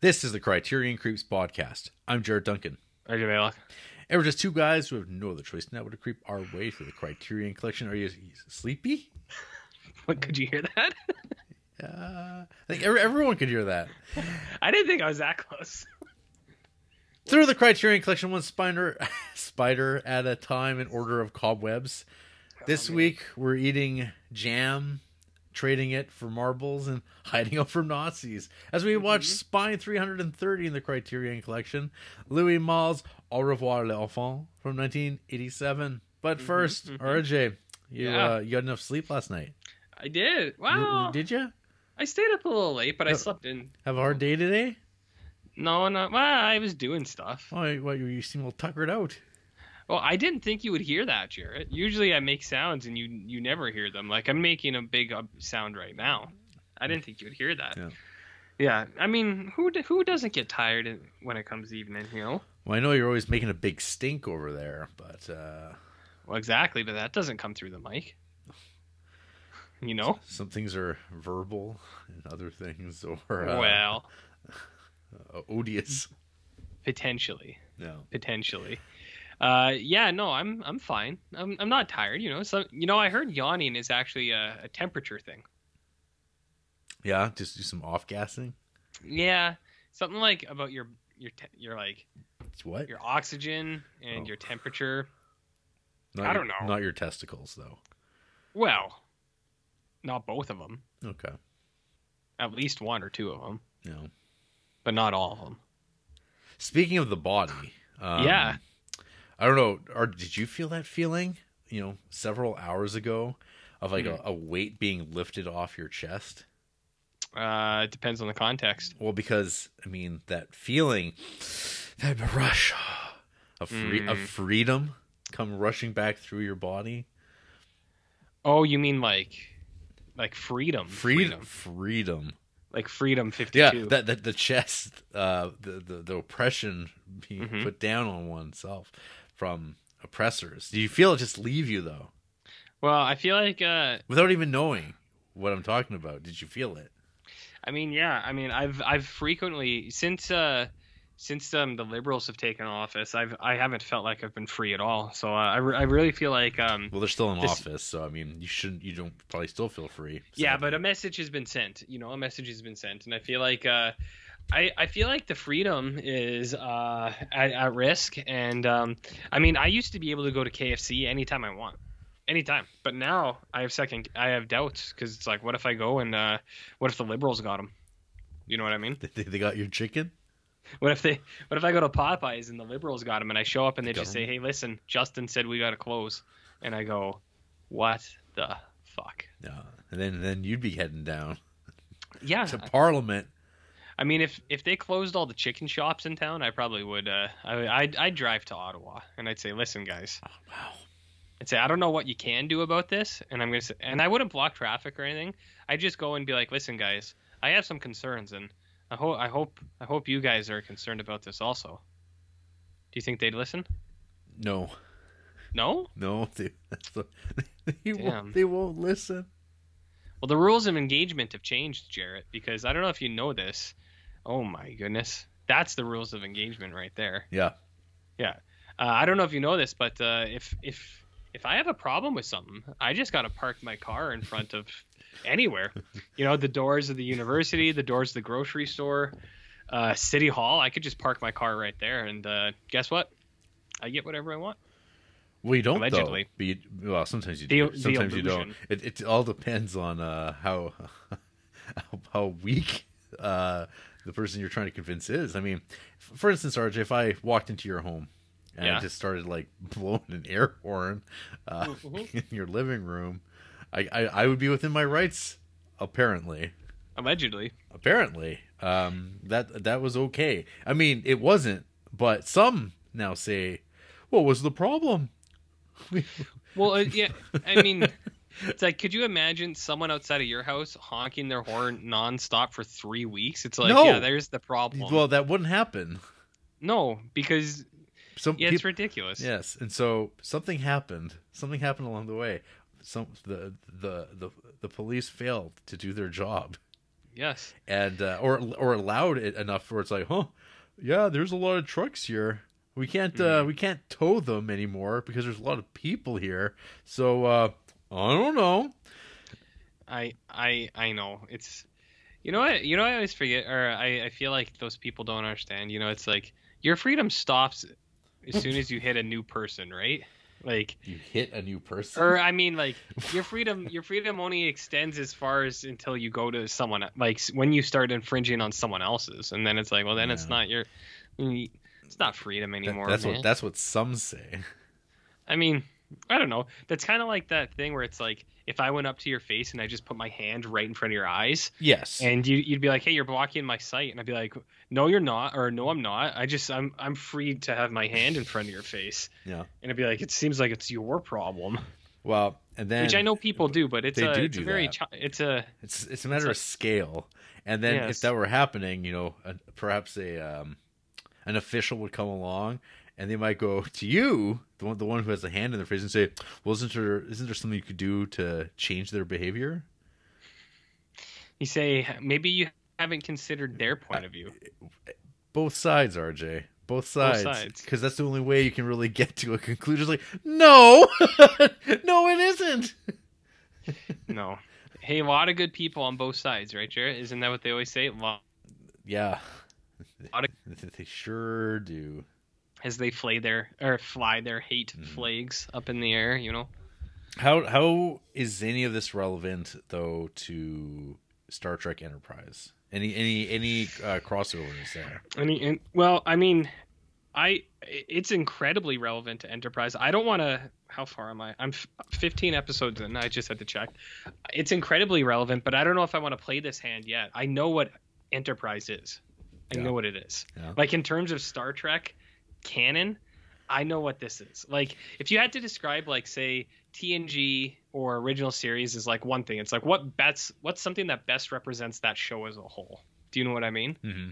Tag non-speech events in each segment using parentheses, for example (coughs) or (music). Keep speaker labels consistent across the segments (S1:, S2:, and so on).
S1: This is the Criterion Creeps podcast. I'm Jared Duncan.
S2: I'm Jim Malek.
S1: And we're just two guys who have no other choice now but to creep our way through the Criterion collection. Are you sleepy?
S2: (laughs) What, could you hear that? (laughs)
S1: Uh, I think every, everyone could hear that.
S2: I didn't think I was that close.
S1: Through the Criterion collection, one spider, (laughs) spider at a time in order of cobwebs. This week, we're eating jam, trading it for marbles, and (laughs) hiding out from Nazis as we watch Spine 330 in the Criterion Collection. Louis Malle's Au Revoir l'Enfant from 1987. But 1st RJ, you
S2: Yeah. Oh.
S1: uh, you got enough sleep last night?
S2: I
S1: You-
S2: did. Wow.
S1: Did Oh. you
S2: I stayed up a little late, but I
S1: No.
S2: slept in.
S1: have a hard day today?
S2: No, no. Well, I was doing stuff.
S1: Oh, you- what, you seem all tuckered out.
S2: Well, I didn't think you would hear that, Jarrett. Usually, I make sounds and you you never hear them. Like I'm making a big uh, sound right now. I didn't think you would hear that.
S1: Yeah.
S2: Yeah, I mean, who d- who doesn't get tired in- when it comes evening? You know.
S1: Well, I know you're always making a big stink over there, but uh,
S2: Well, exactly, but that doesn't come through the mic. You know.
S1: some things are verbal and other things are uh,
S2: Well,
S1: odious.
S2: potentially.
S1: No.
S2: potentially. Uh, yeah, no, I'm I'm fine. I'm I'm not tired. You know, so you know, I heard yawning is actually a, a temperature thing.
S1: Yeah, just do some off gassing.
S2: Yeah, something like about your your te- your like
S1: It's what?
S2: your oxygen and
S1: Oh.
S2: your temperature.
S1: Not
S2: I
S1: your-
S2: don't know.
S1: Not your testicles, though.
S2: Well, not both of them.
S1: Okay.
S2: At least one or two of them,
S1: No.
S2: but not all of them.
S1: Speaking of the body. Um,
S2: Yeah.
S1: I don't know. Or did you feel that feeling? You know, several hours ago, of like
S2: Mm-hmm.
S1: a, a weight being lifted off your chest.
S2: Uh, it depends on the context.
S1: Well, because I mean that feeling, that rush of free of
S2: Mm.
S1: freedom come rushing back through your body.
S2: Oh, you mean like like freedom?
S1: Freedom, freedom.
S2: like freedom
S1: Yeah,
S2: fifty-two.
S1: that, that the chest, uh, the, the the oppression being
S2: Mhm.
S1: put down on oneself from oppressors. Do you feel it just leave you though,
S2: well, I feel like uh,
S1: without even knowing what I'm talking about? Did you feel it?
S2: I mean, yeah. I mean, I've I've frequently since uh since um the liberals have taken office, I've I haven't felt like I've been free at all. So uh, I re- I really feel like um
S1: Well, they're still in
S2: This-
S1: office, so I mean, you shouldn't. You don't probably still feel free.
S2: yeah,
S1: sadly.
S2: but um, a message has been sent. You know, a message has been sent, and I feel like uh I I feel like the freedom is uh at, at risk. And um I mean, I used to be able to go to KFC anytime I want. Anytime, but now I have second. I have doubts because it's like, what if I go and uh, what if the liberals got them? You know what I mean?
S1: (laughs) they, they got your chicken.
S2: What if they? What if I go to Popeyes and the liberals got him, and I show up and they
S1: The
S2: just say, "Hey, listen, Justin said we gotta close," and I go, "What the fuck?"
S1: Yeah, and then then you'd be heading
S2: (laughs)
S1: down
S2: Yeah,
S1: to Parliament.
S2: I mean, if if they closed all the chicken shops in town, I probably would. Uh, I I'd, I'd drive to Ottawa and I'd say, "Listen, guys,"
S1: Wow.
S2: I'd say, "I don't know what you can do about this," and I'm gonna say, and I wouldn't block traffic or anything. I'd just go and be like, "Listen, guys, I have some concerns, and I hope I hope I hope you guys are concerned about this also." Do you think they'd listen?
S1: No,
S2: No.
S1: no, (laughs) they, that's the, they,
S2: Damn.
S1: won't, they won't listen.
S2: Well, the rules of engagement have changed, Jarrett, because I don't know if you know this. Oh my goodness, that's the rules of engagement right there.
S1: Yeah,
S2: Uh, I don't know if you know this, but uh, if if if I have a problem with something, I just gotta park my car in front of anywhere. You know, the doors of the university, the doors of the grocery store, uh, city hall. I could just park my car right there, and uh, guess what? I get whatever I want.
S1: Well, you don't
S2: Allegedly.
S1: Though. But you, well, sometimes you
S2: The-
S1: do.
S2: the
S1: sometimes you don't.
S2: illusion.
S1: It, it all depends on uh, how, (laughs) how how weak uh, the person you're trying to convince is. I mean, f- for instance, RJ, if I walked into your home and I
S2: Yeah.
S1: just started like (laughs) blowing an air horn uh, (laughs)
S2: Mhm.
S1: in your living room, I, I I would be within my rights. Apparently,
S2: Allegedly,
S1: apparently, um, that that was okay. I mean, it wasn't, but some now say, "What was the problem?"
S2: Well, uh, yeah, I
S1: (laughs)
S2: mean, it's like, could you imagine someone outside of your house honking their horn nonstop for three weeks? It's like,
S1: No.
S2: yeah, there's the problem.
S1: Well, that wouldn't happen.
S2: no, because
S1: Some
S2: yeah, it's
S1: peop-
S2: ridiculous.
S1: yes, and so something happened. Something happened along the way. Some the the the the police failed to do their job.
S2: Yes.
S1: and uh, or or allowed it enough where it's like, huh, yeah, there's a lot of trucks here. We can't
S2: Mm-hmm.
S1: uh, we can't tow them anymore because there's a lot of people here. So uh, I don't know.
S2: I I I know it's you know what you know I always forget or I I feel like those people don't understand you know it's like your freedom stops as soon as you hit a new person right like
S1: You hit a new person. (laughs)
S2: or I mean like your freedom your freedom only extends as far as until you go to someone like s- when you start infringing on someone else's and then it's like well then it's
S1: Yeah.
S2: not your it's not freedom
S1: That-
S2: anymore
S1: that's
S2: man.
S1: what that's what some say.
S2: I mean, I don't know. That's kind of like that thing where it's like if I went up to your face and I just put my hand right in front of your eyes,
S1: Yes.
S2: and you, you'd be like, "Hey, you're blocking my sight," and I'd be like, "No, you're not," or "No, I'm not. I just I'm I'm free to have my hand in front of your face."
S1: Yeah.
S2: And I'd be like, "It seems like it's your problem,"
S1: well, and then
S2: which I know people do, but it's
S1: they
S2: a
S1: do
S2: it's a
S1: do
S2: very
S1: that.
S2: chi- it's a
S1: It's it's a matter of scale, and then
S2: Yes.
S1: if that were happening, you know, uh, perhaps a um, an official would come along, and they might go to you, the one the one who has the hand in their face, and say, "Well, isn't there isn't there something you could do to change their behavior?"
S2: you say maybe you haven't considered their point of view.
S1: Both sides, RJ, both sides,
S2: sides.
S1: because that's the only way you can really get to a conclusion. It's like, no, (laughs) no, it isn't.
S2: no. Hey, a lot of good people on both sides, right, Jared? Isn't that what they always say? Lo-
S1: Yeah,
S2: Lot
S1: (laughs) they sure do.
S2: as they flay their or fly their hate
S1: Mm.
S2: flags up in the air. You know,
S1: How how is any of this relevant though to Star Trek Enterprise? Any any any uh, crossovers there?
S2: I mean, and, well, I mean, I it's incredibly relevant to Enterprise. I don't want to. How far am I? I'm f- 15 episodes in. I just had to check. It's incredibly relevant, but I don't know if I want to play this hand yet. I know what Enterprise is. I
S1: Yeah.
S2: know what it is.
S1: Yeah.
S2: Like in terms of Star Trek canon, I know what this is. Like if you had to describe like say TNG or original series is like one thing. It's like what best what's something that best represents that show as a whole. Do you know what I mean?
S1: Mm-hmm.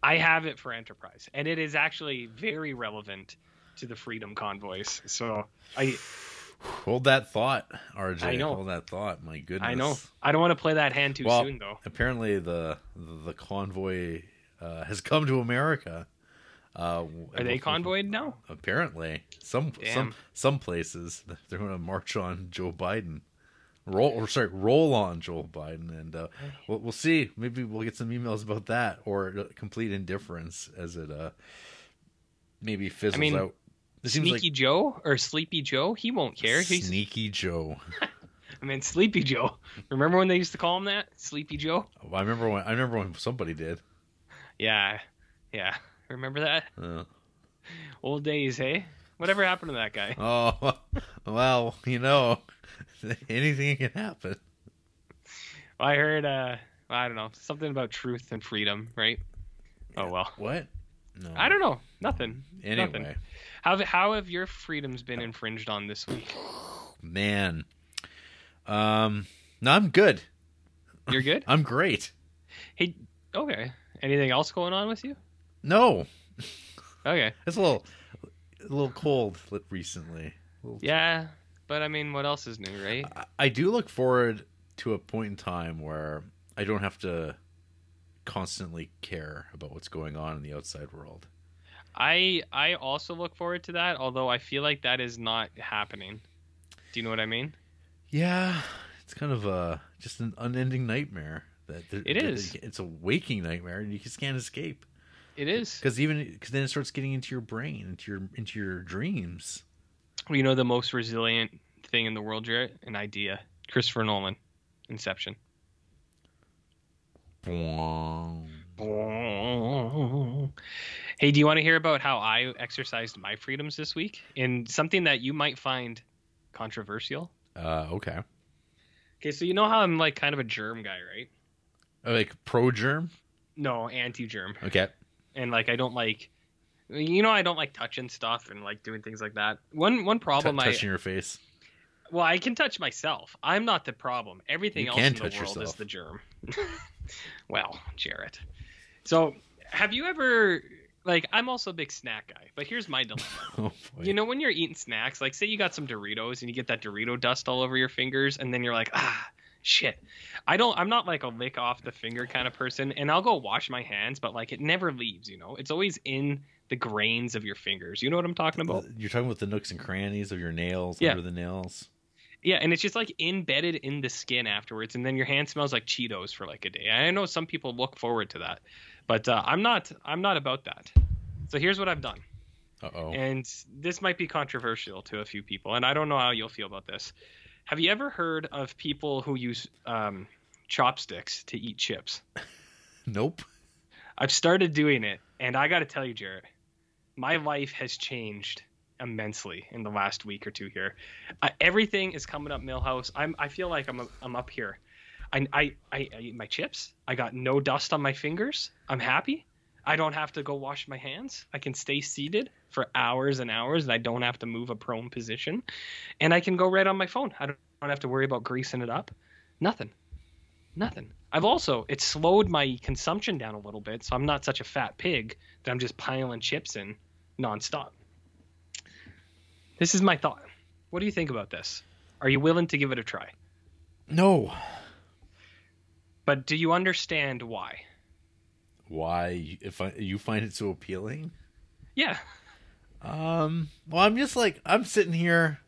S2: I have it for Enterprise, and it is actually very relevant to the Freedom Convoys. So I
S1: Hold that thought, RJ.
S2: I know.
S1: Hold that thought. My goodness.
S2: I know I don't want to play that hand too
S1: Well-
S2: soon though.
S1: Apparently the the convoy uh, has come to America. Uh,
S2: Are they convoyed now?
S1: Apparently, some some
S2: Damn.
S1: some places (laughs) they're going to march on Joe Biden. Roll or sorry, roll on Joe Biden, and uh, we'll, we'll see. Maybe we'll get some emails about that or uh, complete indifference as it uh maybe fizzles
S2: I mean,
S1: out. It seems
S2: Sneaky Joe or Sleepy Joe? He won't care.
S1: like
S2: He's,
S1: sneaky Joe.
S2: I mean, Sleepy Joe. Remember when they used to call him that? Sleepy Joe.
S1: Oh, I remember when I remember when somebody did.
S2: Yeah, yeah. Remember that
S1: Uh,
S2: old days? Hey, whatever happened to that guy?
S1: oh (laughs) well, you know, (laughs) anything can happen.
S2: I heard. uh I don't know something about truth and freedom, right? Oh well.
S1: What? No,
S2: I don't know. Nothing.
S1: Anyway,
S2: Nothing. How have- how have your freedoms been infringed on this week?
S1: man. Um, no, I'm good. (laughs)
S2: You're good.
S1: I'm great.
S2: Hey, okay. Anything else going on with you?
S1: No,
S2: Okay.
S1: it's a little, a little cold li- recently. A little-
S2: Yeah, but I mean, what else is new, right?
S1: I- I do look forward to a point in time where I don't have to constantly care about what's going on in the outside world.
S2: I I also look forward to that, although I feel like that is not happening. Do you know what I mean?
S1: Yeah, it's kind of a just an unending nightmare. That th-
S2: It
S1: that-
S2: is.
S1: It's a waking nightmare, and you just can't escape
S2: It is.
S1: because even because then it starts getting into your brain, into your into your dreams.
S2: You know the most resilient thing in the world, Jarrett? An idea. Christopher Nolan, Inception. Hey, do you want to hear about how I exercised my freedoms this week in something that you might find controversial?
S1: Uh, okay.
S2: Okay, so you know how I'm like kind of a germ guy, right?
S1: Oh, Like pro germ.
S2: No, anti-germ.
S1: Okay.
S2: and like I don't like you know I don't like touching stuff and like doing things like that. One one
S1: T-
S2: problem I
S1: touching your face. (laughs)
S2: well I can touch myself. I'm not the problem. Everything
S1: You
S2: else
S1: can
S2: in the world
S1: touch
S2: is
S1: yourself.
S2: the germ. (laughs) well, Jarrett. So, have you ever like I'm also a big snack guy, but here's my dilemma.
S1: Oh boy.
S2: you know when you're eating snacks, like say you got some Doritos and you get that Dorito dust all over your fingers and then you're like, "Ah, shit. I don't. I'm not like a lick off the finger kind of person, and I'll go wash my hands, but like it never leaves. You know, it's always in the grains of your fingers. You know what I'm talking about?
S1: You're talking about the nooks and crannies of your nails,
S2: Yeah.
S1: under the nails.
S2: Yeah, and it's just like embedded in the skin afterwards, and then your hand smells like Cheetos for like a day. I know some people look forward to that, but uh, I'm not. I'm not about that. So here's what I've done,
S1: Uh oh.
S2: and this might be controversial to a few people, and I don't know how you'll feel about this. Have you ever heard of people who use um, chopsticks to eat chips?
S1: Nope.
S2: I've started doing it, and I got to tell you, Jarrett, my life has changed immensely in the last week or two here. Uh, everything is coming up Millhouse. I'm I feel like I'm I'm up here. I, I I I eat my chips. I got no dust on my fingers. I'm happy. I don't have to go wash my hands. I can stay seated for hours and hours, and I don't have to move a prone position. And I can go right on my phone. I don't, don't have to worry about greasing it up. Nothing. Nothing. I've also it slowed my consumption down a little bit, so I'm not such a fat pig that I'm just piling chips in nonstop. This is my thought. What do you think about this? Are you willing to give it a try?
S1: No.
S2: But do you understand why?
S1: Why? you- If I, you find it so appealing?
S2: Yeah.
S1: Um. Well, I'm just like I'm sitting here.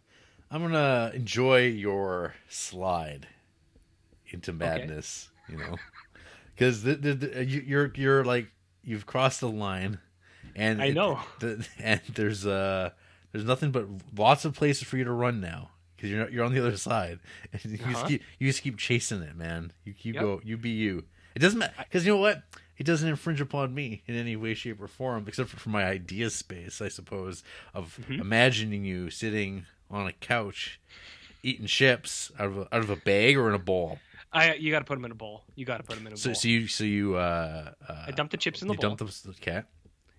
S1: I'm gonna enjoy your slide into madness. You know, because the, the, the, you, you're you're like you've crossed the line, and
S2: I know.
S1: (laughs) the, and there's uh there's nothing but lots of places for you to run now because you're you're on the other side. (laughs) And you just
S2: Uh-huh.
S1: keep you just keep chasing it, man. You keep
S2: Yep.
S1: go. You be you. It doesn't matter because you know what? It doesn't infringe upon me in any way, shape, or form, except for, for my idea space, I suppose, of
S2: Mm-hmm.
S1: imagining you sitting on a couch, eating chips out of a, out of a bag or in a bowl.
S2: I you got to put them in a bowl. You got to put them in a
S1: So,
S2: bowl.
S1: so you, so you, uh, uh,
S2: I dump the chips in the
S1: you
S2: bowl,
S1: dump the cat.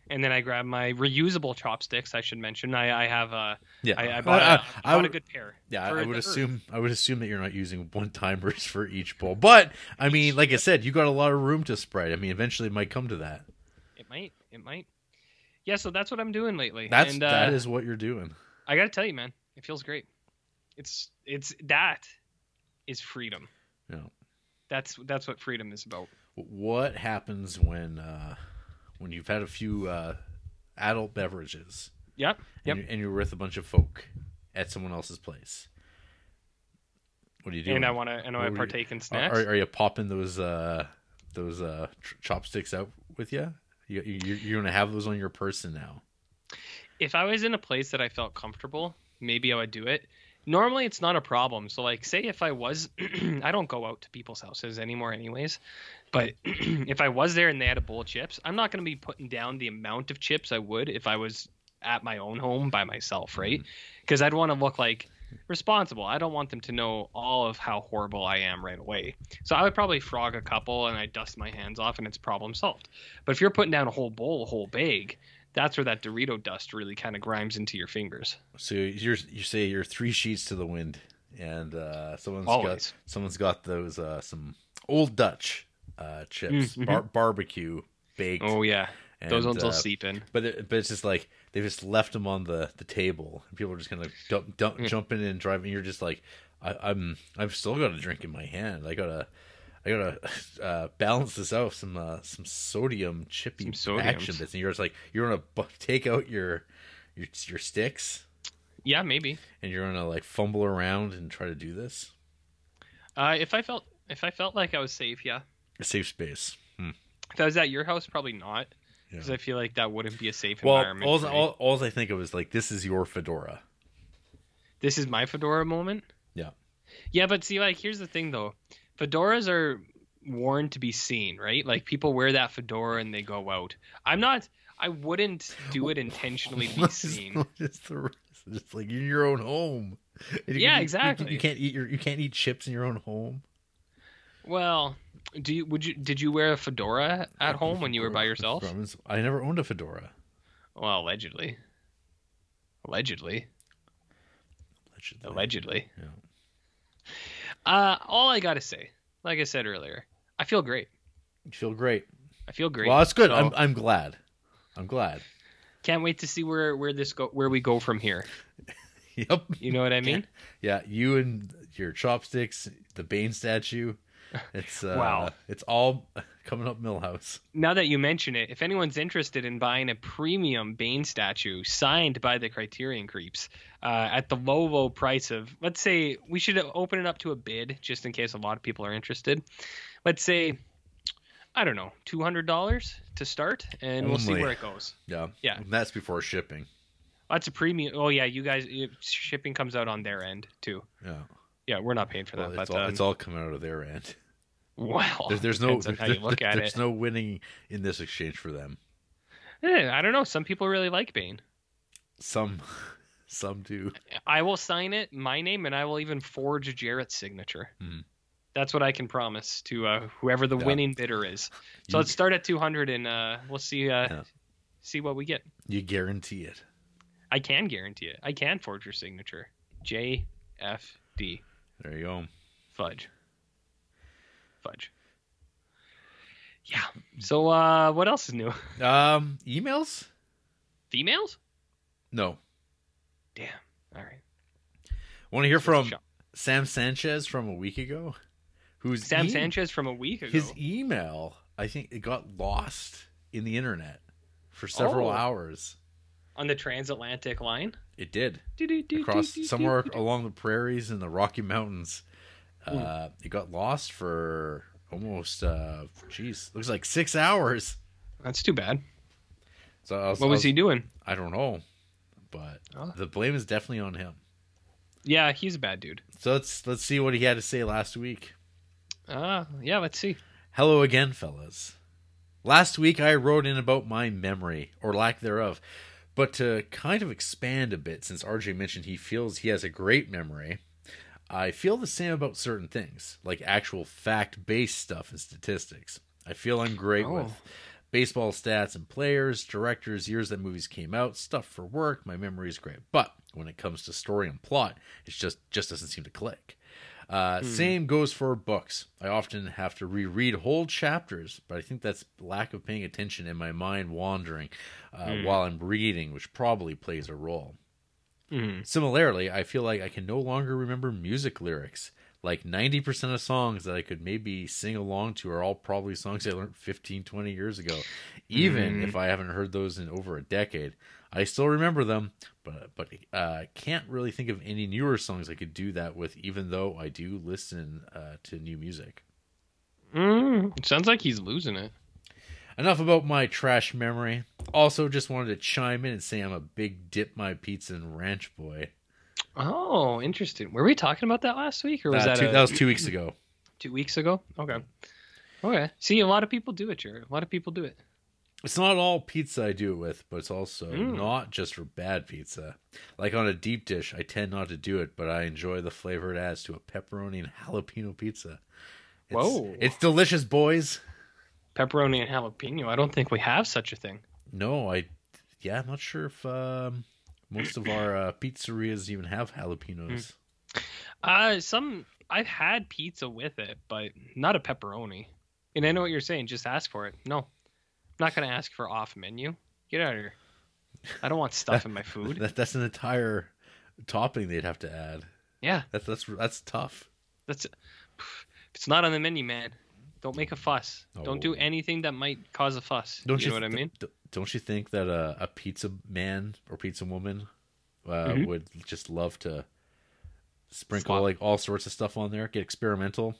S2: and then I grab my reusable chopsticks. I should mention I I have a
S1: Yeah, Oh,
S2: I, I bought, a-
S1: I- I- I
S2: I bought a
S1: would-
S2: good pair.
S1: Yeah,
S2: for
S1: I
S2: the
S1: would
S2: Earth.
S1: assume I would assume that you're not using one timers for each bowl. But I mean, like I said, you got a lot of room to spread. I mean, eventually it might come to that.
S2: It might. It might. Yeah, so that's what I'm doing lately.
S1: That's
S2: and, uh,
S1: that is what you're doing.
S2: I gotta tell you, man, it feels great. It's it's that is freedom.
S1: You know.
S2: That's that's what freedom is about.
S1: What happens when uh when you've had a few uh adult beverages
S2: Yep. Yep.
S1: and, you, and you're with a bunch of folk at someone else's place? What do you do?
S2: and I wanna and
S1: What
S2: I wanna
S1: were you-
S2: partake in snacks.
S1: are, are you popping those uh those uh tr- chopsticks out with you? You, you? You're gonna have those on your person now.
S2: If I was in a place that I felt comfortable, maybe I would do it. Normally it's not a problem. So like say if I was (clears throat) I don't go out to people's houses anymore anyways. But (clears throat) if I was there and they had a bowl of chips, I'm not going to be putting down the amount of chips I would if I was at my own home by myself, right? Because I'd want to look like responsible. I don't want them to know all of how horrible I am right away. So I would probably frog a couple and I dust my hands off and it's problem solved. But if you're putting down a whole bowl, a whole bag, that's where that Dorito dust really kind of grinds into your fingers.
S1: So you're you say you're three sheets to the wind, and uh, someone's
S2: Always.
S1: got someone's got those uh, some old Dutch uh, chips,
S2: Mm,
S1: bar- barbecue baked.
S2: Oh yeah, those
S1: and,
S2: ones will
S1: uh,
S2: seep in.
S1: But it, but it's just like they just left them on the, the table, and people are just kind of dump, dump,
S2: Mm.
S1: jumping in and driving. You're just like, I, I'm I've still got a drink in my hand. I gotta I gotta uh, balance this out with some uh, some sodium chippy
S2: Some sodiums.
S1: action bits, and you're just like you're gonna bu- take out your your your sticks
S2: Yeah, maybe.
S1: and you're gonna like fumble around and try to do this
S2: Uh, if I felt if I felt like I was safe, yeah.
S1: a safe space hmm.
S2: If I was at your house, probably not, because
S1: Yeah.
S2: I feel like that wouldn't be a safe
S1: well
S2: environment.
S1: all,
S2: for me.
S1: all, all i think of is like this is your fedora
S2: this is my fedora moment.
S1: Yeah.
S2: Yeah, but see, like, here's the thing though, fedoras are worn to be seen, right? Like, people wear that fedora and they go out. I'm not. I wouldn't do it intentionally
S1: (laughs)
S2: be
S1: What is-
S2: seen.
S1: what is the risk? it's like you're in your own home And you- you-
S2: Yeah,
S1: you- you,
S2: exactly.
S1: can't eat your you can't eat chips in your own home
S2: Well, do you? Would you? Did you wear a fedora at home when you were by yourself?
S1: i never owned a fedora
S2: Well, allegedly. Allegedly.
S1: allegedly.
S2: Allegedly.
S1: Yeah.
S2: Uh, all I gotta say, like I said earlier, I feel great.
S1: you feel great
S2: I feel great.
S1: well that's good
S2: So-
S1: I'm, I'm glad (laughs) i'm glad
S2: Can't wait to see where where this go where we go from here.
S1: Yep.
S2: You know what I mean?
S1: Yeah, you and your chopsticks, the Bane statue. It's uh,
S2: Wow.
S1: It's all coming up Millhouse.
S2: Now that you mention it, if anyone's interested in buying a premium Bane statue signed by the Criterion Creeps uh, at the low, low price of, let's say, we should open it up to a bid just in case a lot of people are interested. Let's say, I don't know, $200 to start, and we'll see
S1: Only.
S2: where it goes.
S1: Yeah.
S2: Yeah.
S1: And that's before shipping.
S2: That's a premium. Oh, yeah, you guys, it- shipping comes out on their end, too.
S1: Yeah.
S2: Yeah, we're not paying for that.
S1: Well,
S2: but,
S1: it's, all,
S2: um,
S1: it's all coming out of their
S2: (laughs)
S1: end.
S2: well,
S1: There's, there's no
S2: (laughs) depends on how
S1: (laughs)
S2: you look at
S1: there's
S2: it.
S1: no winning in this exchange for them.
S2: Eh, I don't know. Some people really like Bane.
S1: Some (laughs) some do.
S2: I will sign it, my name, and I will even forge Jarrett's signature.
S1: Mhm.
S2: That's what I can promise to uh, whoever the
S1: Yeah.
S2: winning bidder is.
S1: You-
S2: So let's start at 200, and uh, we'll see uh,
S1: Yeah.
S2: see what we get.
S1: You guarantee it.
S2: I can guarantee it. I can forge your signature. J F D
S1: There you go.
S2: fudge fudge. Yeah. So uh, what else is new?
S1: Um, emails?
S2: Females?
S1: No.
S2: Damn. All right.
S1: Want to hear from
S2: Shop.
S1: Sam Sanchez from a week ago? Who's
S2: Sam Sanchez from a week ago.
S1: His email, I think it got lost in the internet for several
S2: Oh.
S1: hours.
S2: on the transatlantic line
S1: It did. Across somewhere along the prairies in the Rocky Mountains. Uh,
S2: Hmm.
S1: it got lost for almost uh jeez, looks like 6 hours.
S2: That's too bad.
S1: So I was,
S2: What
S1: I
S2: was he doing?
S1: I don't know, but
S2: Oh.
S1: the blame is definitely on him.
S2: Yeah, he's a bad dude.
S1: So let's let's see what he had to say last week.
S2: Ah, yeah, let's see.
S1: Hello again, fellas. Last week I wrote in about my memory, or lack thereof. But to kind of expand a bit, since RJ mentioned he feels he has a great memory, I feel the same about certain things, like actual fact based stuff and statistics. I feel I'm great
S2: Oh.
S1: with baseball stats and players, directors, years that movies came out, stuff for work. My memory is great. But when it comes to story and plot, it just, just doesn't seem to click. Uh, Same goes for books. I often have to reread whole chapters, but I think that's lack of paying attention and my mind wandering uh, while I'm reading, which probably plays a role.
S2: Mm.
S1: Similarly, I feel like I can no longer remember music lyrics. Like 90% of songs that I could maybe sing along to are all probably songs I learned 15, 20 years ago. Even
S2: Mm-hmm.
S1: if I haven't heard those in over a decade, I still remember them, but but uh, can't really think of any newer songs I could do that with, even though I do listen uh, to new music.
S2: Mm. It sounds like he's losing it.
S1: Enough about my trash memory. Also, just wanted to chime in and say I'm a big dip my pizza and ranch boy.
S2: Oh, interesting. Were we talking about that last week, or was
S1: Uh,
S2: that
S1: two-
S2: a-
S1: that was two weeks ago.
S2: two weeks ago? Okay. Okay. See, a lot of people do it, Jared. A lot of people do it.
S1: It's not all pizza I do it with, but it's also
S2: Mm.
S1: not just for bad pizza. Like on a deep dish, I tend not to do it, but I enjoy the flavor it adds to a pepperoni and jalapeno pizza. It's,
S2: Whoa.
S1: It's delicious, boys.
S2: Pepperoni and jalapeno. I don't think we have such a thing.
S1: No, I, yeah, I'm not sure if um, most of our uh, pizzerias even have jalapenos.
S2: Uh, some I've had pizza with it, but not a pepperoni. And I know what you're saying. Just ask for it. No, I'm not gonna ask for off menu. Get out of here. I don't want stuff (laughs) in my food.
S1: That, that's an entire topping they'd have to add.
S2: Yeah.
S1: That's that's that's tough.
S2: That's if it's not on the menu, man. Don't make a fuss. Don't do
S1: Oh.
S2: anything that might cause a fuss.
S1: Don't
S2: you,
S1: you,
S2: know what I
S1: th-
S2: mean?
S1: d- Don't you think that a, a pizza man or pizza woman uh,
S2: Mhm.
S1: would just love to sprinkle
S2: Slop.
S1: like all sorts of stuff on there, get experimental,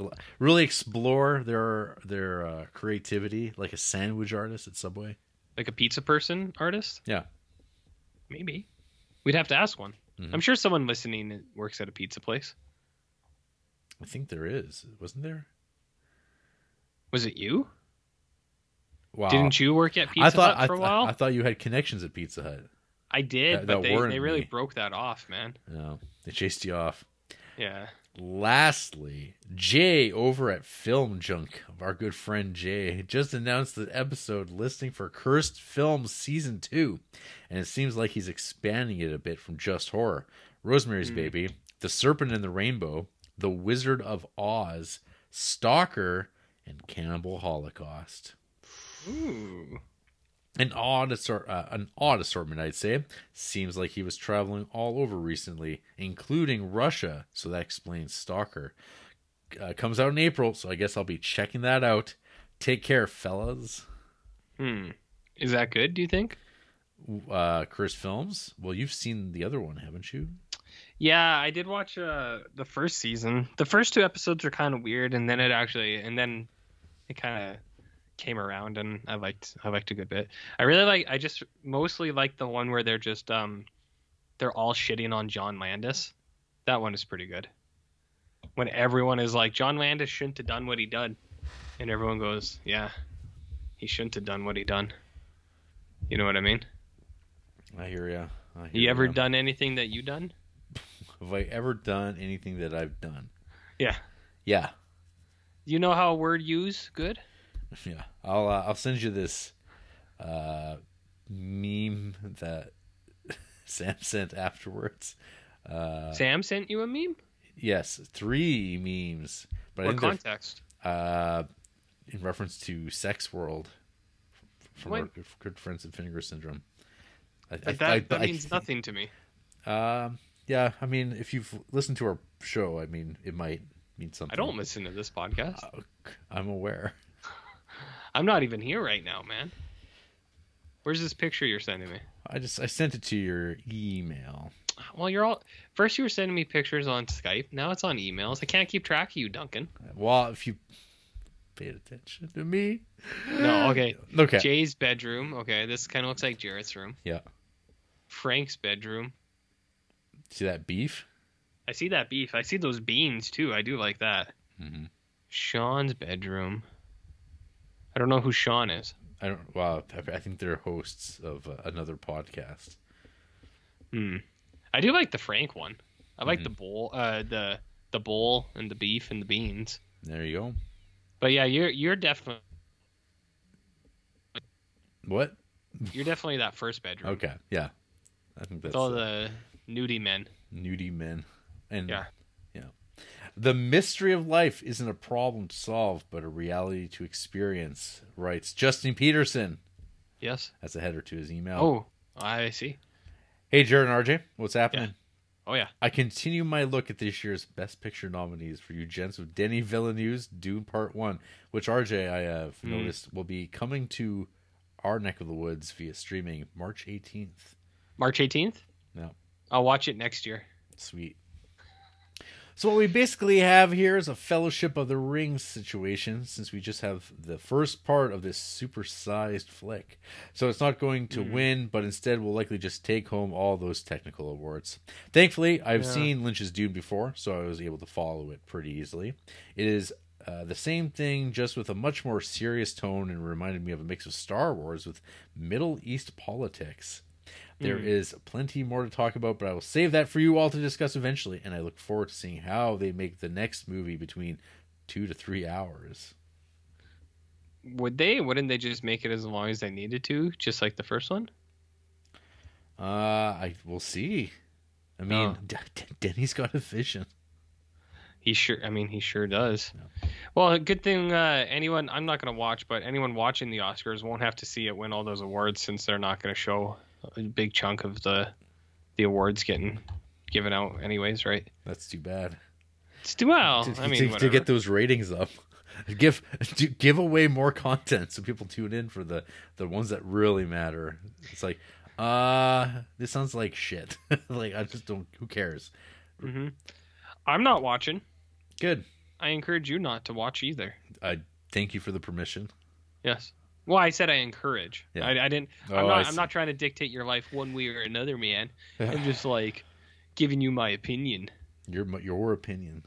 S1: l- really explore their their uh, creativity, like a sandwich artist at Subway?
S2: Like a pizza person artist?
S1: Yeah.
S2: Maybe. We'd have to ask one.
S1: Mhm.
S2: I'm sure someone listening that works at a pizza place.
S1: I think there is, wasn't there?
S2: Was it you?
S1: Wow.
S2: Didn't you work at Pizza
S1: Uh, I thought
S2: Hut for
S1: I,
S2: a while?
S1: I, I thought you had connections at Pizza Hut.
S2: I did,
S1: That-
S2: but
S1: that
S2: they,
S1: weren't
S2: they really
S1: me.
S2: broke that off, man.
S1: No, they chased you off.
S2: Yeah.
S1: Lastly, Jay over at Film Junk, our good friend Jay, just announced the episode listing for Cursed Films Season 2, and it seems like he's expanding it a bit from just horror. Rosemary's Baby, The Serpent and the Rainbow, The Wizard of Oz, Stalker, and Cannibal Holocaust.
S2: Ooh.
S1: An odd, assort, uh, an odd assortment, I'd say. Seems like he was traveling all over recently, including Russia, so that explains Stalker. Uh, comes out in April, so I guess I'll be checking that out. Take care, fellas.
S2: Hmm. Is that good? Do you think?
S1: Uh, Chris Films. Well, you've seen the other one, haven't you?
S2: Yeah, I did watch uh, the first season. The first two episodes are kind of weird, and then it actually, and then it kind of came around, and I liked, I liked a good bit. I really like. I just mostly like the one where they're just, um, they're all shitting on John Landis. That one is pretty good. When everyone is like, John Landis shouldn't have done what he did, and everyone goes, Yeah, he shouldn't have done what he done. You know what I mean?
S1: I hear ya. I hear
S2: You ever
S1: ya.
S2: done anything that you done?
S1: Have I ever done anything that I've done?
S2: Yeah.
S1: Yeah,
S2: You know how a word use good?
S1: (laughs) yeah. I'll uh, I'll send you this uh, meme that (laughs) Sam sent afterwards. Uh,
S2: Sam sent you a meme?
S1: yes, three memes, but I
S2: What
S1: think they're
S2: context?
S1: uh, in reference to Sex World from our
S2: What?
S1: good, good friends at Vinegar Syndrome. I,
S2: Like that, that means nothing to me.
S1: Um, yeah, I mean, if you've listened to our show, I mean, it might mean
S2: I
S1: something.
S2: don't listen to this podcast.
S1: I'm aware.
S2: I'm not even here right now, man. Where's this picture you're sending me?
S1: I just I sent it to your email.
S2: Well, you're all first. You were sending me pictures on Skype. Now it's on emails. I can't keep track of you, Duncan.
S1: Well, if you paid attention to me, (gasps)
S2: No, okay.
S1: okay,
S2: Jay's bedroom. Okay, this kind of looks like Jarrett's room.
S1: yeah.
S2: Frank's bedroom.
S1: See that beef?
S2: I see that beef. I see those beans too. I do like that.
S1: Mhm.
S2: Sean's bedroom. I don't know who Sean is.
S1: I don't. Well, I- I think they're hosts of uh, another podcast.
S2: Hmm. I do like the Frank one. I like the bowl, uh, the the bowl and the beef and the beans.
S1: There you go.
S2: But yeah, you're you're definitely
S1: What?
S2: you're definitely that first bedroom
S1: Okay, yeah. I think that's
S2: with
S1: uh,
S2: all the nudie men.
S1: nudie men. And
S2: Yeah.
S1: yeah. The mystery of life isn't a problem to solve, but a reality to experience, writes Justin Peterson.
S2: Yes.
S1: That's a header to his email.
S2: Oh, I see.
S1: Hey, Jared and RJ, what's happening?
S2: Yeah. Oh yeah.
S1: I continue my look at this year's Best Picture nominees for you gents with Denny Villeneuve's Dune Part 1, which RJ, I uh, have
S2: Mm.
S1: noticed, will be coming to our neck of the woods via streaming March 18th.
S2: March 18th.
S1: No.
S2: I'll watch it next year.
S1: Sweet. So what we basically have here is a Fellowship of the Ring situation, since we just have the first part of this supersized flick. So it's not going to win, but instead will likely just take home all those technical awards. Thankfully, I've
S2: Yeah.
S1: seen Lynch's Dune before, so I was able to follow it pretty easily. It is uh, the same thing, just with a much more serious tone, and reminded me of a mix of Star Wars with Middle East politics. There
S2: Hmm.
S1: is plenty more to talk about, but I will save that for you all to discuss eventually, and I look forward to seeing how they make the next movie between two to three hours.
S2: Would they? Wouldn't they just make it as long as they needed to, just like the first one?
S1: Uh, I will see. I mean,
S2: Oh.
S1: D- D- Denny's got a vision.
S2: He sure. I mean, he sure does. Well, a good thing uh, anyone. I'm not gonna watch, but anyone watching the Oscars won't have to see it win all those awards since they're not gonna show a big chunk of the the awards getting given out anyways, right?
S1: That's too bad.
S2: It's too well.
S1: to,
S2: I mean,
S1: to- to,
S2: whatever.
S1: get those ratings up, (laughs) give do, give away more content so people tune in for the the ones that really matter. It's like, uh, this sounds like shit. (laughs) like I just don't. Who cares?
S2: hmm I'm not watching.
S1: Good.
S2: I encourage you not to watch either.
S1: I thank you for the permission.
S2: Yes. Well, I said I encourage.
S1: Yeah.
S2: I, I didn't.
S1: Oh,
S2: I'm
S1: I
S2: not.
S1: see.
S2: I'm not trying to dictate your life one way or another, man. I'm just like giving you my opinion.
S1: Your your opinion.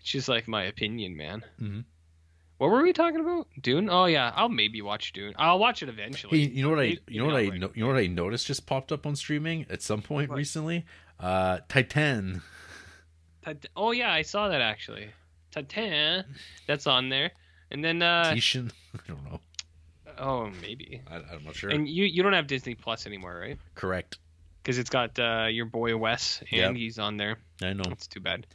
S2: It's just like my opinion, man.
S1: Mhm.
S2: What were we talking about? Dune? Oh yeah, I'll maybe watch Dune. I'll watch it
S1: Hey,
S2: eventually.
S1: you know what I
S2: you-
S1: you know what I
S2: you know,
S1: no, you know what I noticed just popped up on streaming at some point
S2: What?
S1: recently. Uh, Titan.
S2: Tat- Oh yeah, I saw that actually. Tatan, that's on there. And then uh
S1: Titian. (laughs) I don't know.
S2: oh maybe.
S1: I, I'm not sure.
S2: And you you don't have Disney Plus anymore, right?
S1: Correct.
S2: Because it's got uh, your boy Wes and
S1: Yep.
S2: he's on there.
S1: I know.
S2: That's too bad.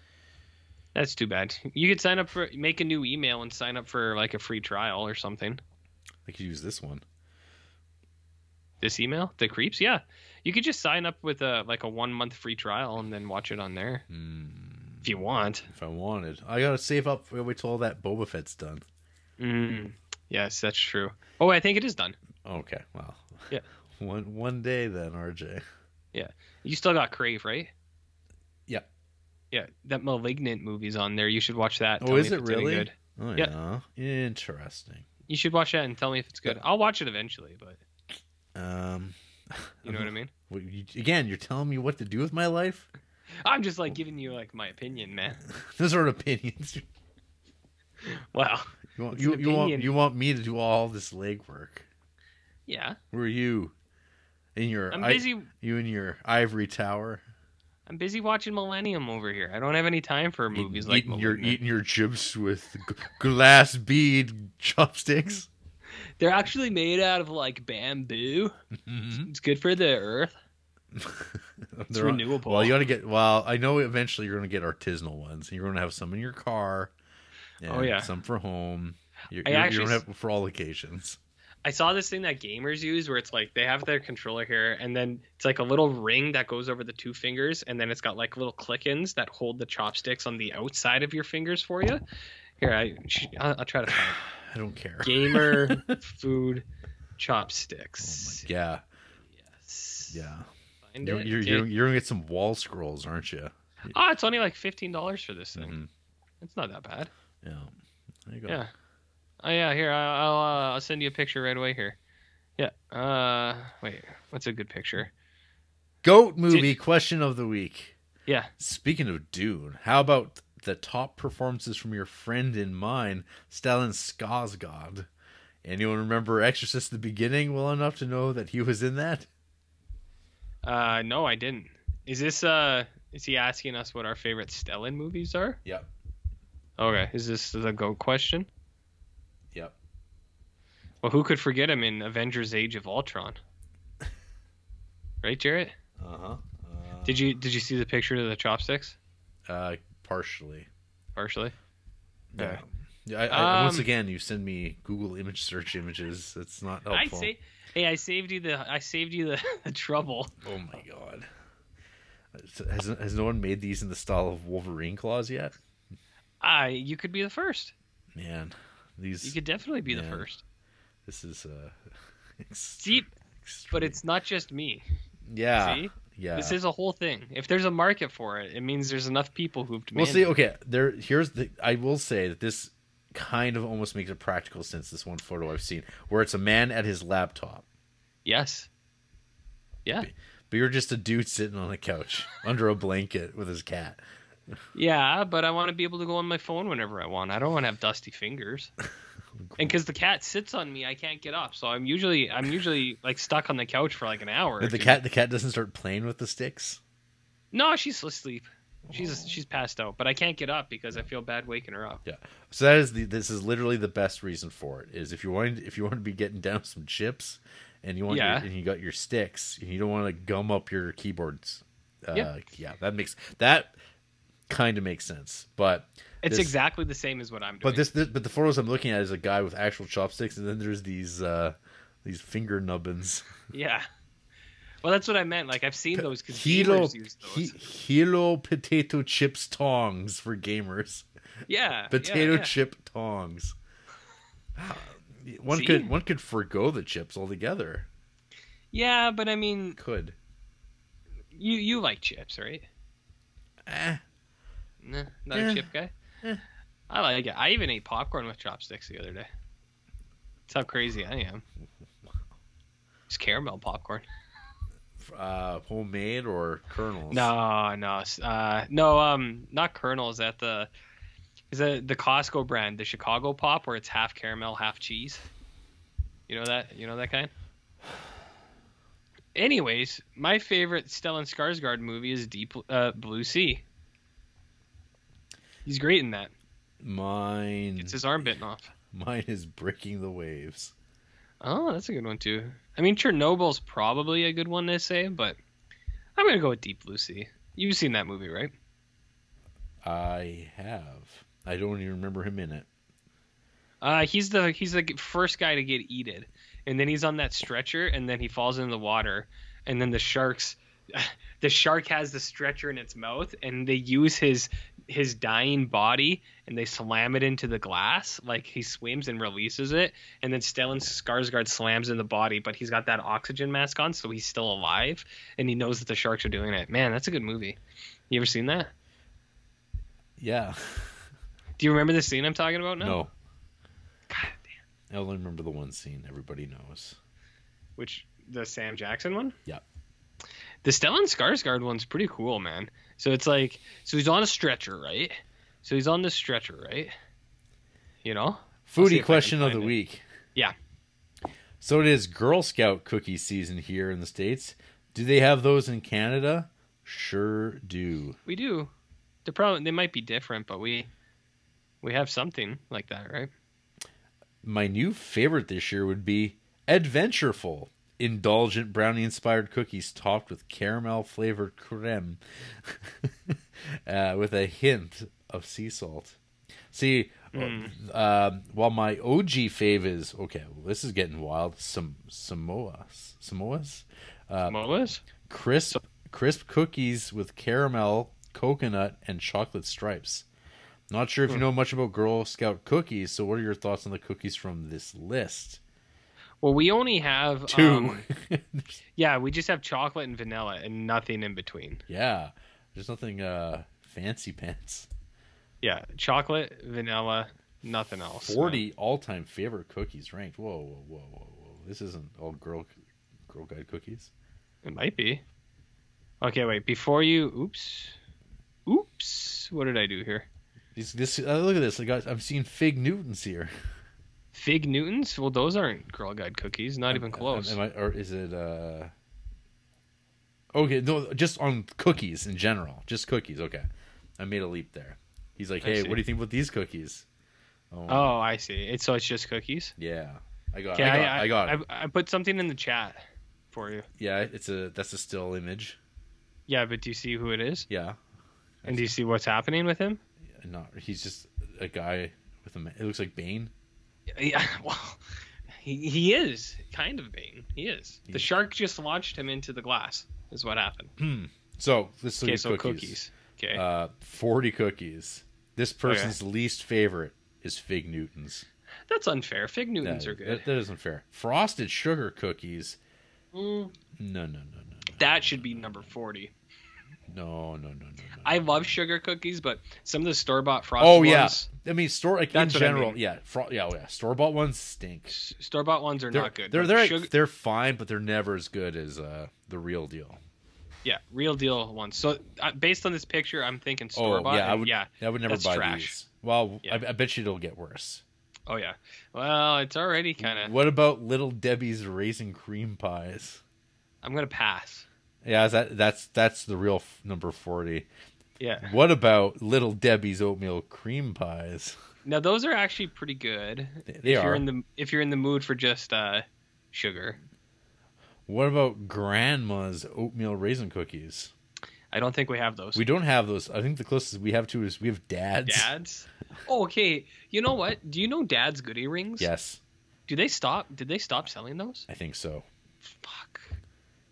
S2: That's too bad. You could sign up for make a new email and sign up for like a free trial or something.
S1: I could use this one.
S2: This email, the creeps. Yeah, you could just sign up with a like a one month free trial and then watch it on there if you want.
S1: Hmm, If I wanted, I gotta save up. Wait till all that Boba Fett's done.
S2: Mm. Yes, that's true. Oh, I think it is done.
S1: Okay, well,
S2: Yeah.
S1: (laughs) One one day then, RJ.
S2: You still got Crave, right?
S1: Yeah.
S2: Yeah, that Malignant movie's on there. You should watch that.
S1: Oh,
S2: Tell me
S1: is
S2: if
S1: it
S2: it's any
S1: really?
S2: good.
S1: Oh yeah,
S2: Yeah.
S1: interesting.
S2: You should watch that and tell me if it's good. I'll watch it eventually, but
S1: Um,
S2: you know what I mean.
S1: well, you- again, you're telling me what to do with my life. (laughs)
S2: I'm just like giving you like my opinion, man.
S1: Those are opinions. (laughs)
S2: Wow.
S1: You want
S2: It's an
S1: you, you want
S2: opinion.
S1: you want me to do all this legwork?
S2: Yeah,
S1: Where are you? In your
S2: I'm
S1: i-
S2: busy.
S1: you in your ivory tower?
S2: I'm busy watching Millennium over here. I don't have any time for
S1: Eating-
S2: movies like
S1: eating your
S2: Malignant.
S1: eating your chips with g- glass bead chopsticks.
S2: They're actually made out of like bamboo.
S1: (laughs) Mm-hmm.
S2: It's good for the earth. It's renewable.
S1: well, you got to get. Well, I know eventually you're going to get artisanal ones. and You're going to have some in your car. And
S2: Oh, yeah.
S1: some for home. You're,
S2: I
S1: you're,
S2: actually
S1: you're
S2: s-
S1: gonna have for all occasions.
S2: I saw this thing that gamers use where it's like they have their controller here and then it's like a little ring that goes over the two fingers and then it's got like little click-ins that hold the chopsticks on the outside of your fingers for you. Here, I sh- I'll, I'll try to
S1: (laughs)
S2: find it.
S1: I don't care. (laughs)
S2: gamer food
S1: Oh
S2: chopsticks.
S1: my- yeah,
S2: Yes.
S1: yeah.
S2: Find
S1: You're
S2: it.
S1: you're,
S2: Okay.
S1: you're, you're gonna get some wall scrolls, aren't you?
S2: Ah, it's only like fifteen dollars for this thing.
S1: Mhm.
S2: It's not that bad.
S1: Yeah. There you go.
S2: Yeah. Oh yeah, here I- I'll uh, I'll send you a picture right away here. Yeah. Uh, wait, what's a good picture?
S1: Goat movie question of the week.
S2: Yeah.
S1: Speaking of Dune, how about the top performances from your friend and mine, Stellan Skarsgård? Anyone remember Exorcist the beginning well enough to know that he was in that?
S2: Uh, no, I didn't. Is this uh? Is he asking us what our favorite Stellan movies are?
S1: Yep.
S2: Okay. Is this the goat question?
S1: Yep.
S2: Well, who could forget him in Avengers: Age
S1: (laughs)
S2: of Ultron? Right, Jarrett?
S1: Uh-huh. Uh
S2: Did you did you see the picture of the chopsticks?
S1: Uh partially.
S2: Partially.
S1: Yeah.
S2: Yeah.
S1: Yeah, I, I, once
S2: Um,
S1: again, you send me Google image search images. It's not helpful.
S2: I say, hey, I saved you the I saved you the, (laughs) the trouble.
S1: Oh my god. Has, has no one made these in the style of Wolverine claws yet?
S2: I you could be the first.
S1: Man, these
S2: You could definitely be the
S1: Yeah.
S2: first.
S1: this is uh (laughs) ext-
S2: See, but
S1: extreme.
S2: it's not just me.
S1: yeah
S2: see?
S1: yeah
S2: This is a whole thing. If there's a market for it, it means there's enough people who've
S1: well
S2: demanded.
S1: see okay there here's the i will say that this kind of almost makes a practical sense this one photo i've seen where it's a man at his laptop
S2: Yes. Yeah.
S1: but you're just a dude sitting on a couch (laughs) under a blanket with his cat
S2: Yeah, but I want to be able to go on my phone whenever I want. I don't want to have dusty
S1: (laughs)
S2: fingers. And because the cat sits on me, I can't get up. So I'm usually I'm usually like stuck on the couch for like an hour. or
S1: the
S2: two.
S1: cat the cat doesn't start playing with the sticks
S2: No, she's asleep.
S1: Oh.
S2: She's she's passed out, but I can't get up because I feel bad waking her up.
S1: yeah so that is the this is literally the best reason for it is if you want if you want to be getting down some chips and you want your-
S2: Yeah.
S1: and you got your sticks and you don't want to gum up your keyboards uh,
S2: Yeah.
S1: yeah that makes that kind of makes sense but
S2: It's
S1: this-
S2: exactly the same as what I'm doing.
S1: but this, this but the photos i'm looking at is a guy with actual chopsticks and then there's these uh these finger nubbins
S2: Yeah. Well, that's what I meant. Like I've seen those because
S1: Hilo,
S2: gamers use
S1: he,
S2: those.
S1: Hilo potato chips tongs for gamers
S2: yeah.
S1: potato
S2: yeah, yeah.
S1: chip
S2: (sighs)
S1: tongs. One
S2: See?
S1: could one could forego the chips altogether.
S2: Yeah, but I mean,
S1: Could.
S2: you you like chips, right?
S1: Eh,
S2: Nah, not
S1: Yeah.
S2: a chip guy.
S1: Yeah.
S2: I like it. I even ate popcorn with chopsticks the other day. That's how crazy I am. It's caramel popcorn.
S1: uh, homemade or kernels?
S2: No, no, s- uh, no. Um, not kernels. At the is that the Costco brand, the Chicago Pop, where it's half caramel, half cheese. You know that. You know that kind. Anyways, my favorite Stellan Skarsgård movie is Deep uh, Blue Sea. He's great in that.
S1: Mine.
S2: Gets his arm bitten off.
S1: Mine is breaking the waves.
S2: Oh, that's a good one too. I mean, Chernobyl's probably a good one to say, but I'm gonna go with Deep Blue Sea. You've seen that movie, right?
S1: I have. I don't even remember him in it.
S2: Uh, he's the he's the first guy to get eated, and then he's on that stretcher, and then he falls in the water, and then the sharks, (laughs) the shark has the stretcher in its mouth, and they use his his dying body and they slam it into the glass like he swims and releases it and then Stellan Skarsgård slams in the body but he's got that oxygen mask on so he's still alive and he knows that the sharks are doing it man that's a good movie you ever seen that
S1: Yeah. (laughs)
S2: do you remember the scene I'm talking about now
S1: No.
S2: God damn.
S1: I only remember the one scene everybody knows.
S2: which the Sam Jackson one.
S1: Yeah.
S2: The Stellan Skarsgård one's pretty cool, man. So it's like, so he's on a stretcher, right? So he's on the stretcher, right? You know, I'll see if I
S1: Foodie
S2: can
S1: question of the
S2: find it.
S1: week.
S2: Yeah.
S1: So it is Girl Scout cookie season here in the States. Do they have those in Canada? Sure do.
S2: we do. They're probably they might be different, but we we have something like that, right?
S1: My new favorite this year would be Adventureful. Indulgent brownie inspired cookies topped with caramel flavored creme (laughs) uh, with a hint of sea salt. See,
S2: Hmm.
S1: um, while my OG fave is okay, well, this is getting wild. Some Samoas, Samoas, Uh,
S2: Moas.
S1: crisp crisp cookies with caramel, coconut, and chocolate stripes. Not sure if you know much about Girl Scout cookies, so what are your thoughts on the cookies from this list?
S2: Well, we only have
S1: Two.
S2: um, yeah, we just have chocolate and vanilla and nothing in between.
S1: (laughs) yeah. There's nothing uh fancy pants.
S2: Yeah, chocolate, vanilla, nothing else. man.
S1: 40 all-time favorite cookies ranked. Whoa, whoa, whoa, whoa, whoa. This isn't all girl girl guide cookies.
S2: It might be. Okay, wait. Before you, oops, oops. What did I do here?
S1: These, this uh, look at this. I got I'm seeing Fig Newtons here.
S2: Fig Newtons? Well, those aren't Girl Guide cookies. Not even close.
S1: Am I, or is it? uh Okay, no, just on cookies in general, just cookies. Okay, I made a leap there. He's like,
S2: I
S1: "Hey,
S2: see.
S1: what do you think about these cookies?" Oh,
S2: oh, I see. It's so it's just cookies.
S1: yeah, I got,
S2: Okay,
S1: it. I got,
S2: I,
S1: I, got. it.
S2: I, I put something in the chat for you.
S1: yeah, it's a that's a still image.
S2: Yeah, but do you see who it is?
S1: Yeah,
S2: And do you see what's happening with him?
S1: not he's just a guy with a. ma- It looks like Bane.
S2: Yeah. (laughs) Well, he, he is kind of Bane. He is. The
S1: He's-
S2: shark just launched him into the glass. Is what happened.
S1: So let's look
S2: Okay,
S1: at
S2: so
S1: cookies.
S2: cookies. Okay.
S1: Uh, Forty cookies. This person's least favorite is Fig Newtons.
S2: That's unfair. Fig Newtons
S1: That-
S2: are good.
S1: That, that isn't fair. Frosted sugar cookies.
S2: Mm.
S1: No, no, no, no,
S2: That should be number 40.
S1: no, no, no, no. no.
S2: I love sugar cookies, but some of the store bought frosted
S1: oh yeah,
S2: ones,
S1: I mean store like
S2: That's
S1: in
S2: what I
S1: general,
S2: mean.
S1: yeah, fro- yeah, oh, yeah. Store bought ones stink.
S2: store bought ones are
S1: They're
S2: not good.
S1: They're
S2: but
S1: they're,
S2: sugar-
S1: they're fine, but they're never as good as uh the real deal.
S2: yeah, real deal ones. So uh, based on this picture, I'm thinking store
S1: oh
S2: bought.
S1: yeah, I would
S2: yeah,
S1: I would never
S2: that's
S1: buy
S2: trash.
S1: these. Well,
S2: Yeah.
S1: I, I bet you it'll get worse.
S2: oh yeah. Well, it's already kind of.
S1: What about Little Debbie's raisin cream pies?
S2: I'm gonna pass.
S1: Yeah, is that that's that's the real f- number forty.
S2: Yeah.
S1: What about Little Debbie's oatmeal cream pies?
S2: Now those are actually pretty good.
S1: They- they
S2: if
S1: are.
S2: You're in the if you're in the mood for just uh, sugar,
S1: What about Grandma's oatmeal raisin cookies?
S2: I don't think we have those.
S1: We don't have those. I think the closest we have to is we have dads.
S2: dads. Oh, okay. You know what? Do you know Dad's goody rings?
S1: Yes,
S2: Do they stop? Did they stop selling those?
S1: I think so.
S2: Fuck.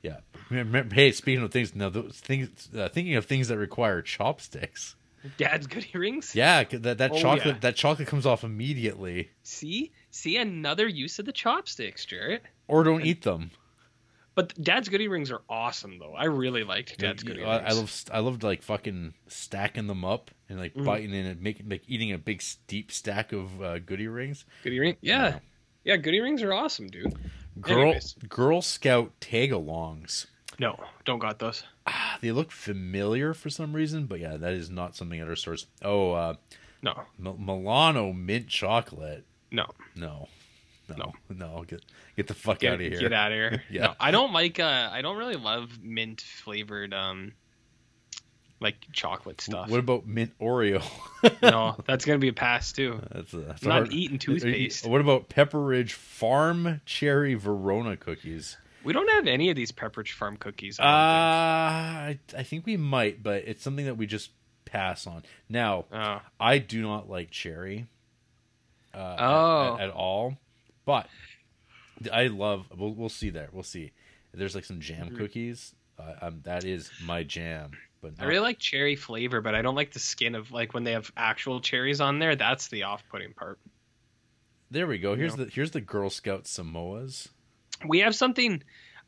S1: Yeah. Remember- hey, speaking of things, now those things. Uh, thinking of things that require chopsticks.
S2: Dad's goody rings.
S1: Yeah, 'cause that that
S2: Oh,
S1: chocolate
S2: yeah.
S1: that chocolate comes off immediately,
S2: See, see another use of the chopsticks, Jarrett.
S1: or don't eat them.
S2: But Dad's goody rings are awesome, though. I really liked Dad's
S1: You-
S2: goody
S1: I,
S2: rings.
S1: I love st- I loved like fucking stacking them up and like
S2: Mm.
S1: biting in and making like eating a big s- deep stack of uh, goody rings.
S2: goody ring. Yeah, yeah, goody rings are awesome, dude.
S1: Girl
S2: Anyways.
S1: Girl Scout tag-alongs.
S2: No, don't got those.
S1: Ah, They look familiar for some reason, but yeah, that is not something at our stores. Oh, uh,
S2: No,
S1: Mil- Milano mint chocolate.
S2: no.
S1: No, no,
S2: No.
S1: no. get get the fuck
S2: Get
S1: out of here.
S2: Get out of here.
S1: (laughs) Yeah.
S2: No, I don't like. Uh, I don't really love mint flavored, um, like chocolate stuff.
S1: What about mint Oreo? (laughs)
S2: no, that's gonna be a pass too.
S1: that's a, that's a
S2: I'm
S1: hard-
S2: not
S1: Are
S2: eating
S1: you-
S2: toothpaste.
S1: What about Pepperidge Farm Cherry Verona cookies?
S2: We don't have any of these Pepperidge Farm cookies.
S1: Uh,
S2: I
S1: I, Uh, I think we might, but it's something that we just pass on. Now,
S2: don't think.
S1: I do not like cherry
S2: oh,
S1: uh,
S2: oh,
S1: at, at all, but I love. We'll, we'll see there. We'll see. There's like some
S2: Mm-hmm.
S1: jam cookies. Uh, um, that is my jam. But
S2: I
S1: not-
S2: really like cherry flavor, but I don't like the skin of like when they have actual cherries on there. That's the off-putting part.
S1: there we go. Here's
S2: No.
S1: the here's the Girl Scout Samoas.
S2: We have something.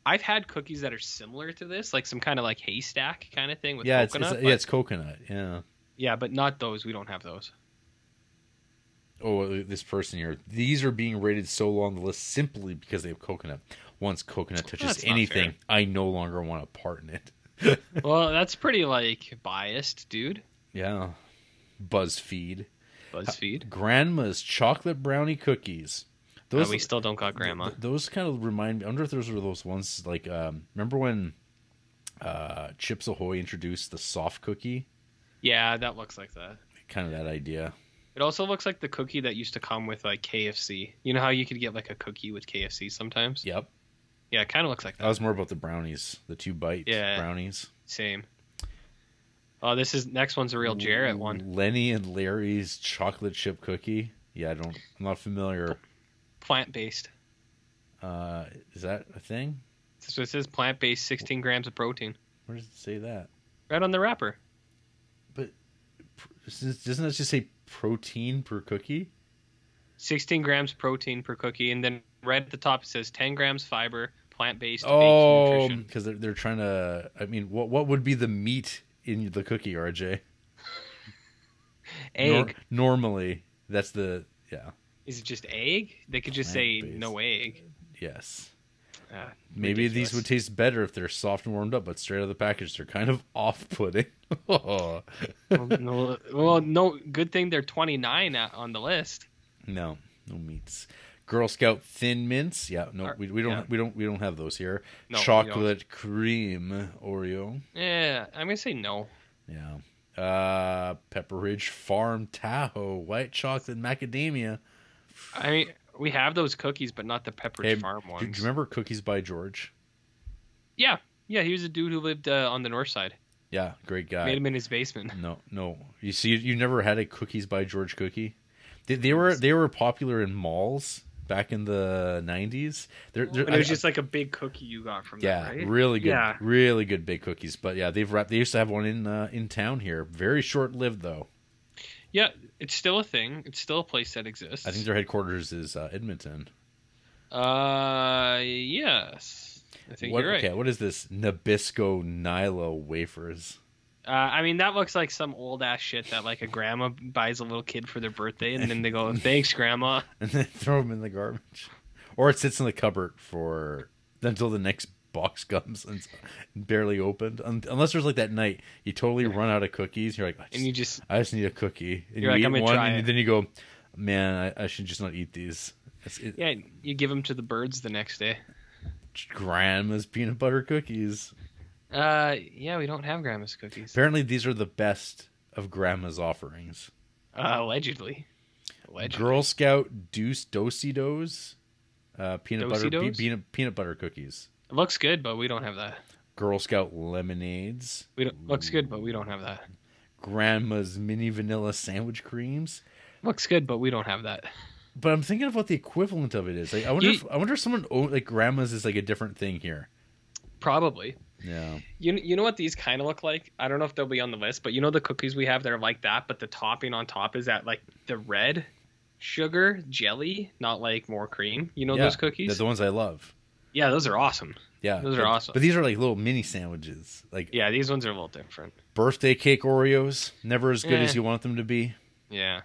S2: I've had cookies that are similar to this, like some kind of like haystack kind of thing with
S1: yeah, it's,
S2: coconut.
S1: it's,
S2: but,
S1: yeah, it's coconut. Yeah.
S2: yeah, but not those. We don't
S1: (laughs)
S2: have those.
S1: Oh, this person here. These are being rated so low on the list simply because they have coconut. Once coconut touches
S2: That's not
S1: anything,
S2: fair.
S1: I no longer want a part in it.
S2: well, that's pretty like biased, dude.
S1: Yeah. BuzzFeed.
S2: BuzzFeed.
S1: Grandma's chocolate brownie cookies.
S2: Those, Oh, Uh, we still don't got grandma.
S1: Th- those kind of remind me. I wonder if those were those ones like um, remember when uh, Chips Ahoy introduced the soft cookie?
S2: yeah, that looks like that.
S1: Kind of that idea.
S2: It also looks like the cookie that used to come with like KFC. You know how you could get like a cookie with KFC sometimes?
S1: Yep.
S2: Yeah, it kind of looks like that.
S1: That was more about the brownies, the two bite
S2: Yeah.
S1: brownies.
S2: Same. Oh, this is next one's a real Jarrett one.
S1: Lenny and Larry's chocolate chip cookie. Yeah, I don't. I'm not familiar.
S2: Plant based.
S1: Uh, is that a thing?
S2: So it says plant based, 16 grams of protein,
S1: Where does it say that?
S2: right on the wrapper.
S1: Doesn't doesn't that just say protein per cookie?
S2: 16 grams protein per cookie, and then right at the top it says 10 grams fiber, plant based.
S1: Oh, because they're, they're trying to. I mean, what what would be the meat in the cookie, RJ?
S2: egg.
S1: Nor- normally, that's the yeah.
S2: Is it just egg? They could just say
S1: Plant-based.
S2: no egg.
S1: Yes.
S2: Ah,
S1: Maybe these
S2: ridiculous.
S1: would taste better if they're soft and warmed up, but straight out of the package, they're kind of (laughs) off-putting.
S2: well,
S1: (laughs)
S2: no, well, no, Good thing they're 29 a- on the list.
S1: No, no meats. Girl Scout thin mints. Yeah, no,
S2: Are-
S1: we, we don't
S2: yeah.
S1: we don't we don't have those here.
S2: No, we don't.
S1: Chocolate cream Oreo.
S2: Yeah, I'm gonna say no.
S1: Yeah. Uh Pepper Ridge Farm Tahoe white chocolate macadamia.
S2: I mean, we have those cookies, but not the Pepperidge
S1: Hey,
S2: Farm
S1: Do, do
S2: ones.
S1: you remember Cookies by George?
S2: Yeah, yeah, he was a dude who lived uh, on the north side.
S1: Yeah, great guy.
S2: Made him in his basement.
S1: No, no. You see, you never had a Cookies by George cookie. They, they were they were popular in malls back in the nineties. They're, they're,
S2: But it
S1: I-
S2: was just like a big cookie you got from
S1: Yeah,
S2: that, right?
S1: really good,
S2: Yeah.
S1: really good big cookies. But yeah, they've wrapped. They used to have one in uh, in town here. Very short lived though.
S2: Yeah, it's still a thing. It's still a place that exists.
S1: I think their headquarters is uh, Edmonton.
S2: Uh, yes. I think
S1: What-
S2: you're right.
S1: Okay, what is this Nabisco Nilo wafers?
S2: Uh, I mean, that looks like some old ass shit that like a grandma buys a little kid for their birthday, and then
S1: (laughs)
S2: they go, "Thanks, grandma."
S1: And then throw them in the garbage, or it sits in the cupboard for until the next box (laughs) comes and barely opened. Un- unless there's like that night you totally run out of cookies. You're like, I just,
S2: And you just
S1: I just need a cookie. And
S2: You're like,
S1: eat
S2: "I'm gonna
S1: one,
S2: try
S1: and
S2: it."
S1: then you go, man, I, I should just not eat these. It's, it,
S2: yeah, you give them to the birds the next day.
S1: Grandma's peanut butter cookies.
S2: Uh, yeah, we don't have grandma's cookies.
S1: Apparently, these are the best of grandma's offerings.
S2: Uh, allegedly. Allegedly.
S1: Girl Scout Deuce Dosidos, uh, peanut butter pe-
S2: Do-si-dos?
S1: peanut, peanut butter cookies.
S2: It looks good, but we don't have that.
S1: Girl Scout lemonades,
S2: We don't, looks good, but we don't have that.
S1: grandma's mini vanilla sandwich creams.
S2: Looks good, but we don't have that.
S1: But I'm thinking of what the equivalent of it is. Like, I wonder.
S2: You-
S1: if, I wonder if someone own, like grandma's is like a different thing here.
S2: Probably.
S1: Yeah.
S2: You you know what these kind of look like? I don't know if they'll be on the list, but you know the cookies we have that are like that, but the topping on top is that like the red sugar jelly, not like more cream. You know
S1: yeah.
S2: Oh, those
S1: They're
S2: cookies?
S1: the ones I love.
S2: Yeah, those are awesome.
S1: Yeah.
S2: Those are
S1: But-
S2: awesome.
S1: But these are like little mini sandwiches, like
S2: Yeah, these ones are a little different.
S1: birthday cake Oreos. Never as good
S2: Eh.
S1: as you want them to be.
S2: Yeah.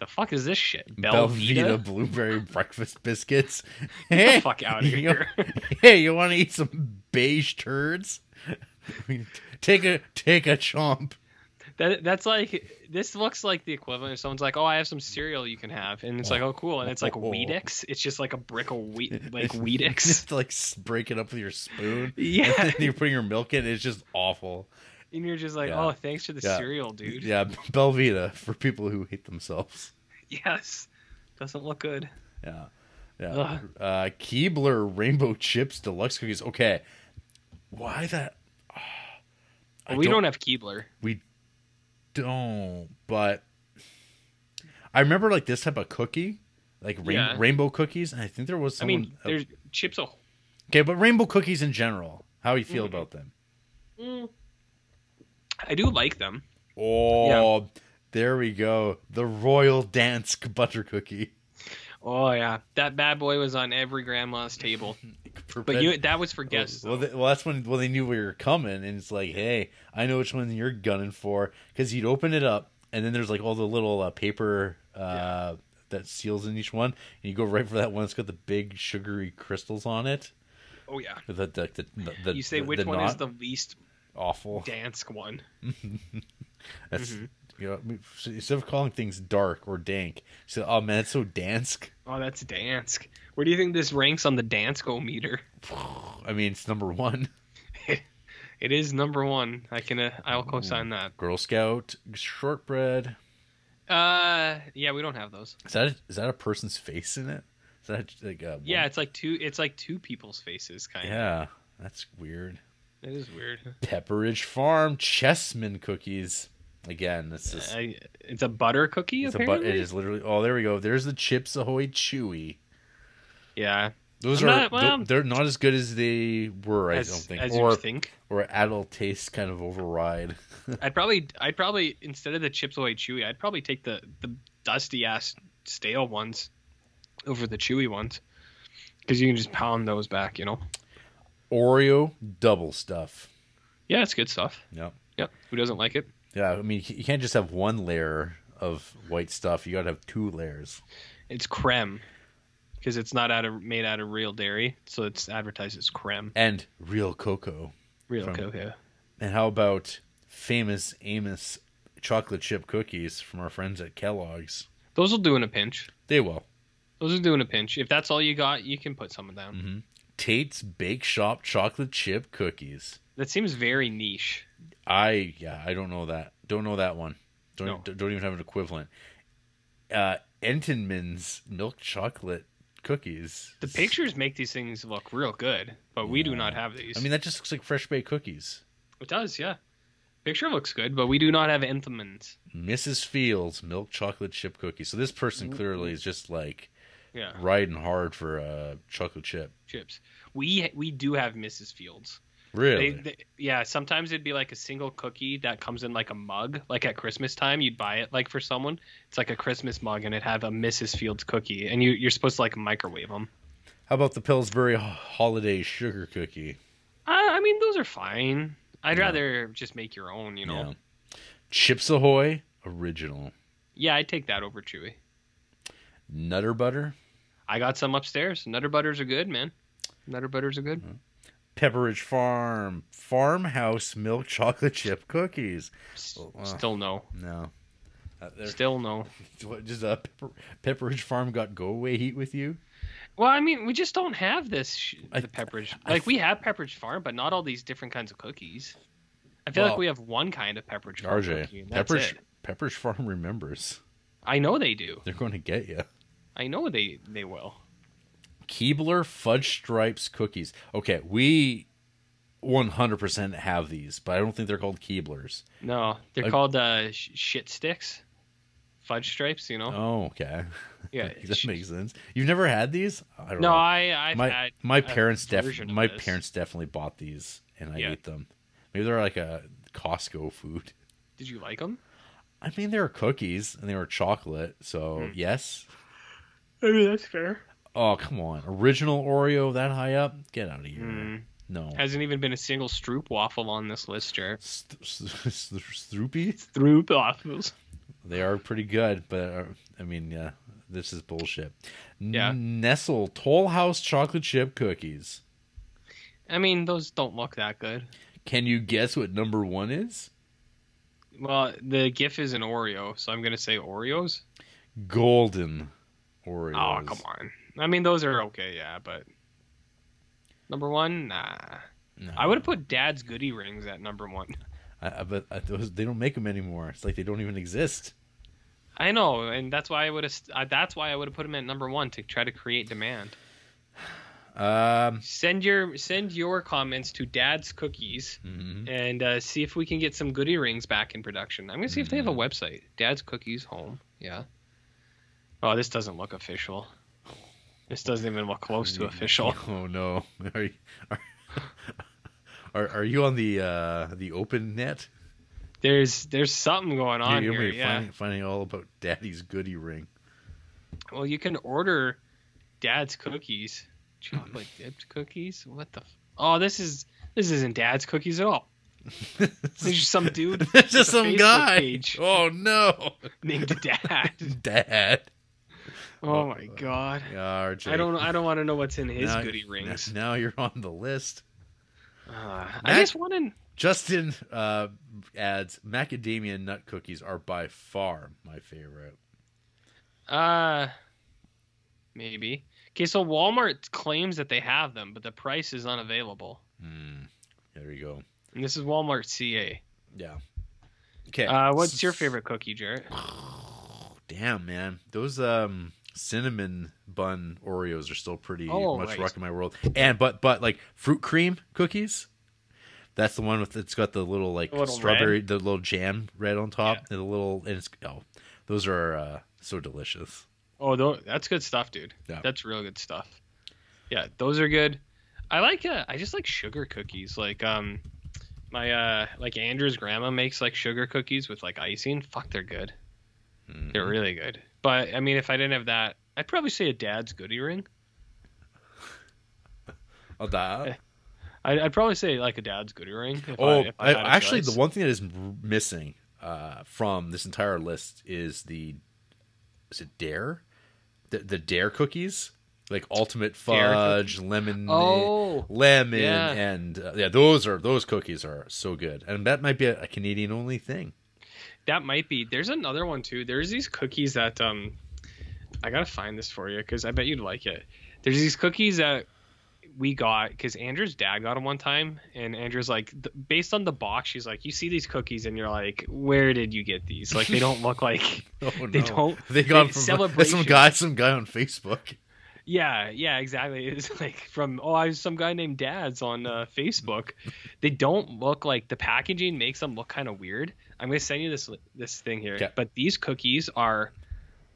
S2: The fuck is this shit?
S1: Belvita,
S2: Belvita? (laughs)
S1: blueberry breakfast biscuits.
S2: Get the
S1: (laughs)
S2: fuck outta
S1: you-
S2: here. (laughs)
S1: hey, you want to eat some beige turds? (laughs) take a take a chomp.
S2: That that's like this looks like the equivalent if someone's like, "Oh, I have some cereal you can have," and it's like, "Oh, cool," and it's like
S1: Oh.
S2: Weedix. It's just like a brick of
S1: (laughs)
S2: wheat, like Weedix.
S1: Just like s- break it up with your
S2: (laughs)
S1: spoon.
S2: yeah,
S1: And you're putting your milk in. It's just awful.
S2: and you're just like,
S1: Yeah.
S2: "Oh, thanks for the
S1: Yeah.
S2: cereal, dude."
S1: Yeah, (laughs) Belvita for people who hate themselves.
S2: (laughs) Yes, doesn't look good.
S1: Yeah, yeah.
S2: Ugh.
S1: Uh, Keebler rainbow chips deluxe cookies. Okay, why that? I
S2: we don't, have Keebler.
S1: we don't but i remember like this type of cookie like rain-
S2: Yeah.
S1: rainbow cookies. And I think there was
S2: I
S1: someone.
S2: mean, there's chips. Are,
S1: okay, but rainbow cookies in general, how you feel
S2: Mhm.
S1: about them?
S2: Mm. I do like them.
S1: Oh, there we go. The Royal Dansk butter cookie. (laughs)
S2: Oh yeah, that bad boy was on every grandma's (laughs) table. But
S1: Perpet-
S2: you that was for guests.
S1: Well,
S2: though.
S1: th well, that's when well they knew we were coming, and it's like, hey, I know which one you're gunning for, because you'd open it up, and then there's like all the little uh, paper uh, that seals in each one, and you go right for that one that's got the big sugary crystals on it.
S2: oh yeah.
S1: The, the, the, the,
S2: You say
S1: the-
S2: which
S1: the
S2: one is
S1: knot.
S2: the least
S1: awful?
S2: dansk one?
S1: That's
S2: mm-hmm.
S1: you know, I mean, so instead of calling things dark or dank, so oh man, it's so dansk. (sighs)
S2: Oh, that's dansk. Where do you think this ranks on the dansko meter?
S1: I mean, it's number one.
S2: It is number one. I can uh, I'll co-sign that.
S1: Girl Scout shortbread.
S2: Uh, yeah, we don't have those.
S1: Is that is that a person's face in it? Is that like a woman-
S2: Yeah, it's like two. It's like two people's faces, kind of.
S1: Yeah, that's weird.
S2: That is weird.
S1: Pepperidge Farm chessman cookies. Again, this is
S2: I, it's a butter cookie.
S1: it's a but
S2: Uh, apparently?
S1: it is literally. Oh, there we go. There's the Chips Ahoy Chewy.
S2: Yeah,
S1: Those
S2: I'm
S1: are
S2: not- well-
S1: th- they're not as good as they were.
S2: as,
S1: I don't think.
S2: as you
S1: or
S2: would think.
S1: or adult taste kind of override.
S2: I'd probably, I'd probably instead of the chips away chewy, I'd probably take the the dusty ass stale ones over the chewy ones because you can just pound those back, you know.
S1: Oreo double stuff.
S2: Yeah, it's good stuff.
S1: Yep.
S2: Yep. Who doesn't like it?
S1: Yeah, I mean you can't just have one layer of white stuff. You got to have two layers.
S2: It's creme because it's not out of made out of real dairy, so it's advertised as creme,
S1: And real cocoa.
S2: real
S1: From-
S2: cocoa.
S1: And how about famous Amos chocolate chip cookies from our friends at Kellogg's?
S2: Those will do in a pinch.
S1: They will.
S2: Those will do in a pinch. If that's all you got, you can put some down.
S1: Mm-hmm. Tate's Bake Shop chocolate chip cookies.
S2: That seems very niche.
S1: I yeah, I don't know that. Don't know that one. Don't
S2: No.
S1: don't even have an equivalent. Uh Entenmann's milk chocolate cookies.
S2: The pictures make these things look real good, but we do not have these.
S1: I mean that just looks like fresh baked cookies.
S2: It does, yeah. Picture looks good, but we do not have Enthamans.
S1: Mrs. Fields milk chocolate chip cookie. So this person
S2: Mm-hmm.
S1: clearly is just like
S2: Yeah,
S1: riding hard for a chocolate chip.
S2: chips. We we do have Mrs. Fields.
S1: Really?
S2: They, they, yeah, sometimes it'd be like a single cookie that comes in like a mug. Like at Christmas time, you'd buy it like for someone. It's like a Christmas mug, and it'd have a Mrs. Fields cookie, and you you're supposed to like microwave them.
S1: How about the Pillsbury ho- holiday sugar cookie?
S2: Uh, I mean, those are fine. I'd rather just make your own, you know.
S1: Yeah. Chips Ahoy original.
S2: Yeah, I'd take that over Chewy.
S1: Nutter butter.
S2: I got some upstairs. Nutter butters are good, man. Nutter butters are good.
S1: Mm-hmm. Pepperidge Farm farmhouse milk chocolate chip cookies.
S2: S-
S1: Oh, wow.
S2: Still no.
S1: No, uh, there-
S2: Still no.
S1: what, does uh, Pepper, Pepperidge Farm got go away heat with you?
S2: Well, I mean, we just don't have this sh-
S1: I-
S2: the Pepperidge.
S1: I-
S2: like we have Pepperidge Farm, but not all these different kinds of cookies. I feel
S1: Well-
S2: like we have one kind of Pepperidge Farm cookie.
S1: RJ,
S2: and that's
S1: Pepperidge
S2: it.
S1: Pepperidge Farm remembers.
S2: I know they do.
S1: They're going to get you.
S2: I know they they will.
S1: Keebler fudge stripes cookies. Okay, we 100% have these, but I don't think they're called Keeblers.
S2: No, they're
S1: I-
S2: called uh, sh- shit sticks, fudge stripes. You know.
S1: Oh, okay.
S2: yeah.
S1: that
S2: sh-
S1: makes sense. You've never had these? I don't
S2: no,
S1: know.
S2: I I've
S1: my
S2: had
S1: my
S2: a
S1: parents
S2: version
S1: def-
S2: of
S1: my
S2: this.
S1: parents definitely bought these and I
S2: Yeah.
S1: ate them. Maybe they're like a Costco food.
S2: Did you like them?
S1: I mean, they were cookies and they were chocolate, so
S2: Hmm.
S1: yes.
S2: I mean, that's fair.
S1: Oh come on, original Oreo that high up? Get out of here!
S2: Hmm.
S1: No,
S2: Hasn't even been a single Stroop waffle on this list, Jared.
S1: St- st- st- Stroopy?
S2: Stroop waffles.
S1: They are pretty good, but uh, I mean, yeah, this is bullshit.
S2: Yeah.
S1: Nestle Toll House chocolate chip cookies.
S2: I mean, those don't look that good.
S1: Can you guess what number one is?
S2: Well, the GIF is an Oreo, so I'm gonna say Oreos.
S1: Golden Oreos.
S2: Oh, come on. I mean, those are okay, yeah, but number one, nah.
S1: No.
S2: I would have put Dad's goody rings at number one.
S1: I, I, but I, those, they don't make them anymore. It's like they don't even exist.
S2: I know, and that's why I would have. Uh, that's why I would have put him at number one to try to create demand.
S1: Um,
S2: Send your send your comments to Dad's Cookies
S1: mhm.
S2: and uh, see if we can get some goody rings back in production. I'm gonna see if they have a website. Dad's Cookies Home. Yeah. Oh, this doesn't look official. This doesn't even look close to official.
S1: (laughs) Oh no, are you, are, are, are you on the uh, the open net?
S2: There's there's something going on
S1: You're
S2: here.
S1: gonna be
S2: Yeah.
S1: finding, finding all about Daddy's goody ring. (laughs)
S2: Well, you can order Dad's cookies, chocolate dipped cookies. What the? F- oh, this is this isn't Dad's cookies at all. This
S1: (laughs)
S2: is just some dude.
S1: It's
S2: with
S1: just
S2: a
S1: some
S2: Facebook
S1: guy.
S2: page
S1: Oh no, (laughs)
S2: named Dad.
S1: Dad.
S2: Oh my god.
S1: Yeah, RJ.
S2: I don't. I don't want to know what's in his
S1: Now-
S2: goody rings.
S1: Now now you're on the list.
S2: Uh,
S1: Mac-
S2: I just want to.
S1: Justin uh, adds macadamia nut cookies are by far my favorite.
S2: Uh, maybe. Okay, so Walmart claims that they have them, but the price is unavailable.
S1: Mm, there you go.
S2: And this is Walmart CA.
S1: Yeah. Okay.
S2: Uh, what's your favorite cookie, Jarrett?
S1: (sighs) Damn, man, those um cinnamon bun Oreos are still pretty
S2: Oh,
S1: much
S2: nice.
S1: rocking my world. And but but like fruit cream cookies. That's the one with it's got the little like
S2: The little
S1: strawberry, the little jam red on top, and the little and it's oh, those are uh, so delicious.
S2: Oh, tho- that's good stuff, dude.
S1: Yeah.
S2: That's real good stuff. Yeah, those are good. I like. Uh, I just like sugar cookies. Like um, my uh, like Andrew's grandma makes like sugar cookies with like icing. Fuck, they're good.
S1: Mm-hmm.
S2: They're really good. But I mean, if I didn't have that, I'd probably say a dad's goodie ring.
S1: Oh, that.
S2: I'd, I'd probably say like a dad's goodie ring. if
S1: Oh,
S2: if
S1: I,
S2: had a
S1: actually, the
S2: choice.
S1: one thing that is m- missing uh, from this entire list is the is it Dare, the, the Dare cookies, like ultimate
S2: Dare
S1: fudge, lemon,
S2: Oh.
S1: lemon,
S2: Yeah.
S1: and uh, yeah, those are those cookies are so good, and that might be a, a Canadian only thing. (laughs)
S2: That might be. There's another one too. There's these cookies that um, I gotta find this for you because I bet you'd like it. There's these cookies that we got because Andrew's dad got them one time, and Andrew's like, th- based on the box, she's like, you see these cookies, and you're like, where did you get these? Like they don't look like.
S1: Oh,
S2: They
S1: no.
S2: don't-
S1: They got from (laughs)
S2: they-
S1: some
S2: celebration.
S1: guy, some guy on Facebook.
S2: Yeah, yeah, exactly. (laughs) It's like from oh, I was some guy named Dad's on uh, Facebook. They don't look like the packaging makes them look kind of weird. I'm gonna send you this this thing here,
S1: Okay.
S2: but these cookies are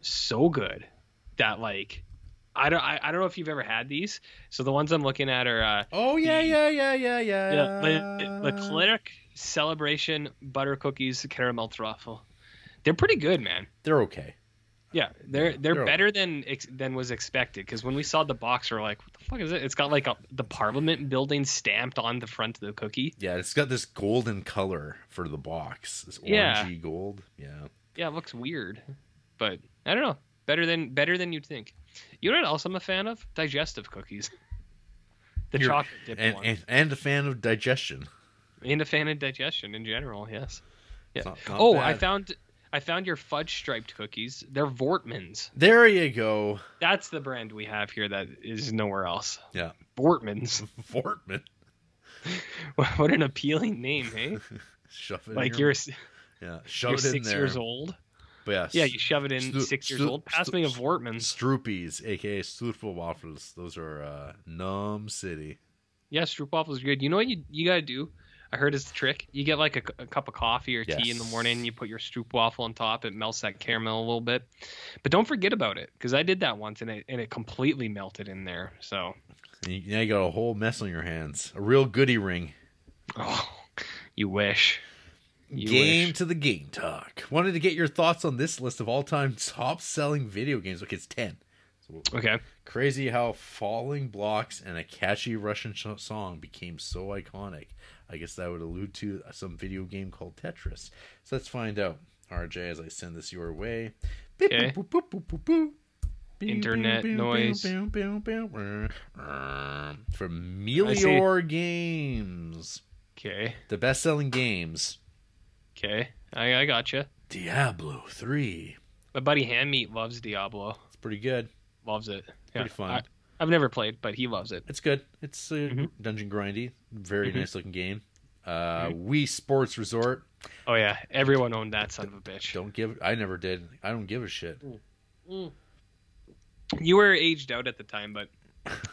S2: so good that like I don't I, I don't know if you've ever had these. So the ones I'm looking at are uh,
S1: Oh yeah, yeah, yeah, yeah, yeah.
S2: yeah, Le, Le
S1: Uh.
S2: Clerc Celebration Butter Cookies Caramel Truffle. They're pretty good, man.
S1: They're okay.
S2: Yeah, they're they're
S1: They're-
S2: better than ex- than was expected because when we saw the box, we are like, what the fuck is it? It's got like a, the Parliament building stamped on the front of the cookie.
S1: Yeah, it's got this golden color for the box. This orangey
S2: Yeah.
S1: gold. Yeah.
S2: Yeah, it looks weird, but I don't know. Better than better than you'd think. You know what else I'm a fan of? Digestive cookies. (laughs) The
S1: You're-
S2: chocolate dip
S1: and,
S2: one. And,
S1: and and a fan of digestion.
S2: a fan of digestion in general. Yes. Yeah.
S1: not- not
S2: oh, I
S1: bad.
S2: found I found your fudge striped cookies. They're Vortmans.
S1: There you go,
S2: That's the brand we have here that is nowhere else.
S1: Yeah.
S2: Vortmans.
S1: (laughs)
S2: (laughs)
S1: Fortman.
S2: what an appealing name, hey?
S1: (laughs) Shove it.
S2: like
S1: in your,
S2: you're
S1: yeah, shove
S2: you're
S1: it in
S2: six
S1: there.
S2: years old.
S1: But yes,
S2: Yeah, you shove it in
S1: Stu-
S2: six years
S1: Stu-
S2: old. Pass
S1: Stu-
S2: me a
S1: Stu-
S2: Vortman's.
S1: Stroopies, aka Stroopel waffles. Those are uh, numb city.
S2: Yeah, stroopwafels are good. You know what you you gotta do? I heard it's the trick. You get like a, cu- a cup of coffee or tea in the
S1: Yes.
S2: morning. You put your stroopwafel on top. It melts that caramel a little bit, but don't forget about it because I did that once and it and it completely melted in there. So (laughs)
S1: And you, now you got a whole mess on your hands. A real goody ring.
S2: oh, you wish. You
S1: game
S2: wish.
S1: to the game talk. Wanted to get your thoughts on this list of all time top selling video games. Okay, it's ten. So
S2: Okay.
S1: Crazy how falling blocks and a catchy Russian sh- song became so iconic. I guess that would allude to some video game called Tetris. So let's find out, RJ, as I send this your way. Beep,
S2: Okay.
S1: boop, boop, boop, boop, boop. Beep,
S2: Internet
S1: beep, beep,
S2: noise.
S1: beep, beep, beep, beep. Erm. From
S2: I see.
S1: Melior Games,
S2: Okay.
S1: the best selling games
S2: Okay. I I gotcha.
S1: Diablo 3.
S2: My buddy Handmeat loves Diablo.
S1: It's pretty good.
S2: Loves it. Yeah.
S1: Pretty fun.
S2: I, I've never played, but he loves it.
S1: It's good. It's uh,
S2: Mm-hmm.
S1: dungeon grindy. Very nice looking game. Uh, Wii Sports Resort.
S2: Oh yeah, everyone owned that son of a bitch.
S1: Don't give. I never did. I don't give a shit.
S2: Mm. You were aged out at the time, but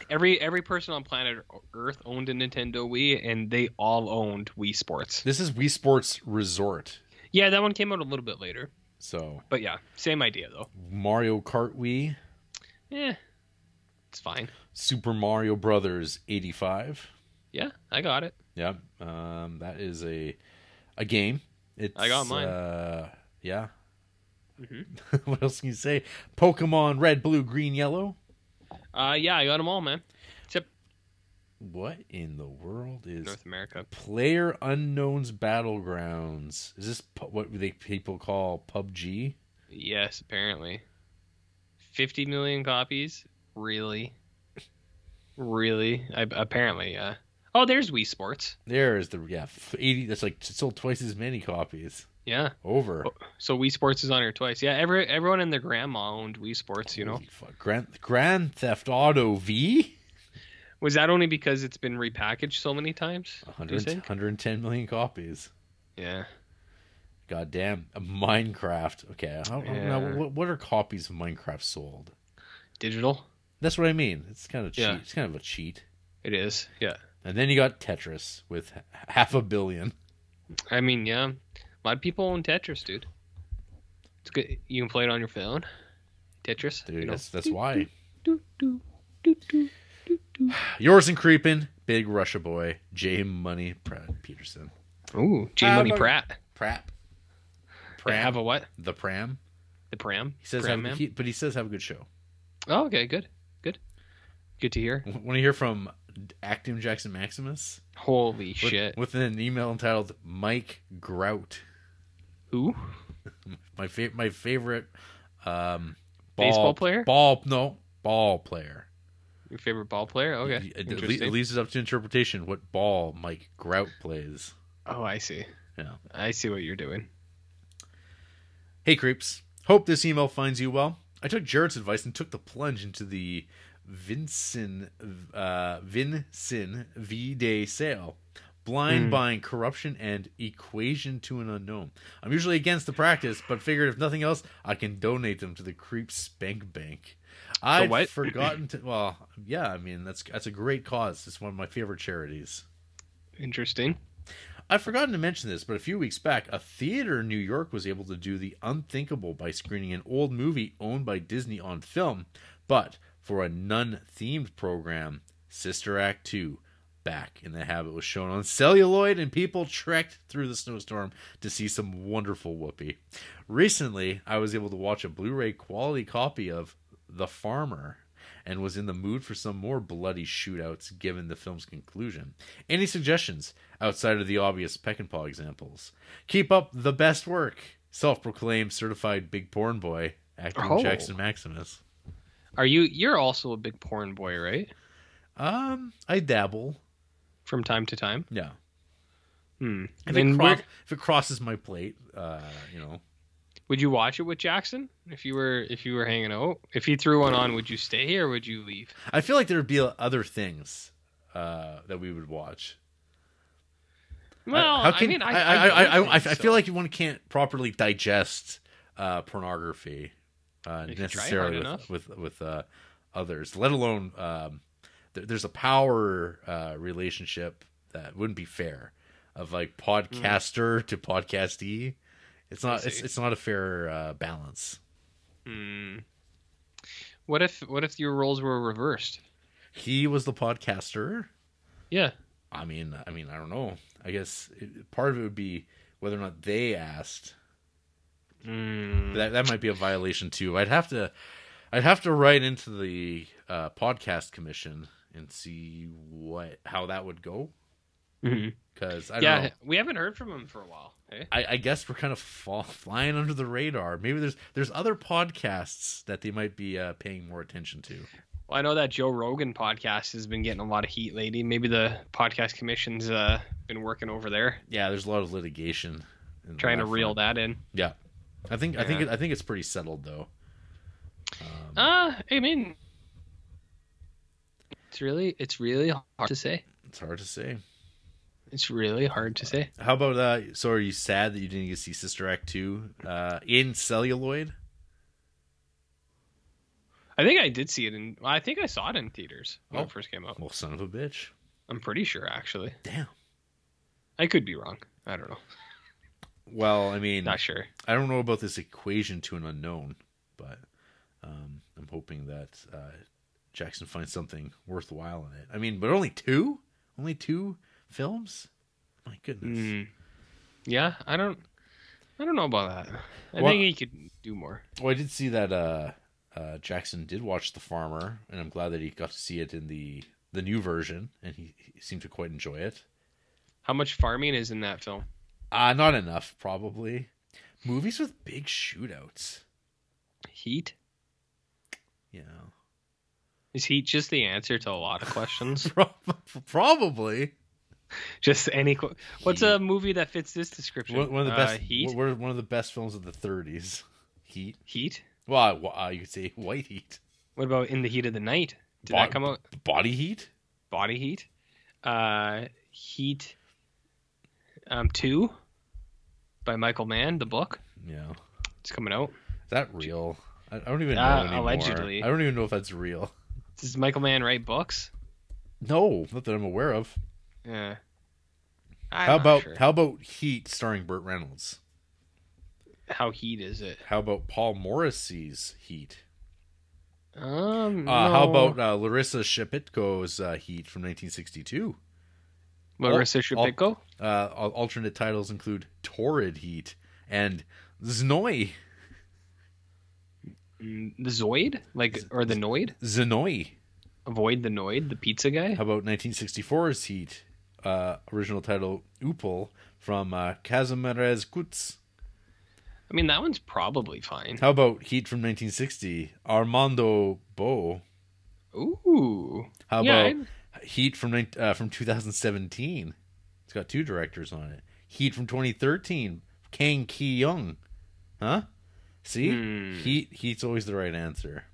S2: every every person on planet Earth owned a Nintendo Wii, and they all owned Wii Sports.
S1: This is Wii Sports Resort.
S2: Yeah, that one came out a little bit later.
S1: So
S2: But yeah, same idea though.
S1: Mario Kart Wii,
S2: Yeah, it's fine.
S1: Super Mario Brothers 85.
S2: Yeah, I got it.
S1: Yep. Um, that is a a game. It's
S2: I got mine. Mm-hmm.
S1: Uh, yeah. (laughs) what else can you say? Pokemon Red, Blue, Green, Yellow.
S2: Uh, yeah, I got them all, man. Except
S1: What in the world is
S2: North America.
S1: Player Unknown's Battlegrounds? Is this pu- what they people call PUBG?
S2: Yes, apparently. 50 million copies? Really? Really? I, apparently, yeah. Oh, there's Wii Sports.
S1: There is the yeah f- eighty. That's like sold twice as many copies.
S2: Yeah.
S1: Over.
S2: Oh, So Wii Sports is on here twice. Yeah, every, everyone and their grandma owned Wii Sports, you know.
S1: Holy fuck. Grand Grand Theft Auto V.
S2: Was that only because it's been repackaged so many times? do you
S1: 100,
S2: think?
S1: 110 million copies.
S2: Yeah.
S1: God damn. Minecraft. Okay. I don't, I don't
S2: Yeah.
S1: know. What, what are copies of Minecraft sold?
S2: Digital?
S1: That's what I mean. It's kind of cheat.
S2: Yeah.
S1: It's kind of a cheat.
S2: It is. Yeah.
S1: And then you got Tetris with h- half a billion.
S2: I mean, yeah. A lot of people own Tetris, dude. It's good. You can play it on your phone. Tetris.
S1: Dude,
S2: you know.
S1: that's, that's
S2: (sighs)
S1: why.
S2: Do, do, do, do, do, do.
S1: Yours and creeping. Big Russia boy. J Money Pratt Peterson.
S2: Ooh, J
S1: Have
S2: Money
S1: a-
S2: Pratt.
S1: Prap.
S2: Pram. Have
S1: Pram.
S2: a what?
S1: The Pram.
S2: The Pram.
S1: He says, have,
S2: Pram ma'am?
S1: he, but he says have a good show.
S2: Oh, okay, good, good, good to hear.
S1: Want to hear from Actium Jackson Maximus?
S2: Holy
S1: With-
S2: shit!
S1: With an email entitled Mike Grout.
S2: Who?
S1: my fa- my favorite um ball,
S2: Baseball player?
S1: ball no ball player uh,
S2: Your favorite ball player? Okay,
S1: it, it, le-
S2: interesting.
S1: it leaves it up to interpretation what ball mike grout plays
S2: oh, I see.
S1: Yeah.
S2: I see what you're doing.
S1: hey creeps hope this email finds you well i took jared's advice and took the plunge into the vincin uh vincin v day sale blind
S2: Hmm.
S1: buying corruption and equation to an unknown i'm usually against the practice but figured if nothing else i can donate them to the creep spank bank i've
S2: what?
S1: forgotten to well yeah i mean that's that's a great cause it's one of my favorite charities
S2: Interesting.
S1: I've forgotten to mention this, but a few weeks back, a theater in New York was able to do the unthinkable by screening an old movie owned by Disney on film, but for a nun themed program, Sister Act 2 Back in the Habit was shown on celluloid, and people trekked through the snowstorm to see some wonderful whoopee. Recently, I was able to watch a Blu ray quality copy of The Farmer and was in the mood for some more bloody shootouts given the film's conclusion. Any suggestions outside of the obvious peck and paw examples? Keep up the best work, self proclaimed certified big porn boy, acting
S2: Oh.
S1: Jackson Maximus.
S2: Are you? You're also a big porn boy, right?
S1: Um, I dabble.
S2: From time to time.
S1: Yeah.
S2: Hmm.
S1: If,
S2: And
S1: it, cro-
S2: where-
S1: if it crosses my plate, uh, you know.
S2: would you watch it with Jackson if you were if you were hanging out? If he threw one on, would you stay or would you leave?
S1: I feel like there would be other things uh, that we would watch.
S2: Well,
S1: Uh, how can,
S2: I mean, I
S1: I, I, I,
S2: don't
S1: I, I
S2: think so.
S1: feel like one can't properly digest uh, pornography uh,
S2: If you try
S1: necessarily
S2: hard
S1: with,
S2: enough.
S1: with with uh, others, let alone um, th- there's a power uh, relationship that wouldn't be fair of like podcaster to podcastee. It's not it's,
S2: Mm. see.
S1: it's not a fair uh, balance.
S2: Hmm. What if what if your roles were reversed?
S1: He was the podcaster.
S2: Yeah.
S1: I mean, I mean, I don't know. I guess it, part of it would be whether or not they asked
S2: Mm.
S1: that that might be a violation too. I'd have to I'd have to write into the uh, podcast commission and see what how that would go because I don't
S2: Mm-hmm. Yeah,
S1: know.
S2: we haven't heard from him for a while. eh?
S1: I, I guess we're kind of fall, flying under the radar. Maybe there's there's other podcasts that they might be uh, paying more attention to.
S2: Well, I know that Joe Rogan podcast has been getting a lot of heat lately. Maybe the podcast commission's uh, been working over there,
S1: Yeah, there's a lot of litigation. in
S2: trying to
S1: that
S2: reel
S1: front.
S2: that in.
S1: Yeah, I think I think
S2: Yeah.
S1: it, I think it's pretty settled though. Um,
S2: Uh, I mean, it's really it's really hard to say.
S1: it's hard to say.
S2: It's really hard to say.
S1: How about uh? So are you sad that you didn't get to see Sister Act two uh, in celluloid?
S2: I think I did see it in. I think I saw it in theaters when
S1: Oh.
S2: it first came out.
S1: Well, son of a bitch.
S2: I'm pretty sure, actually.
S1: Damn.
S2: I could be wrong. I don't know.
S1: Well, I mean,
S2: Not sure.
S1: I don't know about this equation to an unknown, but um, I'm hoping that uh, Jackson finds something worthwhile in it. I mean, but only two, only two films. My goodness.
S2: Hmm. Yeah, I don't. I don't know about that. I
S1: Well-
S2: think he could do more.
S1: Well, I did see that uh, uh, Jackson did watch The Farmer, and I'm glad that he got to see it in the the new version, and he, he seemed to quite enjoy it.
S2: How much farming is in that film?
S1: Uh, not enough, probably. Movies with big shootouts.
S2: Heat.
S1: Yeah.
S2: Is heat just the answer to a lot
S1: (laughs)
S2: of
S1: (laughs)
S2: questions?
S1: Prob- Probably
S2: just any. Qu- What's a movie that fits this description?
S1: one, one of the
S2: Uh,
S1: best.
S2: heat.
S1: one- one of the best films of the '30s. Heat.
S2: Heat.
S1: Well, uh, you could say White Heat,
S2: What about in the heat of the night? Did
S1: Bo-
S2: that come out?
S1: Body Heat.
S2: Body heat. Uh, heat. Um, two. By Michael Mann, the book.
S1: Yeah.
S2: It's coming out.
S1: Is that real? I, I don't even know
S2: Uh,
S1: anymore.
S2: allegedly.
S1: I don't even know if that's real.
S2: Does Michael Mann write books?
S1: No, not that I'm aware of.
S2: Yeah. I'm
S1: How
S2: not
S1: about
S2: sure.
S1: how about Heat starring Burt Reynolds?
S2: how heat is it?
S1: How about Paul Morrissey's Heat?
S2: Um,
S1: Uh,
S2: no.
S1: How about uh, Larissa Shepitko's uh, Heat from 1962?
S2: Marissa
S1: Al- Al-
S2: Shapiko?
S1: Uh, al- alternate titles include Torrid Heat and Znoi.
S2: Mm, The Zoid, like, or the Noid?
S1: Znoi.
S2: Avoid the Noid, the pizza guy.
S1: How about 1964's Heat? Uh, original title Upal from uh, Casimirez Kutz.
S2: I mean, that one's probably fine.
S1: How about Heat from 1960? Armando Bo.
S2: Ooh,
S1: How
S2: Yeah,
S1: about Heat from nin- uh, from 2017? It's got two directors on it. Heat from 2013, Kang Ki Young. Huh? See,
S2: Hmm.
S1: Heat Heat's always the right answer.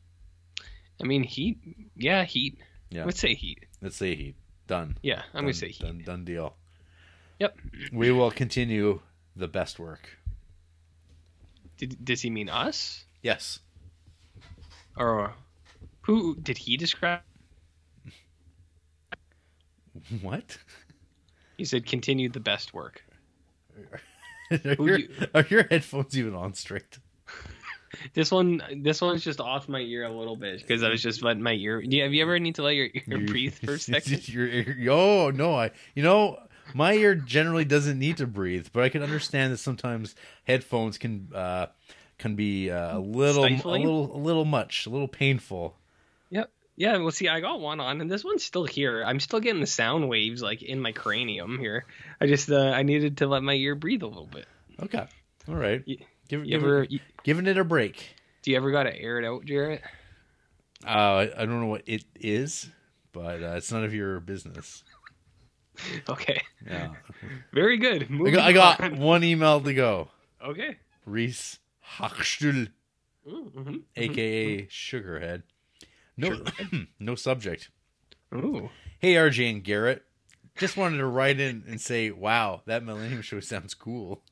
S2: I mean, heat. Yeah, heat.
S1: Yeah.
S2: Let's say heat.
S1: Let's say Heat. Done.
S2: Yeah, I'm
S1: Done,
S2: gonna say heat.
S1: Done, done
S2: (clears throat)
S1: deal.
S2: Yep.
S1: We will continue the best work.
S2: Did, does he mean us
S1: Yes.
S2: or who did he describe?
S1: (laughs) What? (laughs)
S2: He said, "Continue the best work."
S1: are,
S2: Who
S1: your,
S2: you-
S1: are your headphones even on straight?
S2: This one, this one's just off my ear a little bit because I was just letting my ear. Yeah, have you ever need to let (laughs) your ear
S1: You-
S2: breathe
S1: (laughs)
S2: for a second?
S1: Your ear- oh no, I you know my ear generally doesn't need to breathe, but I can understand that sometimes headphones can uh, can be uh, a little
S2: Stifling?
S1: a little a little much, a little painful.
S2: Yeah, well, see, I got one on, and this one's still here. I'm still getting the sound waves like in my cranium here. I just uh, I needed to let my ear breathe a little bit.
S1: Okay, all right,
S2: You-
S1: give,
S2: You
S1: give
S2: ever?
S1: it,
S2: You,
S1: giving it a break.
S2: do you ever gotta air it out, Jarrett? (laughs)
S1: Uh, I I don't know what it is, but uh, it's none of your business.
S2: Okay,
S1: Yeah.
S2: very good.
S1: I
S2: Moving
S1: got, I got
S2: on.
S1: one email to go.
S2: Okay.
S1: Reese Hochstuhl.
S2: Mm-hmm.
S1: aka Sugarhead. No, (clears throat) no subject.
S2: Ooh.
S1: Hey, RJ and Garrett, just wanted to write in and say, wow, that Millennium Show sounds cool.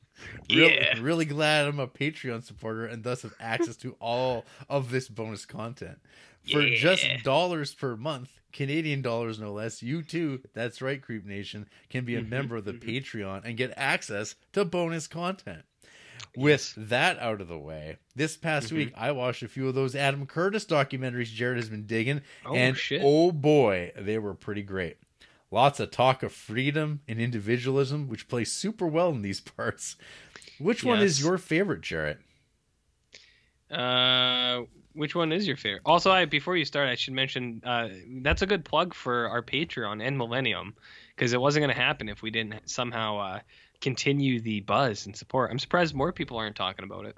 S1: Real-
S2: Yeah.
S1: Really glad I'm a Patreon supporter and thus have access to all of this bonus content. For
S2: Yeah.
S1: just dollars per month, Canadian dollars no less, you too, that's right, Creep Nation, can
S2: Mm-hmm,
S1: be a member of the Patreon and get access to bonus content. With that out of the way, this past
S2: Mm-hmm.
S1: week I watched a few of those Adam Curtis documentaries Jared has been digging,
S2: Oh
S1: and
S2: shit.
S1: oh boy, they were pretty great. Lots of talk of freedom and individualism, which plays super well in these (laughs) parts. Which one is
S2: Yes.
S1: your favorite, Jarrett?
S2: Uh, which one is your favorite? Also, I before you start, I should mention uh, that's a good plug for our Patreon and Millennium because it wasn't going to happen if we didn't somehow uh, continue the buzz and support. I'm surprised more people aren't talking about it.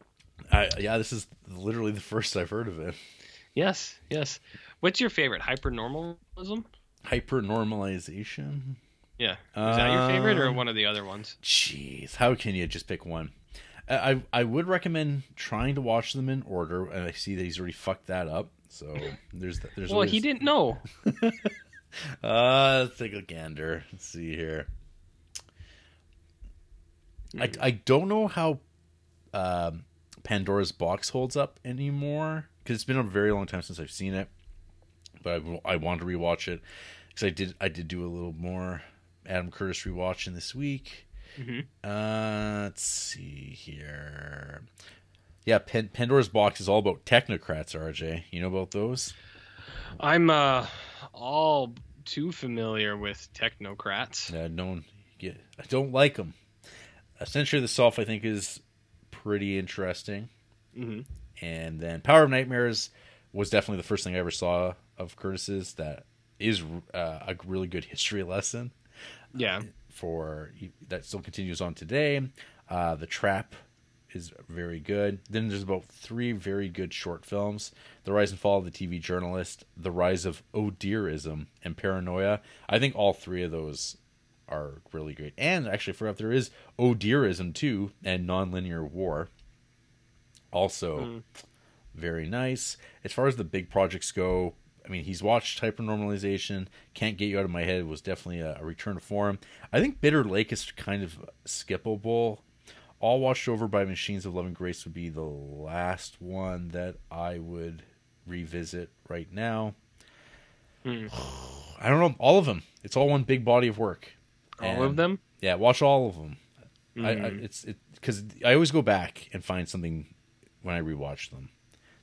S1: I, yeah, this is literally the first I've heard of it.
S2: Yes, yes. What's your favorite? Hypernormalism?
S1: Hyper normalization.
S2: Yeah. Is that your favorite or
S1: Um,
S2: one of the other ones?
S1: Jeez, how can you just pick one? I I I would recommend trying to watch them in order, and I see that he's already fucked that up. So there's th- there's
S2: Well, he
S1: always-
S2: didn't know.
S1: Uh, let's take a gander. Let's see here. I, I don't know how um, Pandora's Box holds up anymore because it's been a very long time since I've seen it. But I, w- I want to rewatch it because I did I did do a little more Adam Curtis rewatching this week.
S2: Mhm.
S1: Uh, let's see here. Yeah, Pen- Pandora's Box is all about technocrats, RJ. You know about those?
S2: I'm uh, all too familiar with technocrats.
S1: Uh, don't get, I don't like them. Essentially, the Self, I think, is pretty interesting.
S2: hmm
S1: And then Power of Nightmares was definitely the first thing I ever saw of Curtis's that is uh, a really good history lesson.
S2: Yeah.
S1: for that still continues on today. Uh, the Trap is very good. Then there's about three very good short films: The Rise and Fall of the TV Journalist, The Rise of Oh Dearism, and Paranoia. I think all three of those are really great. And actually, I forgot there is Oh Dearism too, and Nonlinear War. Also,
S2: Hmm.
S1: very nice. As far as the big projects go, I mean, he's watched Hypernormalization. Can't Get You Out of My Head was definitely a, a return to form. I think Bitter Lake is kind of skippable. All Washed Over by Machines of Love and Grace would be the last one that I would revisit right now.
S2: Hmm.
S1: (sighs) I don't know. All of them. It's all one big body of work.
S2: All of
S1: And-
S2: them.
S1: Yeah, watch all of them. I, I,
S2: Mhm.
S1: it's because I always go back and find something when I rewatch them.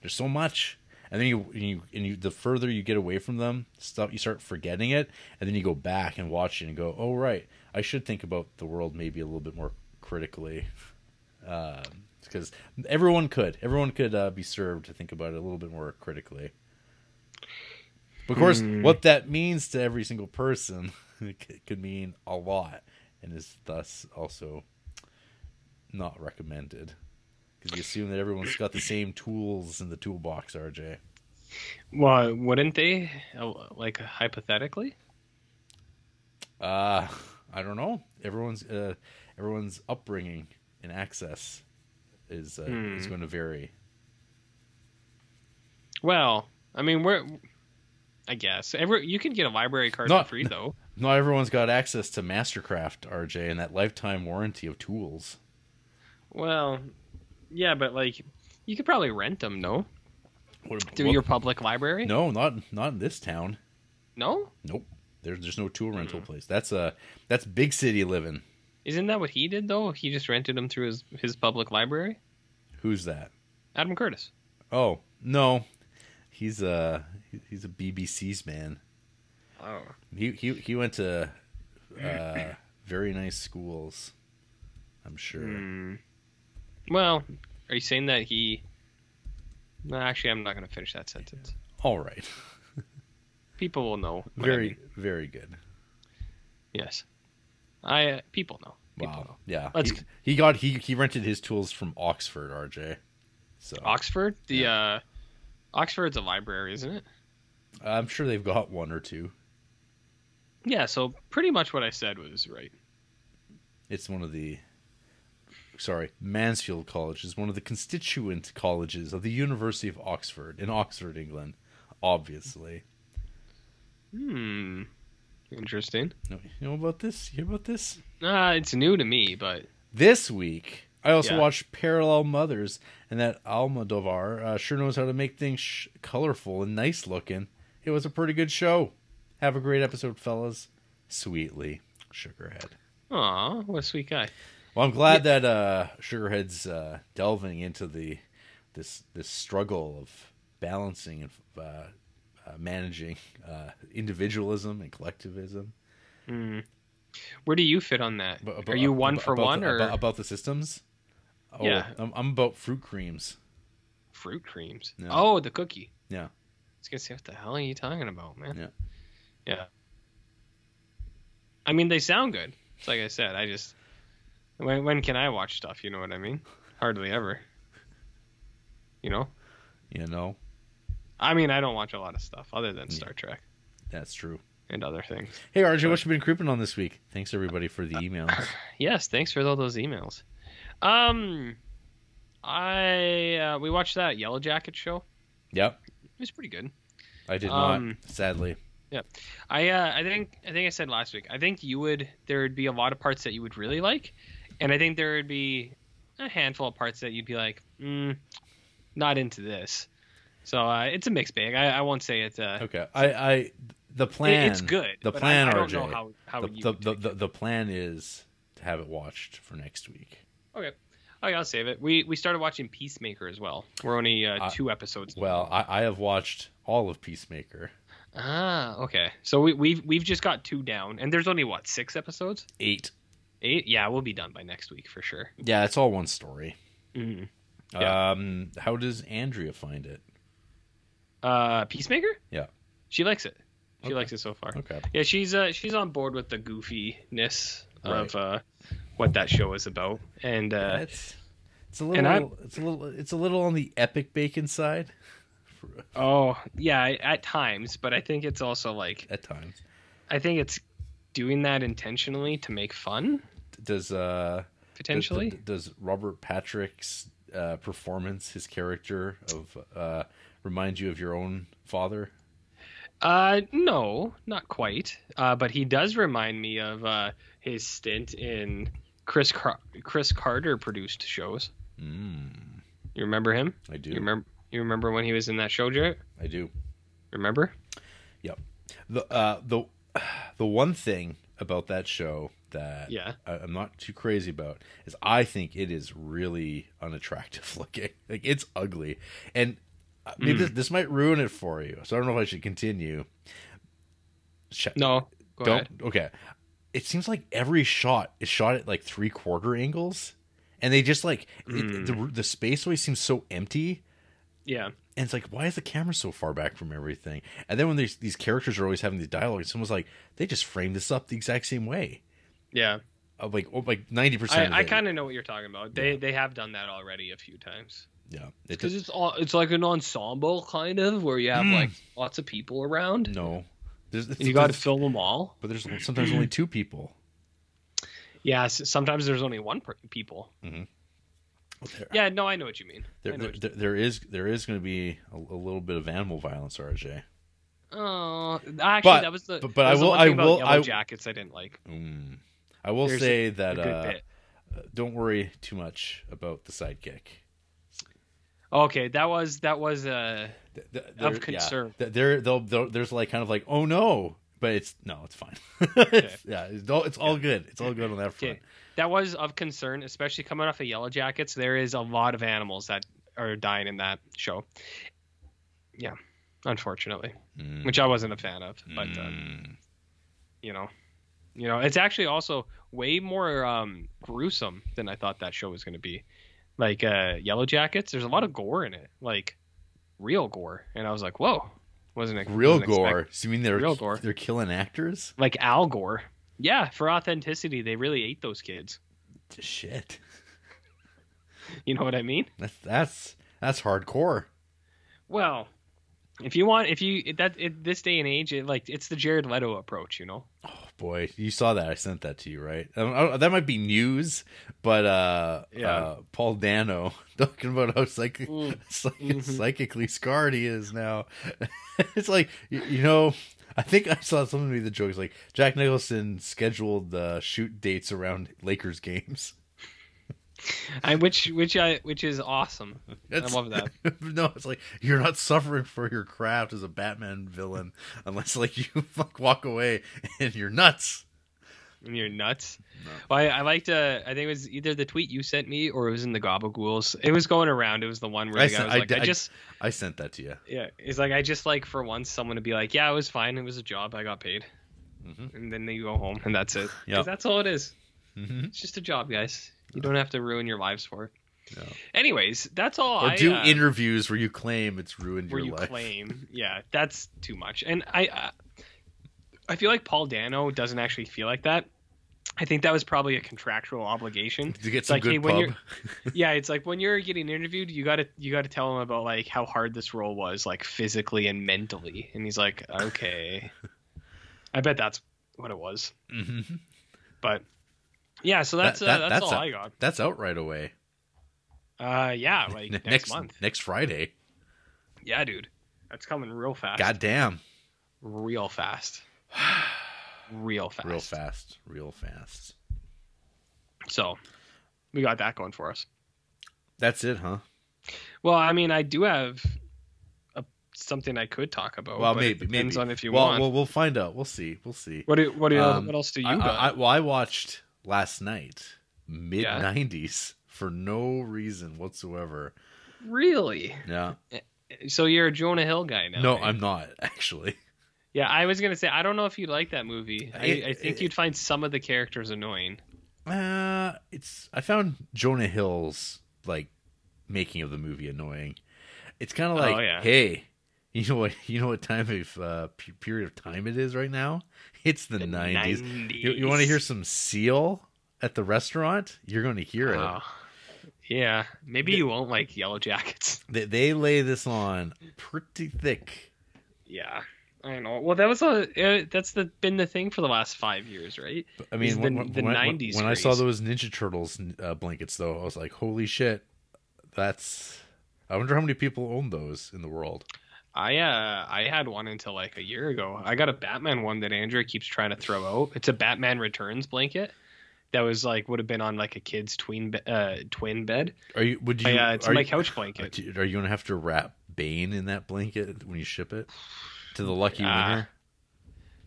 S1: There's so much, and then you and you and you the further you get away from them, stuff you start forgetting it, and then you go back and watch it and go, oh right, I should think about the world maybe a little bit more critically, because everyone could everyone could uh, be served to think about it a little bit more critically. But of course,
S2: Hmm.
S1: what that means to every single person (laughs) c- could mean a lot, and is thus also not recommended because you assume that everyone's got the same tools in the toolbox. RJ,
S2: Well, wouldn't they? Uh, Like hypothetically?
S1: uh, I don't know. Everyone's uh, everyone's upbringing and access is uh,
S2: Hmm.
S1: is going to vary.
S2: Well, I mean, we're. I guess every you can get a library card
S1: Not-
S2: for free though.
S1: Not everyone's got access to Mastercraft, RJ, and that lifetime warranty of tools.
S2: Well, yeah, but like you could probably rent them, no?
S1: What,
S2: Through
S1: what-
S2: your public library?
S1: no, not not in this town.
S2: No?
S1: Nope. There's there's no tool rental place. That's uh that's big city living.
S2: Isn't that what he did though? He just rented them through his his public library.
S1: Who's that?
S2: Adam Curtis.
S1: Oh no, he's a he's a BBC's man.
S2: Oh.
S1: He he he went to uh, very nice schools. I'm sure.
S2: Well, are you saying that he? No, actually, I'm not going to finish that sentence.
S1: All right. (laughs)
S2: People will know. what I
S1: Very
S2: mean.
S1: very good.
S2: Yes. I uh, people know. People
S1: Wow.
S2: know.
S1: Yeah.
S2: Let's-
S1: He, he got he he rented his tools from Oxford, RJ. So
S2: Oxford, the uh, Oxford's a library, isn't it?
S1: I'm sure they've got one or two.
S2: Yeah. So pretty much what I said was right.
S1: It's one of the sorry, Mansfield College is one of the constituent colleges of the University of Oxford in Oxford, England, obviously.
S2: Hmm. Interesting.
S1: You know- you know about this? You hear about this?
S2: Uh, it's new to me, but
S1: This week, I also
S2: Yeah.
S1: watched Parallel Mothers, and that Almodovar uh, sure knows how to make things sh- colorful and nice looking. It was a pretty good show. Have a great episode, fellas. Sweetly, Sugarhead.
S2: aw, what a sweet guy.
S1: Well, I'm glad that uh, Sugarhead's uh, delving into the this this struggle of balancing and uh, uh, managing uh, individualism and collectivism.
S2: Hmm. Where do you fit on that?
S1: Abo- abo-
S2: are you one
S1: abo-
S2: for
S1: about
S2: one
S1: the,
S2: or
S1: about, about the systems? Oh,
S2: Yeah.
S1: I'm, I'm about fruit creams.
S2: fruit creams?
S1: No.
S2: Oh, the cookie.
S1: Yeah.
S2: I was gonna say, what the hell are you talking about, man?
S1: Yeah.
S2: Yeah. I mean, they sound good. It's like I said, I just when when can I watch stuff? You know what I mean? Hardly ever. You know,
S1: You know,
S2: I mean, I don't watch a lot of stuff other than
S1: Yeah.
S2: Star Trek
S1: that's true.
S2: and other things.
S1: Hey, RJ, what you been creeping on this week? Thanks everybody for the emails.
S2: Yes, thanks for all those emails. Um, I uh, we watched that Yellow Jacket show.
S1: (coughs)
S2: It
S1: yep,
S2: was pretty good.
S1: I did
S2: Um,
S1: not. Sadly,
S2: I uh, I think I think I said last week. I think you would there would be a lot of parts that you would really like, and I think there would be a handful of parts that you'd be like, mm, not into this. So uh, it's a mixed bag. I, I won't say it's uh,
S1: okay. I, I the plan.
S2: it- it's good.
S1: The
S2: but
S1: plan,
S2: I, I don't
S1: RJ.
S2: know how how
S1: the,
S2: you
S1: the,
S2: would
S1: the,
S2: take
S1: the,
S2: it.
S1: the plan is have it watched for next week.
S2: Okay. Okay, I'll save it. We we started watching Peacemaker as well. We're only uh,
S1: I-
S2: two episodes.
S1: Well, I, I have watched all of Peacemaker,
S2: Ah, okay. So we we've we've just got two down, and there's only what six episodes?
S1: eight.
S2: Eight? Yeah, we'll be done by next week for sure.
S1: Yeah, it's all one story.
S2: Mhm.
S1: Um, how does Andrea find it?
S2: Uh, Peacemaker?
S1: Yeah.
S2: She likes it. She
S1: Okay.
S2: likes it so far.
S1: Okay.
S2: Yeah, she's uh she's on board with the goofiness of uh what that show is about, and uh,
S1: it's it's a
S2: and I'm-
S1: little it's a little it's a little on the epic bacon side for,
S2: oh yeah, I- at times, but I think it's also like
S1: at times.
S2: I think it's doing that intentionally to make fun
S1: Does uh does-
S2: potentially.
S1: does, Robert Patrick's uh, performance, his character of uh, remind you of your own father?
S2: Uh, no, not quite. Uh, but he does remind me of uh, his stint in Chris Car- Chris Carter produced shows.
S1: Mm,
S2: You remember him?
S1: I do.
S2: You remember? You remember when he was in that show, Jarrett?
S1: I do.
S2: Remember?
S1: The uh, the the one thing about that show that
S2: Yeah.
S1: I, I'm not too crazy about is I think it is really unattractive (laughs) looking. Like it's ugly, and uh,
S2: Hmm.
S1: maybe this, this might ruin it for you. So I don't know if I should continue. Sh-
S2: No. Go
S1: don't
S2: ahead.
S1: okay. It seems like every shot is shot at like three quarter angles, and they just like
S2: Hmm.
S1: it, the the space always seems so empty.
S2: Yeah.
S1: And it's like, why is the camera so far back from everything? And then when these these characters are always having these dialogue, it's almost like they just framed this up the exact same way.
S2: Yeah.
S1: Of like, oh, like ninety percent.
S2: I, I kind of know what you're talking about. They they have done that already a few times.
S1: yeah. It
S2: Because
S1: does,
S2: it's all it's like an ensemble kind of where you have
S1: Mm.
S2: like lots of people around.
S1: no, there's,
S2: And you got to
S1: there's-
S2: fill them all.
S1: but there's sometimes only two
S2: (clears throat)
S1: people.
S2: Yeah. s- Sometimes there's only one per- people.
S1: There,
S2: Yeah. No, I know what you mean. I
S1: there,
S2: know what you-
S1: there- there is there is going to be a, a little bit of animal violence, RJ.
S2: Oh, actually,
S1: But-
S2: that was the.
S1: but- but
S2: that
S1: I
S2: was the
S1: will-
S2: one
S1: I
S2: thing about
S1: will-
S2: Yellow
S1: I-
S2: jackets. I didn't like.
S1: Mm. I will
S2: There's
S1: say
S2: a
S1: that
S2: good
S1: uh,
S2: bit.
S1: don't worry too much about the sidekick.
S2: Okay, that was that was uh
S1: Th- th-
S2: Of
S1: there-
S2: concern.
S1: Yeah, th- there, they'll, they'll- there's like kind of like, oh no, but it's no, it's fine. (laughs) It's- yeah, it's all, it's all good. It's all good on that front.
S2: okay. That was of concern, especially coming off the Yellow Jackets. There is a lot of animals that are dying in that show. Yeah, unfortunately,
S1: Mm.
S2: which I wasn't a fan of, but uh,
S1: Mm.
S2: you know, you know, it's actually also way more um gruesome than I thought that show was going to be. Like uh Yellow Jackets, there's a lot of gore in it, like real gore, and I was like, whoa, wasn't it
S1: real
S2: wasn't expecting-
S1: gore. So you mean they're
S2: Real gore.
S1: they're killing actors?
S2: like Al Gore. Yeah, for authenticity, they really ate those kids. (laughs)
S1: Shit,
S2: You know what I mean?
S1: that's that's that's hardcore.
S2: Well, if you want, if you that it, this day and age, it, like it's the Jared Leto approach, you know.
S1: Oh boy, you saw that. I sent that to you, right? I don't- I don't- that might be news, but uh,
S2: Yeah.
S1: uh, Paul Dano (laughs) talking about how psychic,
S2: Mm.
S1: (laughs) psych-
S2: Mhm.
S1: psychically scarred he is now. (laughs) it's like you, you know. I think I saw something with the jokes like Jack Nicholson scheduled uh, shoot dates around Lakers games.
S2: I, which which I which is awesome. (laughs) I love that.
S1: (laughs) no, it's like you're not suffering for your craft as a Batman villain unless like (laughs) you fuck walk away and you're nuts.
S2: And you're nuts.
S1: No.
S2: Well, I, I liked. Uh, I think it was either the tweet you sent me or it was in the Gobblegools. It was going around. It was the one where
S1: I
S2: the guy
S1: sent-
S2: was
S1: I
S2: like,
S1: d-
S2: I,
S1: I-
S2: just
S1: I sent that to you.
S2: yeah. He's like, I just like for once someone to be like, yeah, it was fine. It was a job. I got paid.
S1: Mhm.
S2: And then you go home and that's it. 'Cause
S1: Yep.
S2: that's all it is.
S1: Mm-hmm.
S2: It's just a job, guys. You don't have to ruin your lives for it.
S1: No.
S2: Anyways, that's all.
S1: or
S2: I,
S1: do
S2: uh,
S1: interviews where you claim it's ruined
S2: where
S1: your
S2: you
S1: life.
S2: claim. Yeah, that's too much. And I, uh, I feel like Paul Dano doesn't actually feel like that. I think that was probably a contractual obligation.
S1: (laughs) to get some
S2: like,
S1: good
S2: hey, when
S1: pub. (laughs)
S2: you're- yeah, it's like when you're getting interviewed, you gotta you gotta tell him about like how hard this role was, like physically and mentally. And he's like,
S1: (laughs)
S2: okay, I bet that's what it was.
S1: Mhm.
S2: But yeah, so that's
S1: That-
S2: uh,
S1: that-
S2: that's,
S1: that's
S2: all
S1: a-
S2: I got.
S1: That's out right away.
S2: Uh,
S1: (laughs)
S2: yeah, like
S1: N-
S2: next, month.
S1: next Friday.
S2: Yeah, dude, that's coming real fast.
S1: Goddamn. (sighs)
S2: real fast. Real fast.
S1: Real fast. Real fast.
S2: So we got that going for us.
S1: That's it, huh?
S2: Well, I mean, I do have a, something I could talk about.
S1: well,
S2: Oh, but it
S1: maybe.
S2: depends
S1: maybe.
S2: on if you
S1: well,
S2: want.
S1: Well, we'll find out. We'll see. We'll see.
S2: what do what do
S1: um,
S2: what else do you
S1: I,
S2: got?
S1: I, I- well, I watched last night, mid
S2: Yeah.
S1: 90s, for no reason whatsoever.
S2: Really?
S1: Yeah.
S2: So you're a Jonah Hill guy now?
S1: No,
S2: eh?
S1: I'm not, (laughs) actually.
S2: Yeah, I was gonna say I don't know if you'd like that movie. I,
S1: It-
S2: I think
S1: it-
S2: you'd find some of the characters annoying.
S1: Uh, it's I found Jonah Hill's like making of the movie annoying. It's kind of like,
S2: Oh, yeah.
S1: hey, (laughs) you know what? You know what time of uh, p- period of time it is right now? It's the nineties. You, you want to hear some Seal at the restaurant? You're going to hear it.
S2: Oh. Yeah, maybe you won't like Yellow Jackets. (laughs)
S1: They, they lay this on pretty thick.
S2: Yeah, I know. Well, that was a uh, that's the been the thing for the last five years, right?
S1: But, I mean,
S2: It's the-
S1: when, when-
S2: the
S1: when I- when,
S2: 90s
S1: when I saw
S2: craze.
S1: those Ninja Turtles uh, blankets, though, I was like, holy shit, that's. I wonder how many people own those in the world.
S2: I uh I had one until like a year ago. I got a Batman one that Andrea keeps trying to throw out. It's a Batman Returns blanket that was like would have been on like a kid's tween be- uh twin bed.
S1: Are you? Would you?
S2: I, uh, it's
S1: are
S2: my
S1: you-
S2: couch blanket.
S1: Do- Are you gonna have to wrap Bane in that blanket when you ship it to the lucky
S2: Ah.
S1: winner?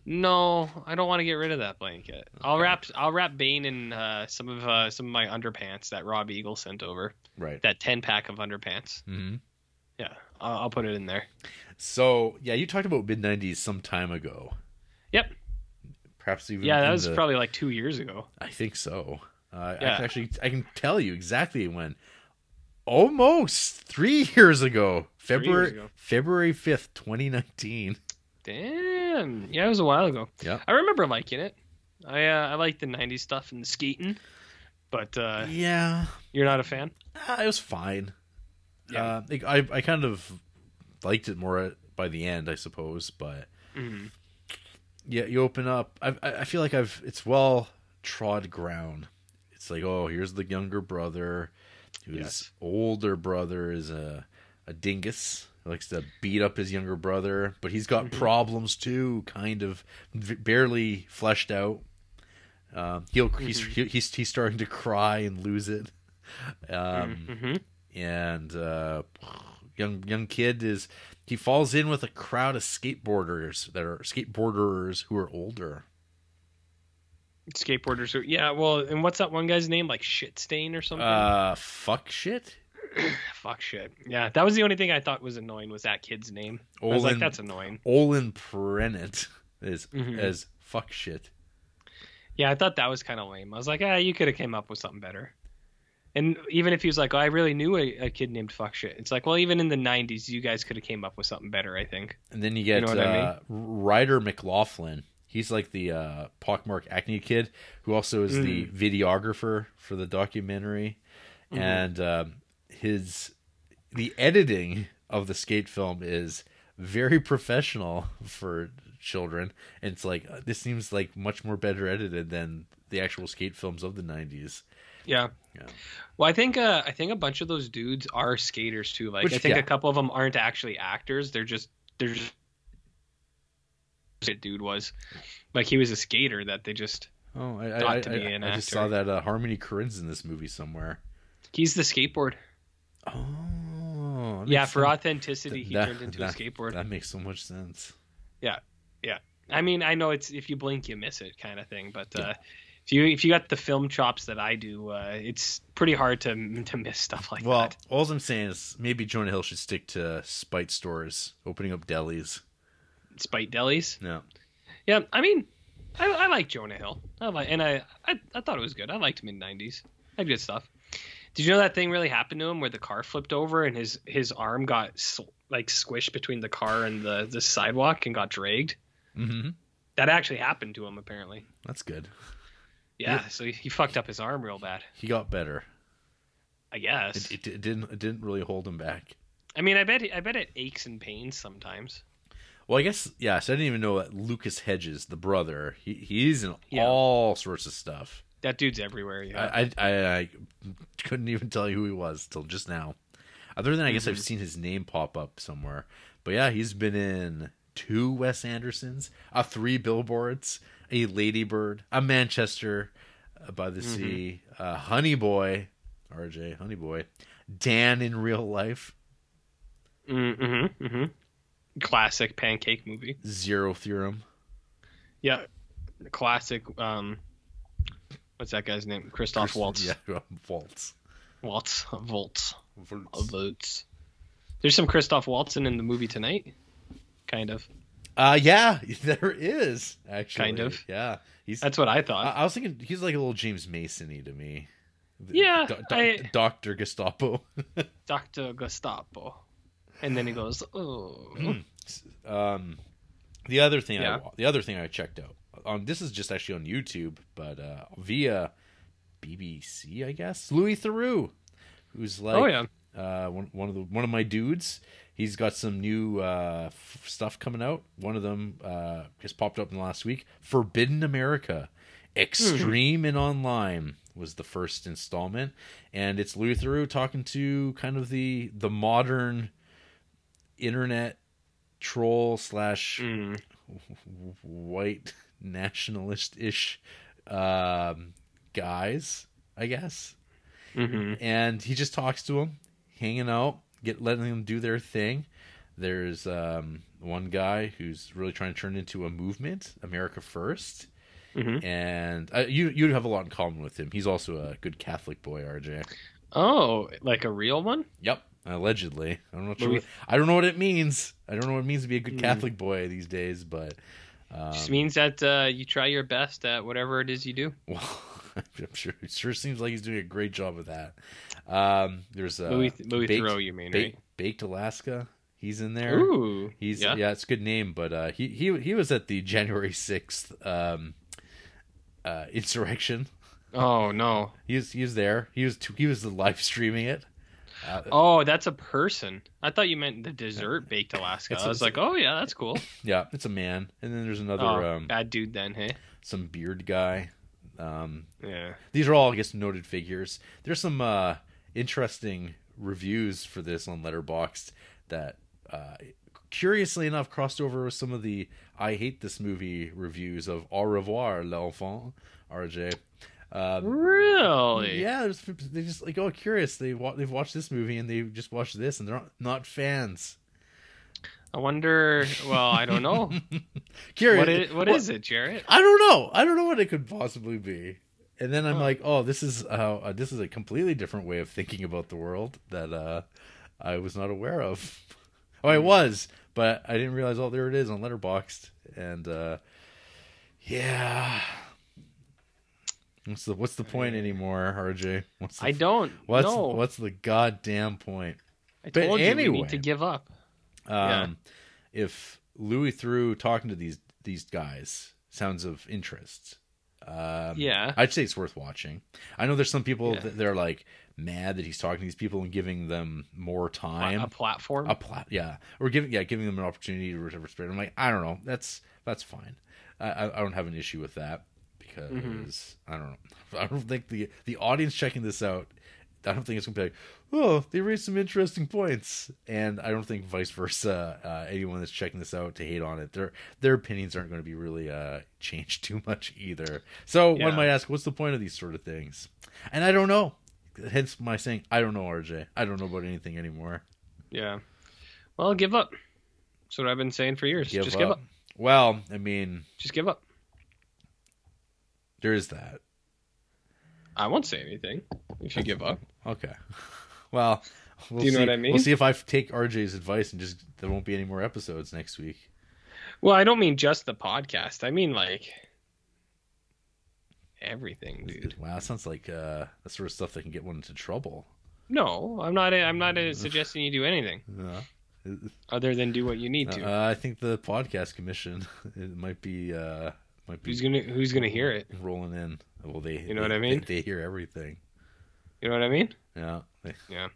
S2: No, I don't want to get rid of that blanket. I'll wrap I'll wrap Bane in uh, some of uh, some of my underpants that Rob Eagle sent over.
S1: Right.
S2: That ten pack of underpants.
S1: hmm
S2: Yeah, I'll, I'll put it in there.
S1: So yeah, you talked about mid '90s some time ago.
S2: Yep.
S1: Perhaps even.
S2: Yeah, that
S1: Mm-hmm. in
S2: was
S1: the-
S2: probably like two years ago.
S1: I think so. Uh, I
S2: Yeah.
S1: can actually, I can tell you exactly when. Almost three years ago,
S2: years
S1: February
S2: ago.
S1: February fifth, twenty nineteen.
S2: Damn. Yeah, it was a while ago.
S1: Yeah.
S2: I remember liking it. I uh, I like the '90s stuff and the skating, but uh,
S1: Yeah,
S2: you're not a fan.
S1: Ah, it was fine.
S2: Yeah.
S1: Uh, like, I I kind of liked it more by the end, I suppose. But
S2: Mhm.
S1: yeah, you open up. I I I feel like I've it's well trod ground. It's like oh, here's the younger brother, whose
S2: Yes.
S1: older brother is a a dingus. He likes to beat up his younger brother, but he's
S2: Mm-hmm.
S1: got problems too. Kind of v- barely fleshed out. Um, he'll he's,
S2: Mm-hmm.
S1: he- he's he's starting to cry and lose it. Um,
S2: Mhm.
S1: and uh, young young kid is he falls in with a crowd of skateboarders that are skateboarders who are older.
S2: Skateboarders. Are, yeah. Well, and what's that one guy's name? Like shit stain or something.
S1: Uh, fuck shit.
S2: Fuck shit. Yeah, that was the only thing I thought was annoying was that kid's name. I was like,
S1: Olin-
S2: that's annoying.
S1: Olin Prennett is
S2: Mhm.
S1: as fuck shit.
S2: Yeah, I thought that was kind of lame. I was like, ah, you could have came up with something better. And even if he was like, oh, I really knew a, a kid named fuck shit. It's like, well, even in the '90s, you guys could have came up with something better. I think.
S1: And then you get
S2: know what I
S1: uh, Ryder McLaughlin. He's like the uh, pockmark acne kid who also is the videographer for the documentary, and um, his the editing of the skate film is very professional for children. And it's like uh, this seems like much more better edited than the actual skate films of the '90s.
S2: Yeah.
S1: Yeah.
S2: Well, I think uh, I think a bunch of those dudes are skaters too. Like,
S1: Which-
S2: I think
S1: yeah.
S2: a couple of them aren't actually actors. They're just they're just That dude was like he was a skater that they just
S1: Oh, I, I,
S2: Got
S1: I,
S2: to be
S1: I-
S2: an
S1: I just
S2: actor.
S1: saw that uh, Harmony Korine's in this movie somewhere.
S2: he's the skateboard.
S1: Oh, that
S2: Yeah,
S1: makes
S2: for
S1: sense.
S2: authenticity,
S1: Th-
S2: he
S1: that-
S2: turned into a
S1: that-
S2: skateboard.
S1: That makes so much sense.
S2: I mean, I know it's if you blink, you miss it kind of thing, but uh, if you if you got the film chops that I do, uh, it's pretty hard to to miss stuff like
S1: Well,
S2: that.
S1: all I'm saying is maybe Jonah Hill should stick to spite stores, opening up delis.
S2: Spite delis.
S1: No,
S2: Yeah, I mean, I, I like Jonah Hill. I like, and I, I I thought it was good. I liked mid '90s. Had good stuff. Did you know that thing really happened to him where the car flipped over and his his arm got s like squished between the car and the the sidewalk and got dragged?
S1: mm-hmm.
S2: That actually happened to him apparently.
S1: that's good.
S2: Yeah, so he, he fucked up his arm real bad.
S1: He got better.
S2: I guess.
S1: It, it, it didn't. It didn't really hold him back.
S2: I mean, I bet I bet it aches and pains sometimes.
S1: Well, I guess yeah. So I didn't even know that Lucas Hedges, the brother, he he's in
S2: Yeah.
S1: all sorts of stuff.
S2: That dude's everywhere. Yeah.
S1: I, I I I couldn't even tell you who he was till just now. Other than I guess
S2: Mm-hmm.
S1: I've seen his name pop up somewhere. But yeah, he's been in two Wes Andersons, a three billboards, a Ladybird, a Manchester uh, by the
S2: Mm-hmm.
S1: Sea, uh, Honey Boy, RJ Honey Boy, Dan in real life,
S2: mm-hmm, mm-hmm. Classic pancake movie.
S1: Zero Theorem.
S2: Yeah. Classic. Um, what's that guy's name? Christoph Waltz.
S1: Yeah, (laughs) Waltz.
S2: Waltz. Volts.
S1: Volts.
S2: Volts. There's some Christoph Waltzen in the movie tonight. Kind of.
S1: Uh, yeah, (laughs) there is actually.
S2: Kind of.
S1: Yeah, he's.
S2: That's what I
S1: I,
S2: thought.
S1: I was thinking he's like a little James Masony to me. The-
S2: Yeah,
S1: doc-
S2: I-
S1: Doctor Gestapo. (laughs)
S2: Dr. Gestapo. And then he goes, oh.
S1: Hmm. Um, the other thing
S2: Yeah.
S1: I wa- the other thing I checked out on this is just actually on YouTube, but uh, via BBC, I guess. Louis Theroux, who's like
S2: oh, yeah.
S1: uh, one, one of the one of my dudes. He's got some new uh, f- stuff coming out. One of them uh, just popped up in the last week. Forbidden America, Extreme and Online was the first installment, and it's Luther talking to kind of the the modern internet troll slash
S2: Mm.
S1: white (laughs) nationalist ish um, guys, I guess
S2: hmm
S1: and he just talks to them, hanging out, get letting them do their thing. There's um, one guy who's really trying to turn it into a movement, America 1st
S2: Mhm.
S1: and uh, you you have a lot in common with him. He's also a good Catholic boy, RJ.
S2: Oh, like a real one?
S1: Yep, allegedly. I'm not sure.
S2: Louis-
S1: What, I don't know what it means. I don't know what it means to be a good
S2: Hmm.
S1: Catholic boy these days, but um,
S2: Just means that uh, you try your best at whatever it is you do.
S1: (laughs) well, I'm sure. It sure seems like he's doing a great job of that. Um, there's uh,
S2: Louis, Louis
S1: baked-
S2: Theroux, you mean,
S1: Ba-
S2: right?
S1: Baked Alaska. He's in there.
S2: Ooh.
S1: He's yeah.
S2: yeah.
S1: it's a good name, but uh, he he he was at the January sixth um, uh, insurrection.
S2: Oh, no.
S1: He was he was there. He was he was live streaming it. Uh,
S2: Oh, that's a person. I thought you meant
S1: (laughs)
S2: the dessert baked Alaska.
S1: It's-
S2: I
S1: it's-
S2: was like, oh yeah, that's cool.
S1: Yeah, it's a man, and then there's another
S2: Oh,
S1: um,
S2: bad dude then, hey.
S1: some beard guy. Um,
S2: Yeah.
S1: these are all, I guess, noted figures. There's some uh, interesting reviews for this on Letterboxd that, uh, curiously enough, crossed over with some of the "I hate this movie" reviews of "Au revoir, l'enfant," RJ. Um,
S2: Really?
S1: Yeah, there's, they just like oh curious. They wa- they've watched this movie and they just watched this and they're not, not fans.
S2: I wonder. Well, I don't
S1: (laughs)
S2: know.
S1: Curious.
S2: what is, what is it, Jarrett?
S1: I don't know. I don't know what it could possibly be. And then I'm
S2: Huh.
S1: like, oh, this is uh, uh, this is a completely different way of thinking about the world that uh, I was not aware of. (laughs) oh,
S2: Hmm.
S1: I was, but I didn't realize. Oh, there it is on Letterboxd. And uh, yeah, what's the what's the point anymore, RJ? What's the
S2: I don't
S1: What's
S2: know.
S1: what's the goddamn point?
S2: I
S1: but
S2: told you we
S1: anyway.
S2: need to give up.
S1: Um, If Louis through talking to these these guys sounds of interest, um,
S2: Yeah.
S1: I'd say it's worth watching. I know there's some people
S2: Yeah.
S1: that they're like mad that he's talking to these people and giving them more time,
S2: a platform.
S1: a plat, yeah, or giving yeah giving them an opportunity to whatever. spread. I'm like, I don't know, that's that's fine. I I, I don't have an issue with that because
S2: Mm-hmm.
S1: I don't know. (laughs) I don't think the the audience checking this out. I don't think it's gonna be like, oh, they raised some interesting points, and I don't think vice versa. Uh, anyone that's checking this out to hate on it, their their opinions aren't going to be really uh, changed (laughs) too much either. So one
S2: Yeah.
S1: might ask, what's the point of these sort of things? And I don't know. Hence my saying, I don't know, RJ. I don't know about anything anymore.
S2: yeah. Well, give up. That's what I've been saying for years. Just give up.
S1: Well, I mean,
S2: Just give up.
S1: there is that.
S2: I won't say anything if you give up.
S1: Okay. (laughs) Well, we'll
S2: Do you know
S1: see-
S2: what I mean?
S1: We'll see if I take RJ's advice and just there won't be any more episodes next week.
S2: Well, I don't mean just the podcast. I mean like everything, dude.
S1: Wow, that sounds like uh, the sort of stuff that can get one into trouble.
S2: No, I'm not. I'm not uh, suggesting you do anything
S1: Yeah.
S2: other than do what you need to.
S1: Uh, I think the podcast commission (laughs) it might be uh, might be
S2: who's gonna Who's gonna hear it?
S1: rolling in. Well, they
S2: You know what
S1: they-
S2: I mean?
S1: They, they hear everything.
S2: You know what I mean?
S1: Yeah. They-
S2: Yeah.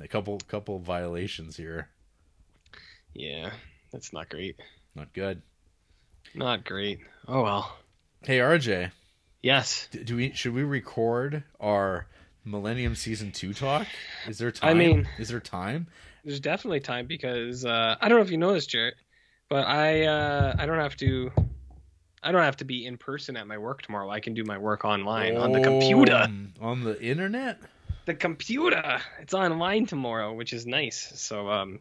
S1: A couple couple violations here.
S2: Yeah, that's not great.
S1: Not good.
S2: Not great. Oh well.
S1: Hey RJ.
S2: Yes.
S1: D- Do we should we record our Millennium Season Two talk? Is there time?
S2: I mean-
S1: is there time?
S2: There's definitely time because uh, I don't know if you know this, Jarrett, but I uh, I don't have to. I don't have to be in person at my work tomorrow. I can do my work online on the computer.
S1: Um, on the internet.
S2: The computer. It's online tomorrow, which is nice. So um,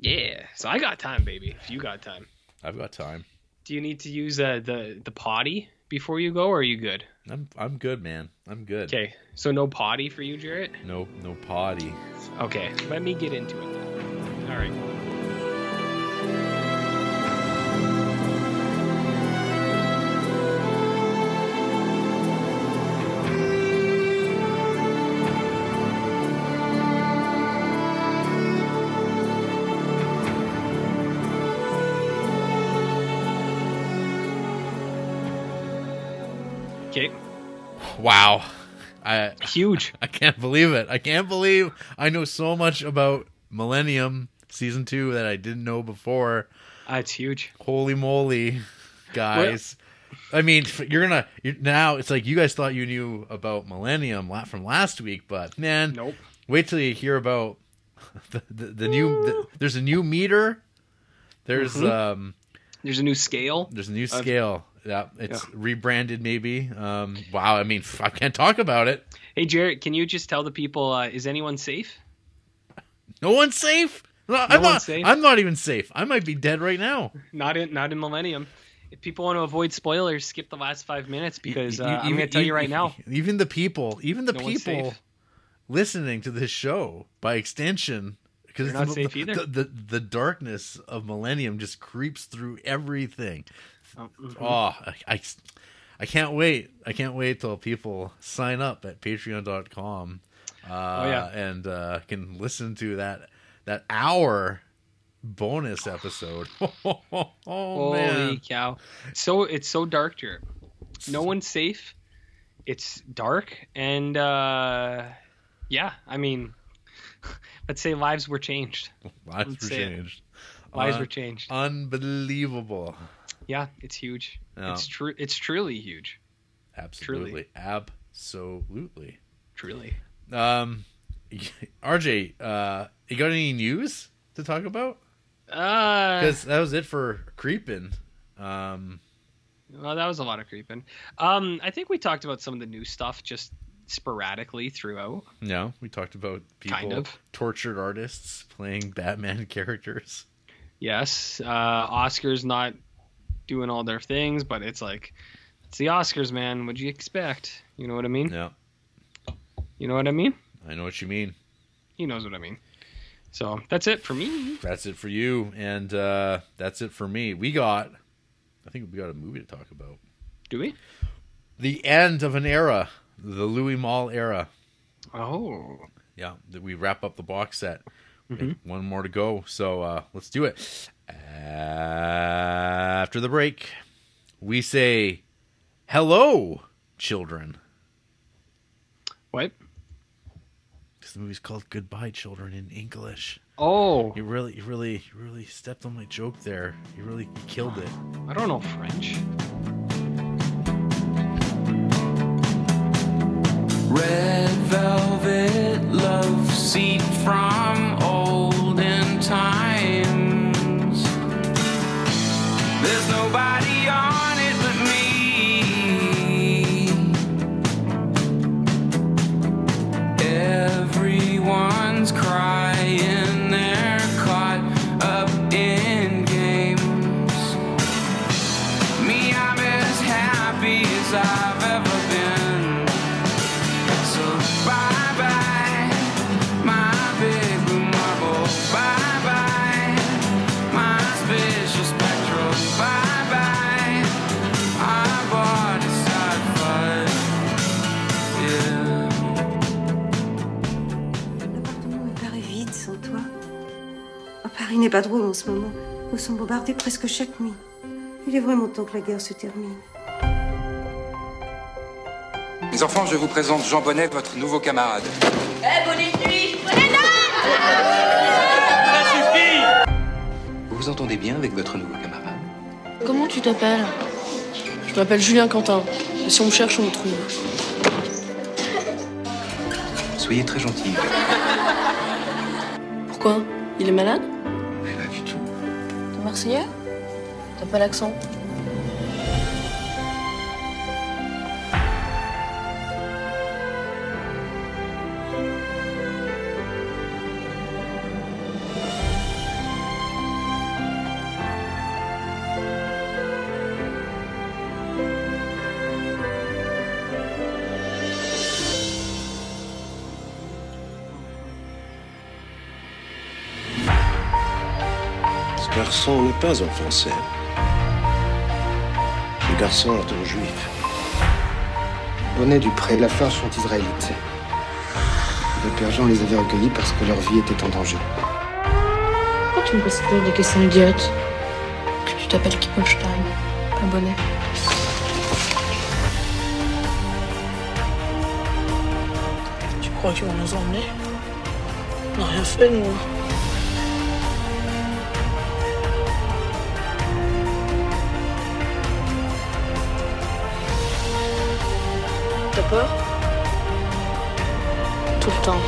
S2: yeah. So I got time, baby. If you got time.
S1: I've got time.
S2: Do you need to use uh, the the potty before you go, or are you good?
S1: I'm I'm good, man. I'm good.
S2: Okay, so no potty for you, Jarrett.
S1: No no potty.
S2: Okay, let me get into it. Then. All right. Okay.
S1: Wow. I
S2: (laughs) Huge.
S1: I can't believe it. I can't believe I know so much about Millennium season 2 that I didn't know before.
S2: Uh, it's huge.
S1: Holy moly, guys. I mean, f- you're going to you now it's like you guys thought you knew about Millennium la- from last week, but man,
S2: Nope.
S1: wait till you hear about (laughs) the the, the new the, there's a new meter. There's
S2: Mhm.
S1: um
S2: There's a new scale.
S1: there's a new
S2: I've-
S1: scale. Yeah, it's rebranded maybe. Um wow, I mean, f- I can't talk about it.
S2: Hey, Jarrett, can you just tell the people uh, is anyone safe?
S1: No one's safe. No, I'm
S2: one's
S1: not.
S2: safe?
S1: I'm not even safe. I might be dead right now.
S2: Not in not in Millennium. If people want to avoid spoilers, skip the last five minutes because
S1: E-
S2: uh,
S1: e-
S2: I'm going to
S1: even-
S2: tell you
S1: e-
S2: right now.
S1: Even the people, even the
S2: No one's
S1: people
S2: safe.
S1: listening to this show, by extension, because
S2: They're not safe
S1: the,
S2: either.
S1: the, the the darkness of Millennium just creeps through everything.
S2: Oh, mhm.
S1: (laughs) Oh, I, I, I can't wait. I can't wait till people sign up at patreon.com uh,
S2: Oh, yeah.
S1: and uh, can listen to that that hour bonus episode. (laughs) oh,
S2: Holy
S1: man.
S2: cow! So it's so dark, Jarrett. No one's safe. It's dark, and uh, yeah, I mean, (laughs) let's say lives were changed.
S1: Lives
S2: Let's
S1: were
S2: say it.
S1: changed.
S2: Lives
S1: Uh,
S2: were changed.
S1: Unbelievable.
S2: Yeah, it's huge.
S1: No,
S2: It's true. It's truly huge.
S1: absolutely. Absolutely.
S2: Truly.
S1: Um, (laughs) RJ, uh, you got any news to talk about?
S2: Uh,
S1: Because that was it for creeping. Um,
S2: well, that was a lot of creeping. Um, I think we talked about some of the new stuff just sporadically throughout.
S1: No, we talked about people
S2: Kind of.
S1: tortured artists playing (laughs) Batman characters.
S2: Yes, uh, Oscars not doing all their things, but it's like it's the Oscars, man. What'd you expect? You know what I mean?
S1: No,
S2: You know what I mean?
S1: I know what you mean.
S2: He knows what I mean. So that's it for me.
S1: That's it for you, and uh, that's it for me. We got, I think we got a movie to talk about.
S2: Do we?
S1: The end of an era, the Louis Mall era.
S2: Oh,
S1: Yeah, that we wrap up the box set. We have
S2: Mhm.
S1: One more to go, so uh, let's do it. After the break, we say hello, children.
S2: what?
S1: Because the movie's called Goodbye, Children in English.
S2: Oh,
S1: You really, you really, you really stepped on my joke there. You really you killed it.
S2: I don't know French.
S3: Red velvet love seat from olden times. There's nobody on it but me. Everyone's crying, they're caught up in games. Me, I'm as happy as I've ever been. So bye bye, my big blue marble. Bye bye, my special spectral. Bye bye, I bought a side fight. Yeah.
S4: L'appartement me paraît vide sans toi. Oh, Paris n'est pas drôle en ce moment. Nous sommes bombardés presque chaque nuit. Il est vraiment temps que la guerre se termine.
S5: Les enfants, je vous présente Jean Bonnet, votre nouveau camarade.
S6: Vous vous entendez bien avec votre nouveau camarade
S7: Comment tu t'appelles Je m'appelle Julien Quentin. Et si on me cherche, on me trouve.
S6: Soyez très gentil.
S7: Pourquoi Il est malade
S6: Mais Pas du tout.
S7: T'es marseillais T'as pas l'accent
S8: Le garçon n'est pas un Français. Le garçon est un juif.
S9: Bonnet du pré de la Farge sont israélites. Le père Jean les avait recueillis parce que leur vie était en danger.
S7: Pourquoi tu me poses toujours des questions idiotes Que tu t'appelles Kippenstein, pas bonnet.
S10: Tu crois qu'ils vont nous emmener On n'a rien fait, nous.
S7: T'as peur Tout le temps.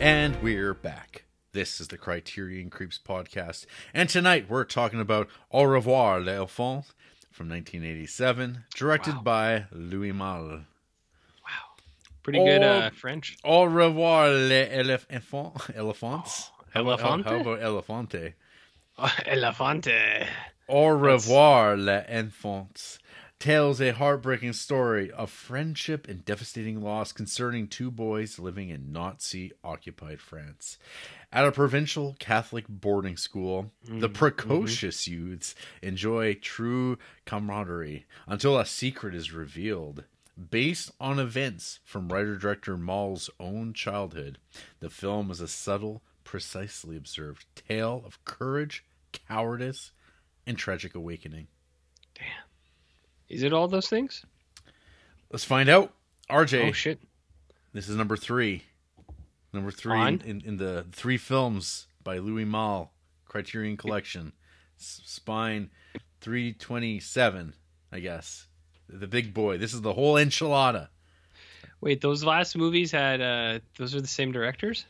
S1: And we're back. This is the Criterion Creeps podcast. And tonight we're talking about Au revoir, les enfants from 1987, directed
S2: Wow.
S1: by Louis Malle.
S2: Pretty good
S1: Oh.
S2: uh, French.
S1: Au revoir, les elef- enfants. Elephants? How about-
S2: Elefante?
S1: How, about Elefante?
S2: (laughs) Elefante.
S1: Au revoir, les enfants. Tells a heartbreaking story of friendship and devastating loss concerning two boys living in Nazi occupied France. At a provincial Catholic boarding school, the precocious youths enjoy true camaraderie until a secret is revealed. Based on events from writer director Mall's own childhood, the film is a subtle, precisely observed tale of courage, cowardice, and tragic awakening.
S2: Is it all those things?
S1: Let's find out. RJ,
S2: Oh shit.
S1: this is number three. Number three in,
S2: On?
S1: in, in the three films by Louis Malle, Criterion Collection, S- Spine 327, I guess. The big boy. This is the whole enchilada.
S2: Wait, those last movies had uh those are the same directors?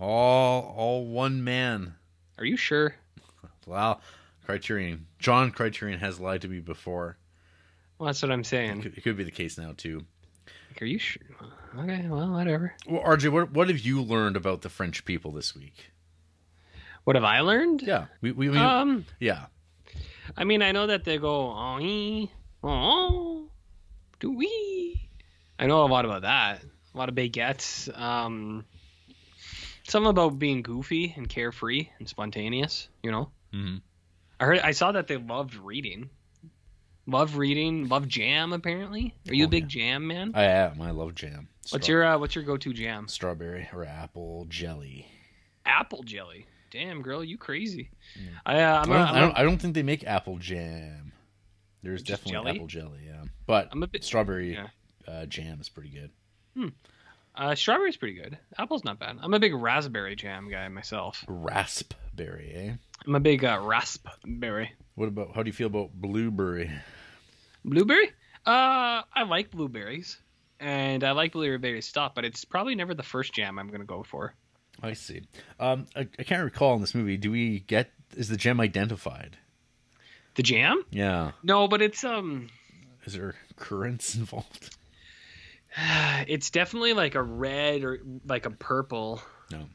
S1: All all one man.
S2: Are you sure?
S1: Wow. Criterion. John Criterion has lied to me before.
S2: Well, that's what I'm
S1: It
S2: saying.
S1: could, it could be the case now too.
S2: Like, are you sure? Okay, well, whatever.
S1: Well, RJ, what what have you learned about the French people this week?
S2: What have I learned?
S1: Yeah, we we, we
S2: Um,
S1: yeah.
S2: I mean, I know that they go oh, oh, do we? I know a lot about that. A lot of baguettes. Um, some about being goofy and carefree and spontaneous. You know.
S1: Mhm.
S2: I heard. I saw that they loved reading. Love reading. Love jam. Apparently, are you
S1: Oh,
S2: a big jam man?
S1: I am. I love jam.
S2: What's
S1: Straw-
S2: your uh, What's your go to jam?
S1: strawberry or apple jelly?
S2: Apple jelly. Damn, girl, you crazy. I, uh,
S1: I
S2: I'm,
S1: don't,
S2: a,
S1: I,
S2: I'm,
S1: don't,
S2: a,
S1: I don't think they make apple jam. There's
S2: Just
S1: definitely
S2: jelly?
S1: apple jelly, yeah. But
S2: I'm a bit-
S1: strawberry
S2: yeah.
S1: uh, jam is pretty good.
S2: uh, strawberry's pretty good. Apple's not bad. I'm a big raspberry jam guy myself.
S1: Raspberry, eh?
S2: I'm a big uh, raspberry.
S1: What about how do you feel about blueberry?
S2: Blueberry? Uh, I like blueberries, and I like blueberry stuff, but it's probably never the first jam I'm gonna go for.
S1: I see. Um, I, I can't recall in this movie. Do we get is the gem identified?
S2: The jam?
S1: Yeah.
S2: No, but it's um,
S1: Is there (laughs) currents involved?
S2: it's definitely like a red or like a purple. (sighs)
S1: No.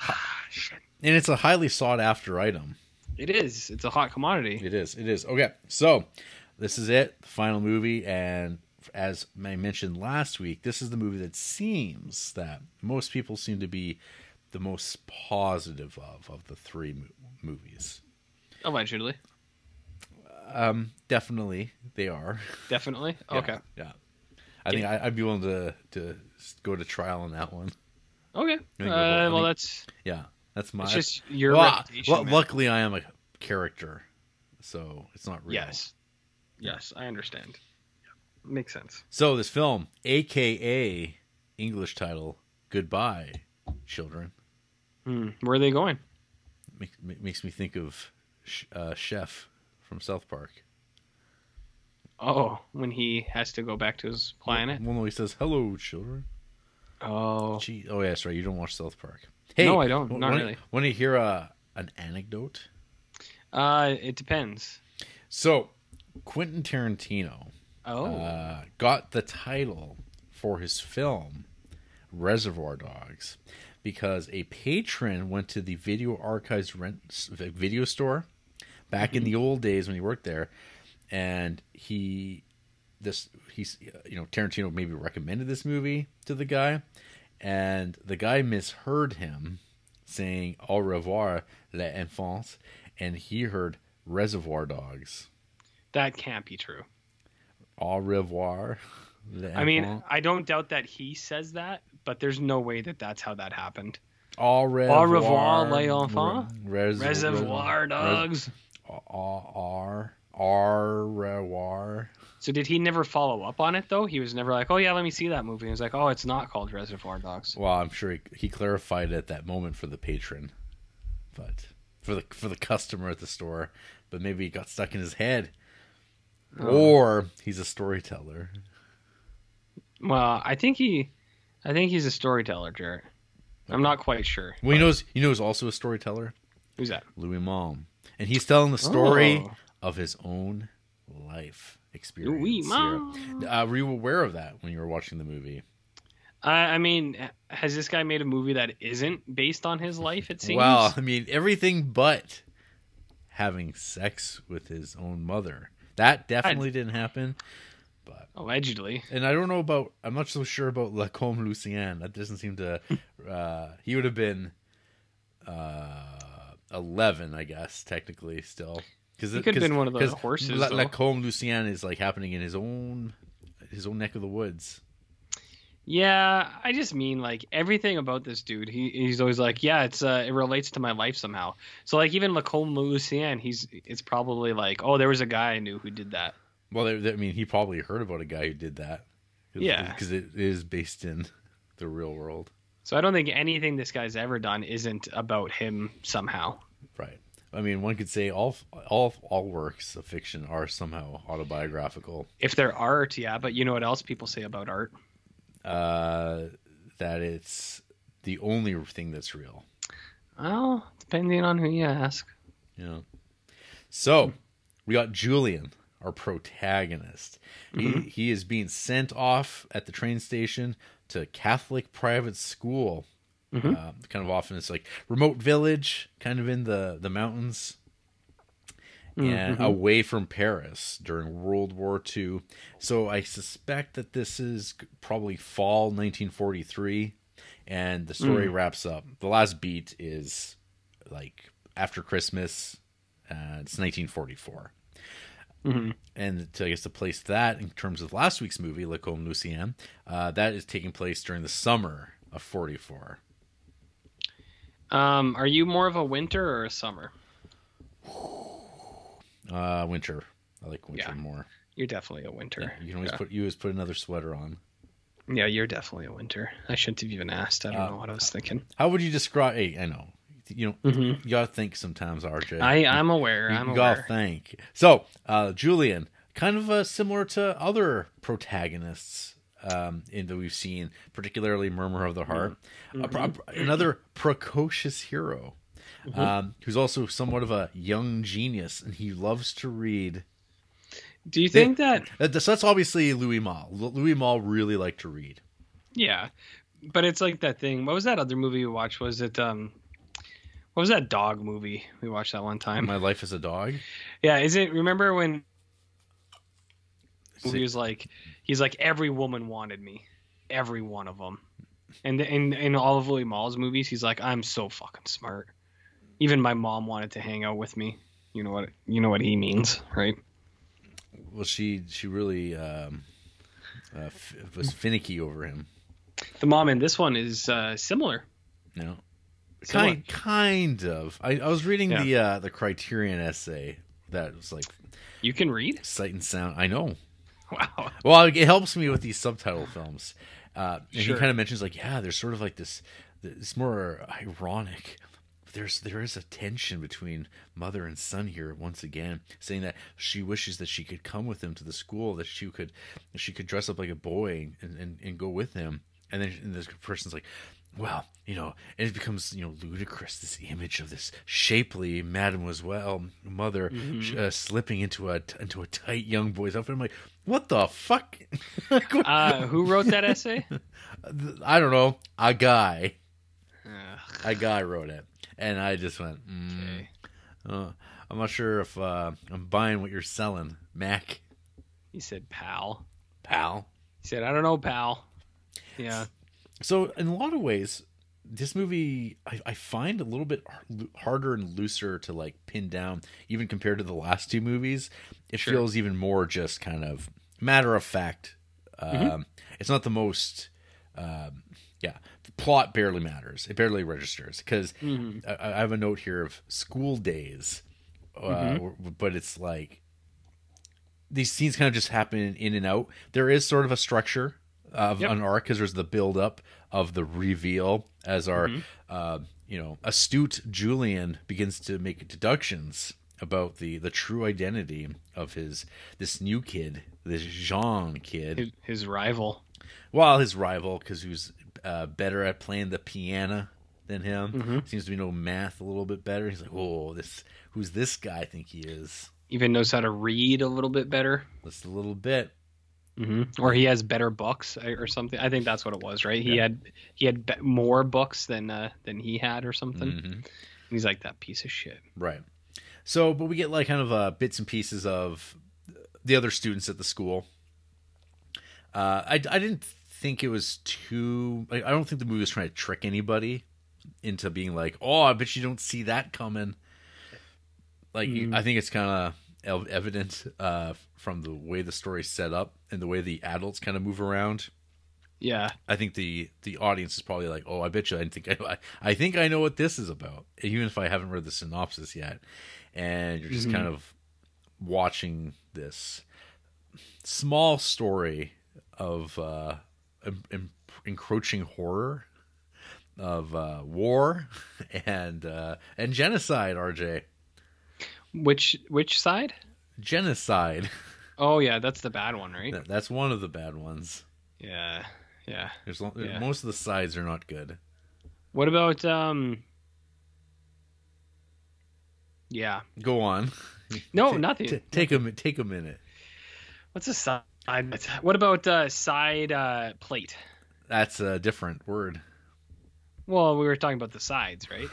S2: Ah, Shit.
S1: And it's a highly sought after item.
S2: It is. It's a hot commodity.
S1: It is. It is. Okay. So this is it, the final movie. And as I mentioned last week, this is the movie that seems that most people seem to be the most positive of of the three mo- movies.
S2: Allegedly,
S1: Definitely, they are. (laughs)
S2: definitely. Okay.
S1: Yeah. I think I, I'd be willing to to go to trial on that one.
S2: Okay.
S1: we'll- I
S2: Uh, well,
S1: think-
S2: that's
S1: Yeah, that's my.
S2: It's just your
S1: Well,
S2: reputation,
S1: well,
S2: man.
S1: luckily, I am a character, so it's not real.
S2: yes, yes, I understand. Makes sense.
S1: So this film, aka English title, Goodbye, Children,
S2: Hmm. Where are they going?
S1: makes, makes me think of Sh- uh, Chef from South Park.
S2: Oh, when he has to go back to his planet.
S1: Well, no, he says hello, children.
S2: Oh,
S1: Gee, oh yeah, that's right. You don't watch South Park.
S2: No, I don't.
S1: w-
S2: Not
S1: wanna-
S2: really.
S1: Wanna hear a, an anecdote?
S2: uh, it depends.
S1: So, Quentin Tarantino.
S2: Oh,
S1: uh, got the title for his film Reservoir Dogs because a patron went to the video archives rent s- video
S2: Mm-hmm.
S1: store back in the old days when he worked there, and he this he's you know Tarantino maybe recommended this movie to the guy, and the guy misheard him saying au revoir les enfants, and he heard Reservoir Dogs.
S2: That can't be true.
S1: Au revoir.
S2: I mean, I don't doubt that he says that, but there's no way that that's how that happened.
S1: Au revoir,
S2: au revoir les enfants.
S1: Res-
S2: Reservoir Dogs.
S1: Res- au, au, au revoir.
S2: So did he never follow up on it though? He was never like, "Oh yeah, let me see that movie." He was like, "Oh, it's not called Reservoir Dogs."
S1: Well, I'm sure he, he clarified at that moment for the patron, but for the for the customer at the store, but maybe he got stuck in his head, oh. or he's a storyteller.
S2: Well, I think he, I think he's a storyteller, Jarrett. I'm not quite sure.
S1: Well, he knows. You know, who's also a storyteller.
S2: Who's that?
S1: Louis Malm, and he's telling the story oh. of his own life experience.
S2: Louis Malm.
S1: Uh, were you aware of that when you were watching the movie?
S2: Uh, I mean, has this guy made a movie that isn't based on his life? It seems.
S1: Well, (laughs) I mean, everything but having sex with his own mother. That definitely I'd... didn't happen. But
S2: allegedly,
S1: and I don't know about. I'm not so sure about Lacombe Lucien. That doesn't seem
S2: (laughs)
S1: to. uh, he would have been uh, 11, I guess, technically still.
S2: Because it could have been one of those horses. La-
S1: Lacombe Lucien is like happening in his own his own neck of the woods.
S2: Yeah, I just mean like everything about this dude. He he's always like, yeah, it's uh, it relates to my life somehow. So like even Lacombe Lucien, he's it's probably like, oh, there was a guy I knew who did that.
S1: Well, they, they, I mean, he probably heard about a guy who did that. Cause,
S2: yeah,
S1: because it is based in the real world.
S2: So I don't think anything this guy's ever done isn't about him somehow.
S1: Right. I mean, one could say all all all works of fiction are somehow autobiographical.
S2: If they're art, yeah, but you know what else people say about art?
S1: Uh, that it's the only thing that's real.
S2: Well, depending on who you ask.
S1: Yeah. So we got Julian our protagonist. Mm-hmm. He, he is being sent off at the train station to Catholic private school. Mm-hmm. Uh, kind of often it's like remote village, kind of in the, the mountains and mm-hmm. away from Paris during World War II. So I suspect that this is probably fall 1943 and the story mm. wraps up. The last beat is like after Christmas. Uh, it's 1944. Mm-hmm. And to, I guess to place that in terms of last week's movie, Le Comme Lucien, uh, that is taking place during the summer of 44.
S2: Um, are you more of a winter or a summer?
S1: Uh, winter. I like winter
S2: yeah.
S1: more.
S2: You're definitely a winter.
S1: Yeah, you can always yeah. put you always put another sweater on.
S2: Yeah, you're definitely a winter. I shouldn't have even asked. I don't uh, know what I was thinking.
S1: How would you describe? Hey, I know you know mm-hmm. you gotta think sometimes rj
S2: i i'm aware
S1: you
S2: i'm
S1: gotta think so uh, julian kind of uh, similar to other protagonists um in that we've seen particularly murmur of the heart mm-hmm. a, a, another precocious hero mm-hmm. um who's also somewhat of a young genius and he loves to read
S2: do you think they,
S1: that that's obviously louis Mal. louis Mal really liked to read
S2: yeah but it's like that thing what was that other movie you watched was it um what was that dog movie we watched that one time?
S1: My life as a dog.
S2: Yeah, is it? Remember when he was like, he's like every woman wanted me, every one of them, and in in all of Willie Mall's movies, he's like I'm so fucking smart. Even my mom wanted to hang out with me. You know what? You know what he means, right?
S1: Well, she she really um, uh, f- was finicky over him.
S2: The mom in this one is uh, similar.
S1: No. Kind, so kind of. I, I was reading yeah. the uh, the Criterion essay that was like.
S2: You can read (laughs)
S1: sight and sound. I know. (laughs)
S2: Wow.
S1: Well, it helps me with these subtitle films. Uh, and sure. he kind of mentions like, yeah, there's sort of like this. It's more ironic. There's there is a tension between mother and son here once again, saying that she wishes that she could come with him to the school, that she could she could dress up like a boy and, and, and go with him. And then and this person's like, well, you know, and it becomes you know ludicrous this image of this shapely mademoiselle mother mm-hmm. uh, slipping into a into a tight young boy's outfit. I'm like, what the fuck? (laughs)
S2: uh, who wrote that essay?
S1: I don't know. A guy, Ugh. a guy wrote it, and I just went, mm, okay. uh, I'm not sure if I'm buying what you're selling, Mac.
S2: He said, pal.
S1: pal.
S2: He said, I don't know, pal. Yeah.
S1: So, in a lot of ways, this movie I, I find a little bit har- harder and looser to like pin down, even compared to the last two movies. It
S2: Sure.
S1: feels even more just kind of matter of fact. Um, It's not the most. Um, yeah, the plot barely matters. It barely registers because I, I have a note here of school days, uh, but it's like these scenes kind of just happen in and out. There is sort of a structure of
S2: Yep.
S1: an arc because there's the build up of the reveal as our uh, you know astute Julian begins to make deductions about the the true identity of his this new kid, this Jean kid.
S2: His, his rival.
S1: Well, his rival because who's uh, better at playing the piano than him seems to be know math a little bit better. He's like, oh, this who's this guy? I think he is
S2: Even knows how to read a little bit better.
S1: just a little bit.
S2: Mm-hmm. Or he has better books I- or something. I think that's what it was, right? He had he had be- more books than uh, than he had or something.
S1: Mm-hmm.
S2: And he's like that piece of shit.
S1: Right. So, but we get like kind of uh, bits and pieces of the other students at the school. Uh, I, I didn't think it was too. I, I don't think the movie was trying to trick anybody into being like, oh, I bet you don't see that coming. Like, you- I think it's kind of evident uh, from the way the story's set up and the way the adults kind of move around.
S2: Yeah.
S1: I think the the audience is probably like, oh, I bet you, I think I, I- I think I know what this is about, even if I haven't read the synopsis yet, and you're
S2: Mm-hmm.
S1: just kind of watching this small story of uh, em- em- encroaching horror of uh, war (laughs) and uh, and genocide. RJ,
S2: Which which side?
S1: genocide. (laughs)
S2: Oh yeah, that's the bad one, right?
S1: That- That's one of the bad ones.
S2: Yeah. Yeah.
S1: There's lo-
S2: Yeah.
S1: most of the sides are not good.
S2: What about um Yeah.
S1: Go on.
S2: No,
S1: T-
S2: Oh, nothing.
S1: t- take a mi- take a minute.
S2: What's a side? What about uh, side uh, plate?
S1: That's a different word.
S2: Well, we were talking about the
S1: (laughs)
S2: sides, right?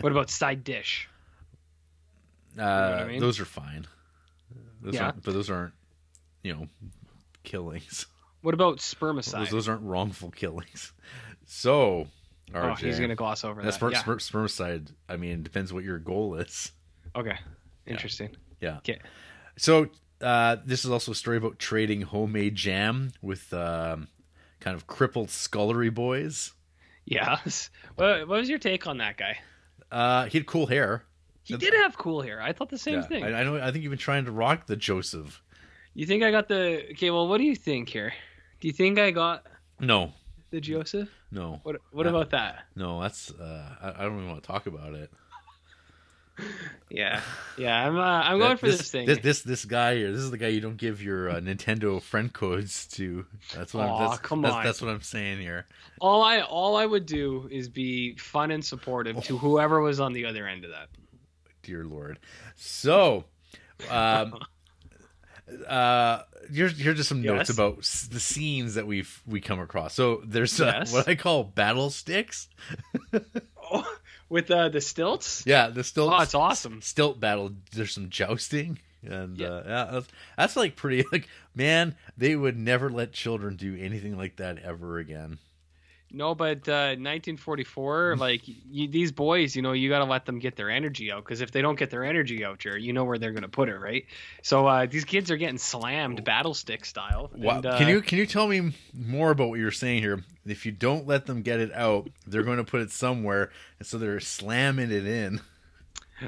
S2: what about side dish?
S1: Uh,
S2: what I mean?
S1: Those are fine. Those
S2: Yeah.
S1: aren't, but those aren't, you know,
S2: (laughs)
S1: killings.
S2: What about spermicide?
S1: Those, those aren't wrongful killings. So, RJ,
S2: oh, he's gonna gloss over
S1: that's
S2: that.
S1: sper-
S2: Yeah.
S1: sper- spermicide. I mean, depends what your goal is.
S2: Okay, interesting.
S1: Yeah.
S2: Okay.
S1: So uh, this is also a story about trading homemade jam with um, kind of crippled scullery boys.
S2: Yeah. (laughs) what, what was your take on that guy?
S1: Uh, he had cool hair.
S2: He did have cool hair. I thought the same
S1: Yeah,
S2: thing.
S1: I, I know. I think you've been trying to rock the Joseph.
S2: You think I got the? Okay. Well, what do you think here? Do you think I got
S1: No,
S2: the Joseph?
S1: no.
S2: What What
S1: Yeah.
S2: about that?
S1: No, that's uh, I, I don't even want to talk about it.
S2: Yeah. (laughs) Yeah. I'm. Uh, I'm going
S1: That-
S2: for this, thing.
S1: This, this this guy here. This is the guy you don't give your uh, Nintendo friend codes to. That's what.
S2: Aw,
S1: I'm, that's,
S2: come
S1: that's,
S2: on.
S1: that's what I'm saying here.
S2: All I all I would do is be fun and supportive
S1: Oh.
S2: to whoever was on the other end of that.
S1: Dear Lord. So,
S2: (laughs)
S1: um, uh, here's here's just some notes
S2: Yes.
S1: about s- the scenes that we've we come across. So there's uh,
S2: Yes.
S1: what I call battle sticks.
S2: Oh, with uh, the stilts.
S1: Yeah, the stilt.
S2: Oh, it's awesome.
S1: Stilt battle. There's some jousting, and
S2: Yeah.
S1: uh, yeah, that's, that's like pretty. (laughs) Like, man, they would never let children do anything like that ever again.
S2: No, but
S1: (laughs)
S2: uh, 1944, like you, these boys, you know, you got to let them get their energy out because if they don't get their energy out, here, you know where they're gonna put it, right? So uh, these kids are getting slammed, battle stick style.
S1: Oh. Wow.
S2: and, uh,
S1: can you can you tell me more about what you're saying here? If you don't let them get it out, they're going to put it somewhere, and so they're slamming it in. (laughs)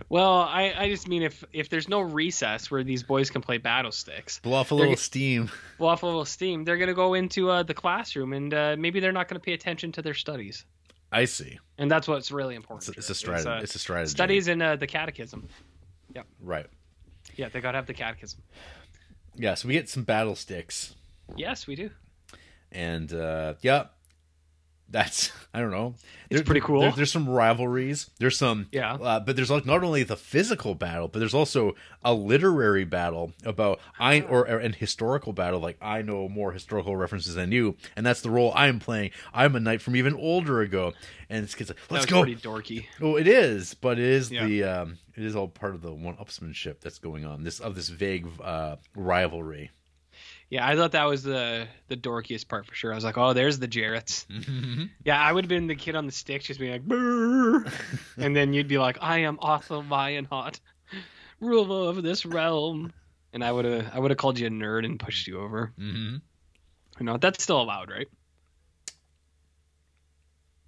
S2: Well, I, I just mean if if there's no recess where these boys can play battle sticks,
S1: Blow off a
S2: They're
S1: little
S2: ge-
S1: steam.
S2: blow off a little steam, they're gonna go into uh, the classroom and uh, maybe they're not gonna pay attention to their studies.
S1: I see.
S2: and that's what's really
S1: It's,
S2: important.
S1: it's
S2: here.
S1: a strategy. It's,
S2: uh,
S1: a strategy.
S2: Studies in uh, the catechism.
S1: Right.
S2: Yeah, they gotta have the catechism.
S1: Yeah. So we get some battle sticks.
S2: Yes, we do.
S1: and uh yeah that's (laughs) i don't know
S2: It's pretty cool.
S1: there- there's some rivalries there's some
S2: Yeah.
S1: uh, but there's like not only the physical battle but there's also a literary battle about i
S2: Ah.
S1: or, or an historical battle like i know more historical references than you and that's the role i'm playing i'm a knight from even older ago and it's kids like
S2: That
S1: let's
S2: was
S1: go
S2: Pretty dorky.
S1: Oh, it is, but it is
S2: Yeah.
S1: the um, it is all part of the one-upsmanship that's going on. This of this vague uh, rivalry.
S2: Yeah, I thought that was the the dorkiest part for sure. I was like, oh, there's the Jarretts. yeah, I would have been the kid on the stick, just being like, Brrr! and then you'd be like, I am Otto Lionheart, ruler of this realm, and I would have I would have called you a nerd and pushed you over.
S1: Mm-hmm.
S2: You know that's still allowed, right?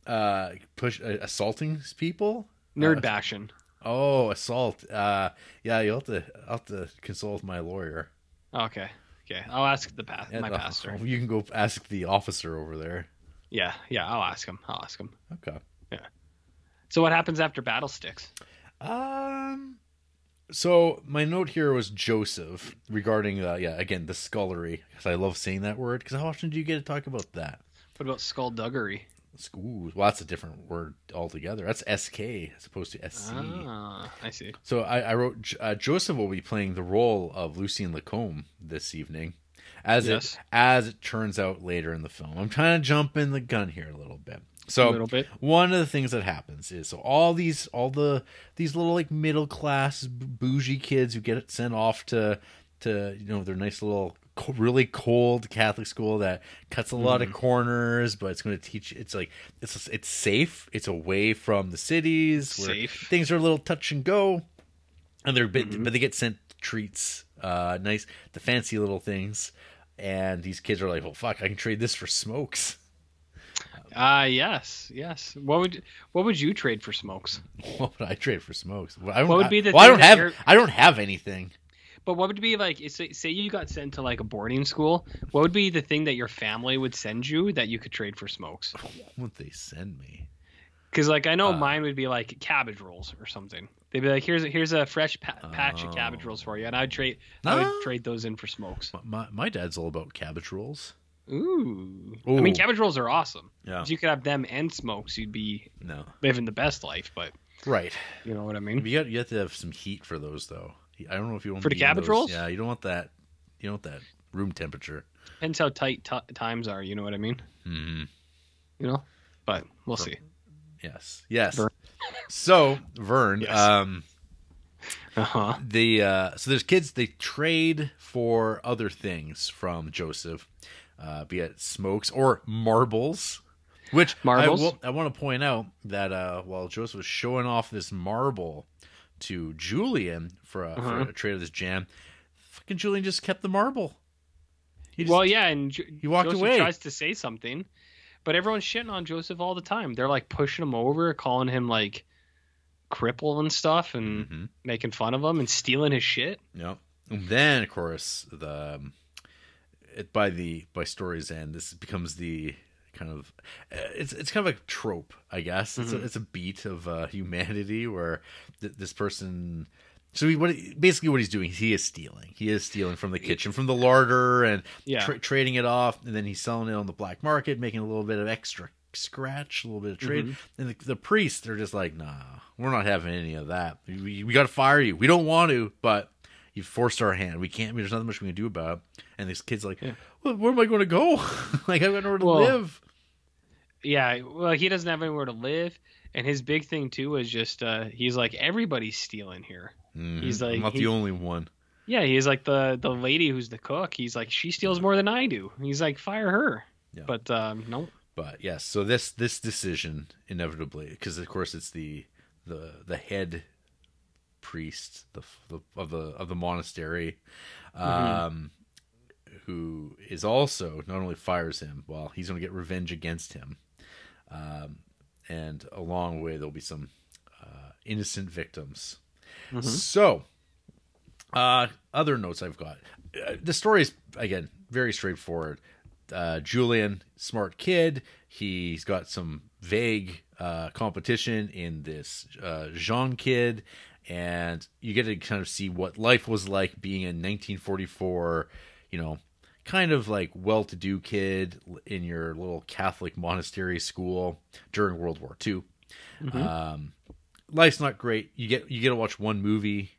S1: Uh, push uh, assaulting people.
S2: Nerd
S1: Uh,
S2: bashing.
S1: Oh, assault. Uh, yeah, you'll have to I'll have to consult my lawyer.
S2: Okay, okay, I'll ask the path my
S1: And, uh,
S2: pastor.
S1: (laughs) You can go ask the officer over there.
S2: Yeah, yeah, I'll ask him. I'll ask him.
S1: Okay.
S2: So what happens after Battle Sticks?
S1: Um. So my note here was Joseph regarding, uh, yeah, again the scullery because I love saying that word because how often do you get to talk about that?
S2: What about skullduggery?
S1: Ooh, well, that's a different word altogether. That's SK as opposed to SC.
S2: Ah, I see.
S1: So I, I wrote J- uh, Joseph will be playing the role of Lucien Lacombe this evening, as
S2: Yes.
S1: it as it turns out later in the film. I'm trying to jump in the gun here a little bit. So
S2: A little bit.
S1: one of the things that happens is so all these all the these little like middle class b- bougie kids who get sent off to to you know their nice little co- really cold Catholic school that cuts a lot
S2: Mm-hmm.
S1: of corners, but it's going to teach. It's like it's it's safe. It's away from the cities. where
S2: Safe. Mm-hmm.
S1: Things are a little touch and go and they're bit, but they get sent treats, uh, nice, the fancy little things, and these kids are like, "Well, fuck, I can trade this for smokes." (laughs)
S2: Ah, yes, yes. What would what would you trade for smokes?
S1: What would I trade for smokes? Well, I don't,
S2: What would
S1: I-
S2: be the
S1: well, I
S2: thing
S1: don't
S2: that
S1: have,
S2: you're-
S1: I don't have anything.
S2: But what would be like? Say, say you got sent to like a boarding school. What would be the thing that your family would send you that you could trade for smokes?
S1: What would they send me?
S2: Because like I know
S1: Uh.
S2: mine would be like cabbage rolls or something. They'd be like, here's here's a fresh pa- patch of cabbage
S1: Oh.
S2: rolls for you, and I'd trade I
S1: Ah.
S2: would trade those in for smokes.
S1: My my dad's all about cabbage rolls.
S2: Ooh. I mean,
S1: Ooh.
S2: cabbage rolls are awesome.
S1: Yeah.
S2: If you could have them and smokes, you'd be
S1: No,
S2: living the best life. But
S1: right?
S2: you know what I mean.
S1: You got you have to have some heat for those though. I don't know if you want
S2: For the
S1: be in
S2: cabbage
S1: those-
S2: rolls?
S1: Yeah, you don't want that. You don't want that room temperature.
S2: Depends how tight ti times are. You know what I mean.
S1: Hmm.
S2: You know. But we'll see.
S1: Yes. Yes.
S2: Vern.
S1: So Vern,
S2: Yes.
S1: um,
S2: Uh huh.
S1: the uh, so there's kids they trade for other things from Joseph, uh, be it smokes or marbles. Which
S2: Marbles?
S1: I, will- I want to point out that uh, while Joseph was showing off this marble to Julian for a, for a trade of this jam, fucking Julian just kept the marble. He just,
S2: Well, yeah, and jo-
S1: He walked
S2: Joseph
S1: away.
S2: Tries to say something, but everyone's shitting on Joseph all the time. They're like pushing him over, calling him like cripple and stuff, and
S1: Mhm.
S2: making fun of him and stealing his shit.
S1: Yeah. And then of course the um, it, by the by story's end, this becomes the kind of uh, it's it's kind of a trope, I guess. It's a, it's a beat of uh, humanity where th- this person. So he, what he- basically what he's doing, he is stealing. He is stealing from the kitchen, from the larder, and
S2: Yeah.
S1: tra- trading it off, and then he's selling it on the black market, making a little bit of extra scratch, a little bit of trade. And the, the priests, they're just like, nah, we're not having any of that. We, we got to fire you. We don't want to, but you forced our hand. We can't. There's nothing much we can do about it. And this kid's like, well, where am I going to go? (laughs) like I've got nowhere to
S2: Well,
S1: live.
S2: Yeah, well, he doesn't have anywhere to live, and his big thing too is just uh, he's like everybody's stealing here. He's like
S1: Mm-hmm. I'm not
S2: he-
S1: the only one.
S2: yeah, he's like the the lady who's the cook. He's like she steals more than I do. He's like fire her.
S1: Yeah.
S2: But um, no,
S1: But yes, so this this decision inevitably, because of course it's the the the head priest the, the of the of the monastery, um, who is also not only fires him, well, he's going to get revenge against him, um, and along the way there'll be some uh, innocent victims. So, uh, other notes I've got. Uh, the story is again very straightforward. Uh, Julian, smart kid. He's got some vague uh, competition in this uh, Jean kid, and you get to kind of see what life was like being in 1944. You know, kind of like well-to-do kid in your little Catholic monastery school during World War II life's not great. You get you get to watch one movie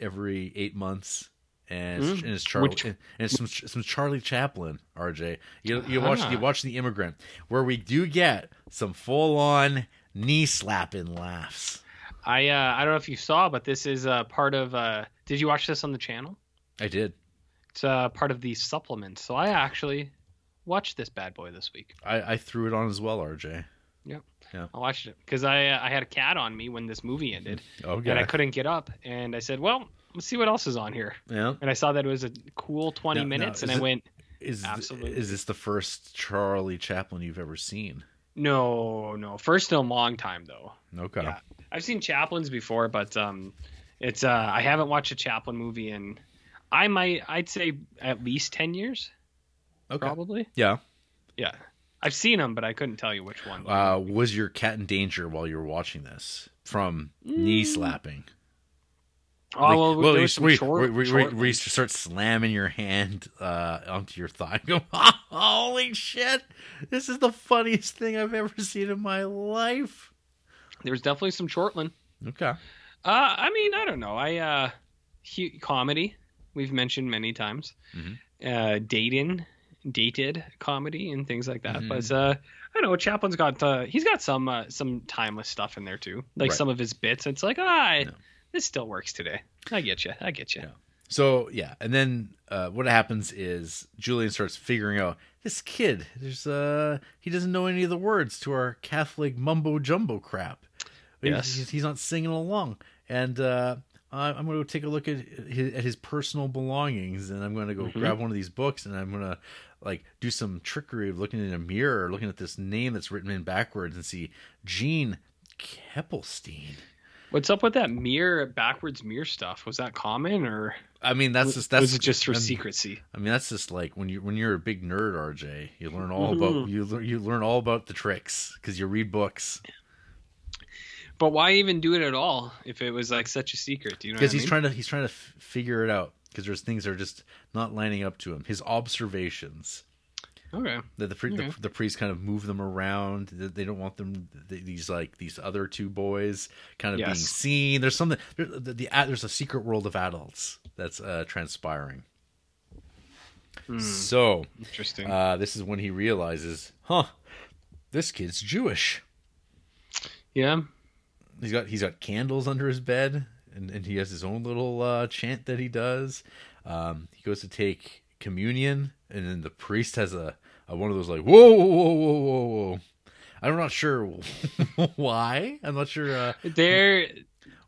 S1: every eight months, and it's, and it's Charlie
S2: Mm. Which-
S1: and it's some some Charlie Chaplin. RJ, you you watch
S2: Ah.
S1: you watch The Immigrant, where we do get some full on knee slapping laughs.
S2: I uh, I don't know if you saw, but this is uh, part of. Uh, did you watch this on the channel?
S1: I did.
S2: It's uh, part of the supplement. So I actually watched this bad boy this week.
S1: I, I threw it on as well, RJ.
S2: Yep.
S1: Yeah.
S2: I watched it because I uh, I had a cat on me when this movie ended,
S1: Okay.
S2: and I couldn't get up. And I said, "Well, let's see what else is on here."
S1: Yeah.
S2: And I saw that it was a cool twenty
S1: Now- now,
S2: minutes, and
S1: is
S2: I
S1: it-
S2: went,
S1: Is th-
S2: Absolutely.
S1: is this the first Charlie Chaplin you've ever seen?
S2: "No, no, first in a long time though."
S1: Okay.
S2: Yeah. I've seen Chaplin's before, but um, it's uh, I haven't watched a Chaplin movie in I might I'd say at least ten years
S1: Okay.
S2: probably.
S1: Yeah.
S2: Yeah, I've seen them, but I couldn't tell you which one.
S1: Uh, was your cat in danger while you were watching this from
S2: Mm.
S1: knee slapping?
S2: oh well, there
S1: you,
S2: was some
S1: where you-
S2: short,
S1: where- where-
S2: short
S1: where you start slamming your hand uh, onto your thigh. Go, (laughs) holy shit! This is the funniest thing I've ever seen in my life.
S2: There was definitely some Shortland.
S1: Okay.
S2: Uh, I mean, I don't know. I uh, hu- comedy we've mentioned many times.
S1: Mhm.
S2: Uh, dating, dated comedy and things like that. But
S1: Mm-hmm.
S2: uh, I don't know. Chaplin's got uh, he's got some uh, some timeless stuff in there too. Like
S1: Right.
S2: some of his bits. It's like ah, this still works today. I get you. I get you.
S1: So yeah, and then uh, what happens is Julian starts figuring out this kid. There's uh, he doesn't know any of the words to our Catholic mumbo jumbo crap. He's-
S2: Yes.
S1: he's, he's not singing along, and uh, I- I'm going to take a look at his, at his personal belongings, and I'm going to go
S2: Mm-hmm.
S1: grab one of these books, and I'm going to like do some trickery of looking in a mirror, looking at this name that's written in backwards, and see Gene Keppelstein.
S2: What's up with that mirror backwards mirror stuff? Was that common or
S1: I mean, that's just that's
S2: was it just for
S1: I'm-
S2: secrecy?
S1: I mean, that's just like when you when you're a big nerd, RJ. You learn all about you lear- you learn all about the tricks because you read books.
S2: But why even do it at all if it was like such a secret? Do you know?
S1: Because
S2: Because
S1: he's trying to he's trying to f- figure it out. Because there's things that are just not lining up to him. His observations
S2: Okay.
S1: that the, pri-
S2: Okay.
S1: the the priests kind of move them around. that They don't want them th- these like these other two boys kind of being
S2: Yes.
S1: seen. There's something there, the, the ad- there's a secret world of adults that's uh, transpiring. So
S2: Interesting.
S1: uh, this is when he realizes, huh, this kid's Jewish.
S2: yeah.
S1: He's got he's got candles under his bed, and, and he has his own little uh, chant that he does. Um, he goes to take communion, and then the priest has a, a one of those like whoa whoa whoa whoa whoa. whoa. I'm not sure (laughs) why. I'm not sure uh,
S2: There,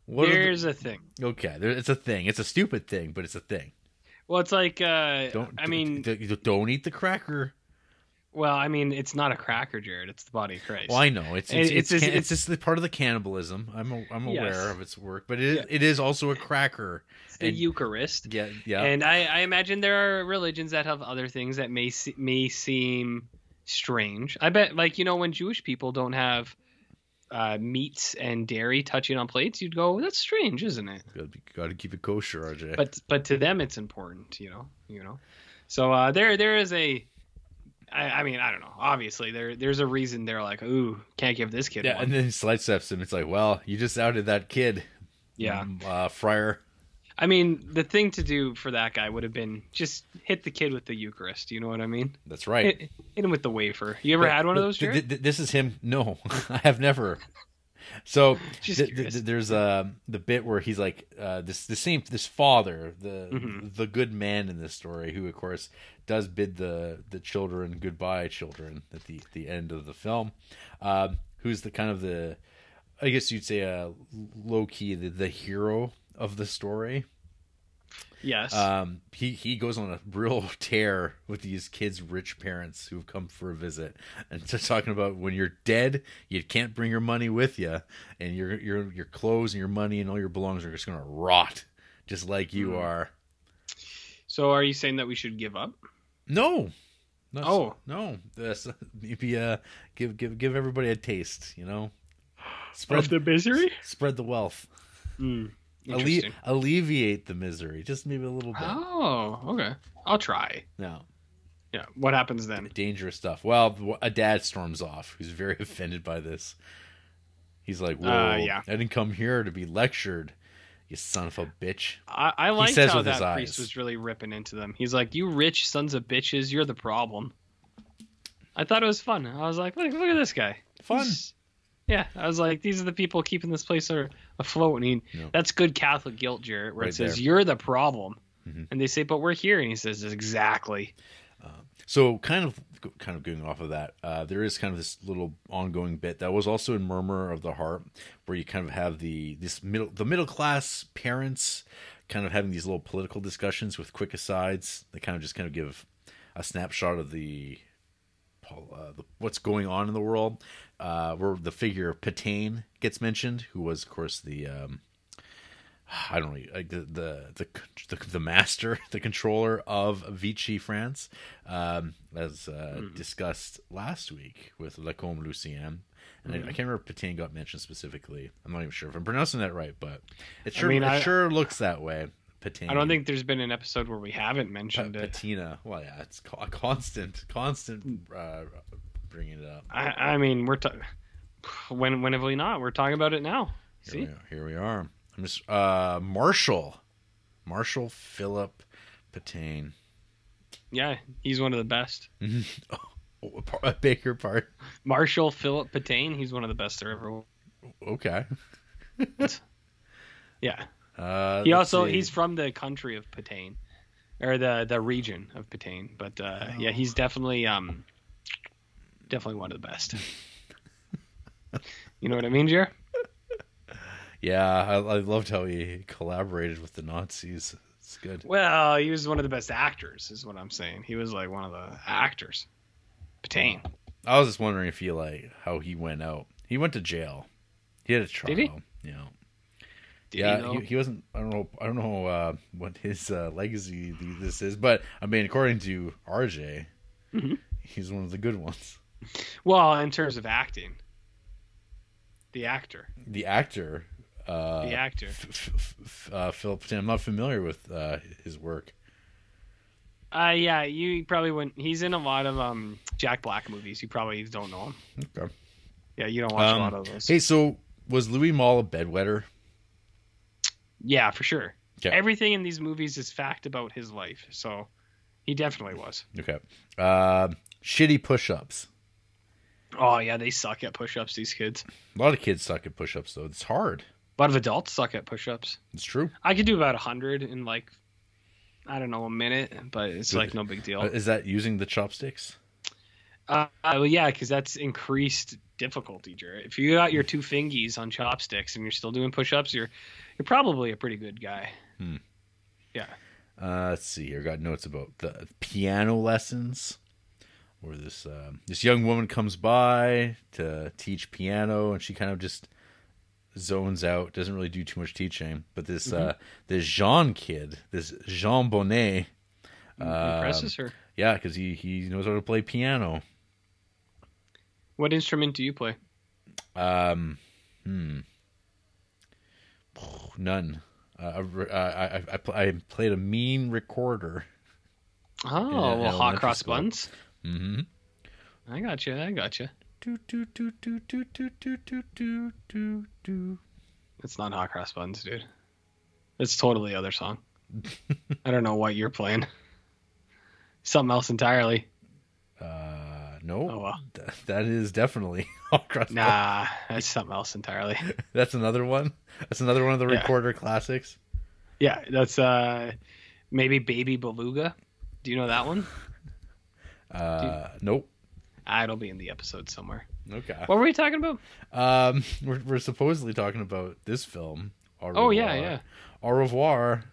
S1: what. are the-
S2: there's a thing.
S1: okay, there, it's a thing. It's a stupid thing, but it's a thing.
S2: Well, it's like uh,
S1: Don't.
S2: I mean,
S1: d- d- don't eat the cracker.
S2: well, I mean, it's not a cracker, Jared. It's the body of Christ.
S1: Well, I know it's
S2: And
S1: it's
S2: it's
S1: it's,
S2: just-
S1: can- it's
S2: it's-
S1: just the part of the cannibalism. I'm a, I'm aware
S2: Yes.
S1: of its work, but it, it is also a cracker.
S2: It's the
S1: and-
S2: Eucharist.
S1: Yeah, yeah.
S2: And I, I imagine there are religions that have other things that may se- may seem strange. I bet, like you know, when Jewish people don't have uh, meats and dairy touching on plates, you'd go, "That's strange, isn't it?"
S1: Gotta, be- gotta keep it kosher, RJ. (laughs)
S2: but but to them it's important you know you know so uh there there is a I, I mean i don't know obviously there there's a reason they're like ooh can't give this kid
S1: yeah,
S2: one
S1: and then he slide steps him. It's like, well, you just outed that kid.
S2: yeah
S1: um, uh, Friar.
S2: i mean the thing to do for that guy would have been just hit the kid with the eucharist you know what i mean
S1: That's right.
S2: hit, hit him with the wafer you ever had one of those
S1: Th- th-
S2: Jared?
S1: th- this is him. No, (laughs) I have never. So
S2: (laughs) Just
S1: th- th-
S2: curious.
S1: th- there's um the bit where he's like uh, this the same this father the
S2: Mhm.
S1: the good man in this story who of course does bid the the children goodbye children at the the end of the film um, who's the kind of the I guess you'd say uh, low key the, the hero of the story
S2: yes
S1: um, he he goes on a real (laughs) tear with these kids' rich parents who've come for a visit, and so talking about when you're dead, you can't bring your money with you, and your your your clothes and your money and all your belongings are just gonna rot, just like you
S2: Hmm.
S1: are.
S2: so are you saying that we should give up
S1: No, That's-
S2: Oh.
S1: no, that's (laughs) maybe uh give give give everybody a taste, you know, spread
S2: misery
S1: spread the wealth,
S2: mm,
S1: Alle-
S2: interesting
S1: alleviate the misery, just maybe a little bit.
S2: oh okay i'll try
S1: No.
S2: yeah what happens then
S1: dangerous stuff. Well, a dad storms off who's very (laughs) offended by this. He's like, "Whoa,
S2: Uh, yeah.
S1: I didn't come here to be lectured, you son of a bitch."
S2: I, I liked
S1: says
S2: how
S1: with his
S2: that priest
S1: eyes.
S2: was really ripping into them. He's like, "You rich sons of bitches, you're the problem." I thought it was fun. I was like, "Look, look at this guy."
S1: Fun.
S2: He's- yeah, I was like, "These are the people keeping this place a- afloat." And he,
S1: No.
S2: that's good Catholic guilt, Jared, where
S1: Right
S2: it says,
S1: there. Mm-hmm.
S2: "You're the problem." And they say, "But we're here," and he says, "Exactly."
S1: So kind of kind of going off of that, uh, there is kind of this little ongoing bit that was also in Murmur of the Heart, where you kind of have the this middle the middle class parents kind of having these little political discussions with quick asides. They kind of just kind of give a snapshot of the, pol- uh, the what's going on in the world. Uh, where the figure of Patane gets mentioned, who was of course the um, I don't know, like the, the the the the master, (laughs) the controller of Vichy France, um, as uh,
S2: Hmm.
S1: discussed last week with Lacombe Lucien. And
S2: Hmm.
S1: I, I can't remember if Patin got mentioned specifically. I'm not even sure if I'm pronouncing that right, but it
S2: I
S1: sure
S2: mean,
S1: it
S2: I-
S1: sure looks that way. Patin.
S2: I don't think there's been an episode where we haven't mentioned it.
S1: patina. Well, yeah, it's co- a constant, constant uh, bringing it up.
S2: I, I mean, we're talking. When when have we not? We're talking about it now.
S1: Here
S2: See,
S1: we, are, here we are. I'm just uh, Marshall, Marshall Philip Patain.
S2: yeah, he's one of the best.
S1: Oh, a Baker part.
S2: Marshall Philip Patane, he's one of the best there ever. was.
S1: Okay.
S2: Yeah,
S1: Uh,
S2: he
S1: let's
S2: also
S1: see.
S2: he's from the country of Patane, or the the region of Patane. But uh, yeah,
S1: Oh.
S2: he's definitely um definitely one of the best. you know what I mean, Jer?
S1: yeah. I, I loved how he collaborated with the Nazis. It's good.
S2: Well, he was one of the best actors, is what I'm saying. He was like one of the actors. Patane.
S1: I was just wondering if he like how he went out. He went to jail. He had a trial.
S2: Did he?
S1: Yeah.
S2: Did he,
S1: yeah,
S2: though?
S1: he, he wasn't. I don't know. I don't know uh, what his uh, legacy th- this is, but I mean, according to RJ,
S2: Mm-hmm.
S1: he's one of the good ones.
S2: Well, in terms of acting, the actor,
S1: The actor, uh,
S2: the actor.
S1: F- f- f- uh, Philip. Tan. I'm not familiar with uh, his work.
S2: Uh, yeah, you probably wouldn't. He's in a lot of um Jack Black movies. You probably don't know him.
S1: Okay.
S2: Yeah, you don't watch
S1: Um,
S2: a lot of those.
S1: Hey, so was Louis Malle a bedwetter?
S2: Yeah, for sure.
S1: Okay.
S2: Everything in these movies is fact about his life, so he definitely was.
S1: Okay. Uh, shitty push-ups.
S2: Oh yeah, they suck at push-ups. These kids.
S1: A lot of kids suck at push-ups, though. It's hard.
S2: A lot of adults suck at push-ups.
S1: It's true.
S2: I could do about a hundred in like, I don't know, a minute, but it's like no big deal.
S1: Uh, Is that using the chopsticks?
S2: Uh, well, yeah, because that's increased difficulty, Jared. If you got your two fingies on chopsticks and you're still doing push-ups, you're you're probably a pretty good guy. Yeah.
S1: Uh, let's see here. Got notes about the piano lessons. Where this um this young woman comes by to teach piano, and she kind of just zones out, doesn't really do too much teaching. But this
S2: Mm-hmm.
S1: uh, this Jean kid, this Jean Bonnet,
S2: Impresses her.
S1: yeah, because he he knows how to play piano.
S2: What instrument do you play?
S1: Um, hmm. None. Uh, I, re- uh, I, I, pl- I played a mean recorder.
S2: Oh,
S1: in
S2: well, hot
S1: elementary
S2: cross
S1: school.
S2: buns. Mm-hmm. I got you. I got you.
S1: Do, do, do, do, do, do, do, do, do, do, do.
S2: It's not hot cross buns, dude. It's totally
S1: (laughs)
S2: other song. I don't know what you're playing. Something else entirely.
S1: Uh, no,
S2: Oh, well.
S1: Th- that is definitely (laughs) hot cross. buns.
S2: Nah, that's something else entirely.
S1: That's another one. That's another one of the
S2: Yeah.
S1: recorder classics.
S2: Yeah, that's uh maybe Baby Beluga. Do you know that one?
S1: Uh, nope.
S2: Ah, it'll be in the episode somewhere.
S1: Okay.
S2: What were we talking about?
S1: Um, we're, we're supposedly talking about this film. Au
S2: Oh, yeah,
S1: revoir.
S2: yeah.
S1: Au revoir.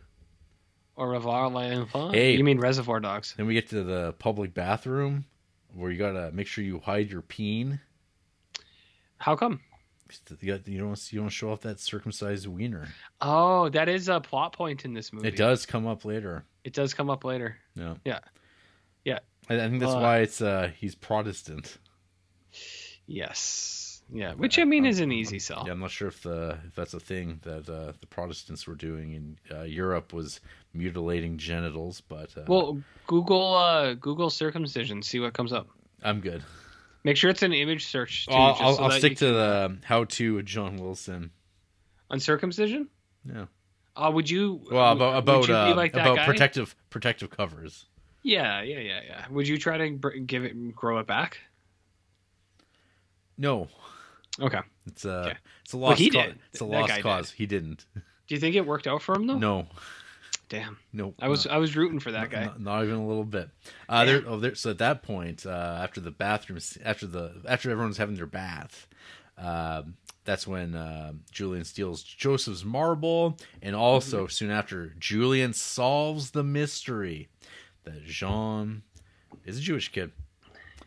S2: Au revoir, l'enfant.
S1: Hey.
S2: You mean Reservoir Dogs?
S1: Then we get to the public bathroom where you gotta make sure you hide your peen.
S2: How come?
S1: You, got, you don't you don't show off that circumcised wiener.
S2: Oh, that is a plot point in this movie.
S1: It does come up later.
S2: It does come up later.
S1: No,
S2: Yeah. Yeah.
S1: I, I think that's
S2: Uh,
S1: why it's uh he's Protestant.
S2: Yes. Yeah. Which I mean is an easy sell.
S1: Yeah, I'm not sure if the if that's a thing that uh, the Protestants were doing in uh, Europe was mutilating genitals, but uh,
S2: Well, Google uh Google circumcision, see what comes up.
S1: I'm good.
S2: Make sure it's an image search. Too,
S1: I'll,
S2: just
S1: I'll,
S2: so
S1: I'll
S2: that
S1: stick
S2: you
S1: to
S2: can- uh,
S1: the um, how to with John Wilson.
S2: on circumcision.
S1: Yeah.
S2: Uh, would you?
S1: Well,
S2: would-
S1: about
S2: would
S1: about
S2: you be
S1: uh,
S2: like that
S1: about
S2: guy?
S1: protective protective covers.
S2: Yeah, yeah, yeah, yeah. Would you try to br- give it, grow it back?
S1: No,
S2: Okay.
S1: It's a
S2: Okay.
S1: it's a
S2: Well,
S1: lost
S2: he
S1: cau-
S2: did.
S1: it's a
S2: That
S1: lost
S2: guy (laughs)
S1: cause. He didn't.
S2: Do you think it worked out for him though?
S1: No.
S2: Damn.
S1: Nope.
S2: I was I was rooting for that
S1: Not-
S2: guy.
S1: Not, not even a little bit. Uh, there, oh, there, so at that point, uh, after the bathroom, s- after the after everyone's having their bath, um that's when uh, Julian steals Joseph's marble, and also soon after, Julian solves the mystery that Jean is a Jewish kid.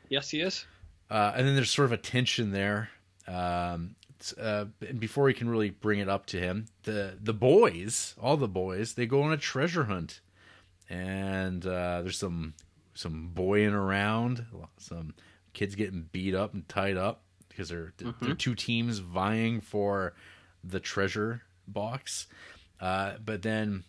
S2: Yes, he is.
S1: Uh, and then there's sort of a tension there. Um, it's, uh, and before he can really bring it up to him, the the boys, all the boys, they go on a treasure hunt, and uh, there's some some boying around, some kids getting beat up and tied up because they're they're two teams vying for the treasure box. Uh, but then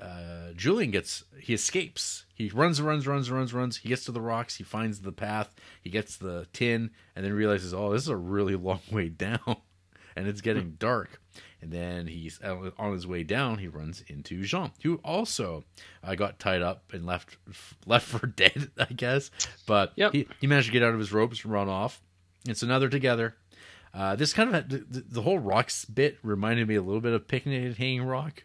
S1: uh, Julian gets he escapes. He runs, runs, runs, runs, runs. He gets to the rocks. He finds the path. He gets the tin, and then realizes, oh, this is a really (laughs) long way down, and it's getting dark. And then he's on on his way down. He runs into Jean, who also uh, got tied up and left (laughs) left for dead, I guess. But
S2: Yep.
S1: he he managed to get out of his ropes and run off. And so now they're together. Uh, this kind of had, the, the- the whole rocks bit reminded me a little bit of Picnic at Hanging Rock.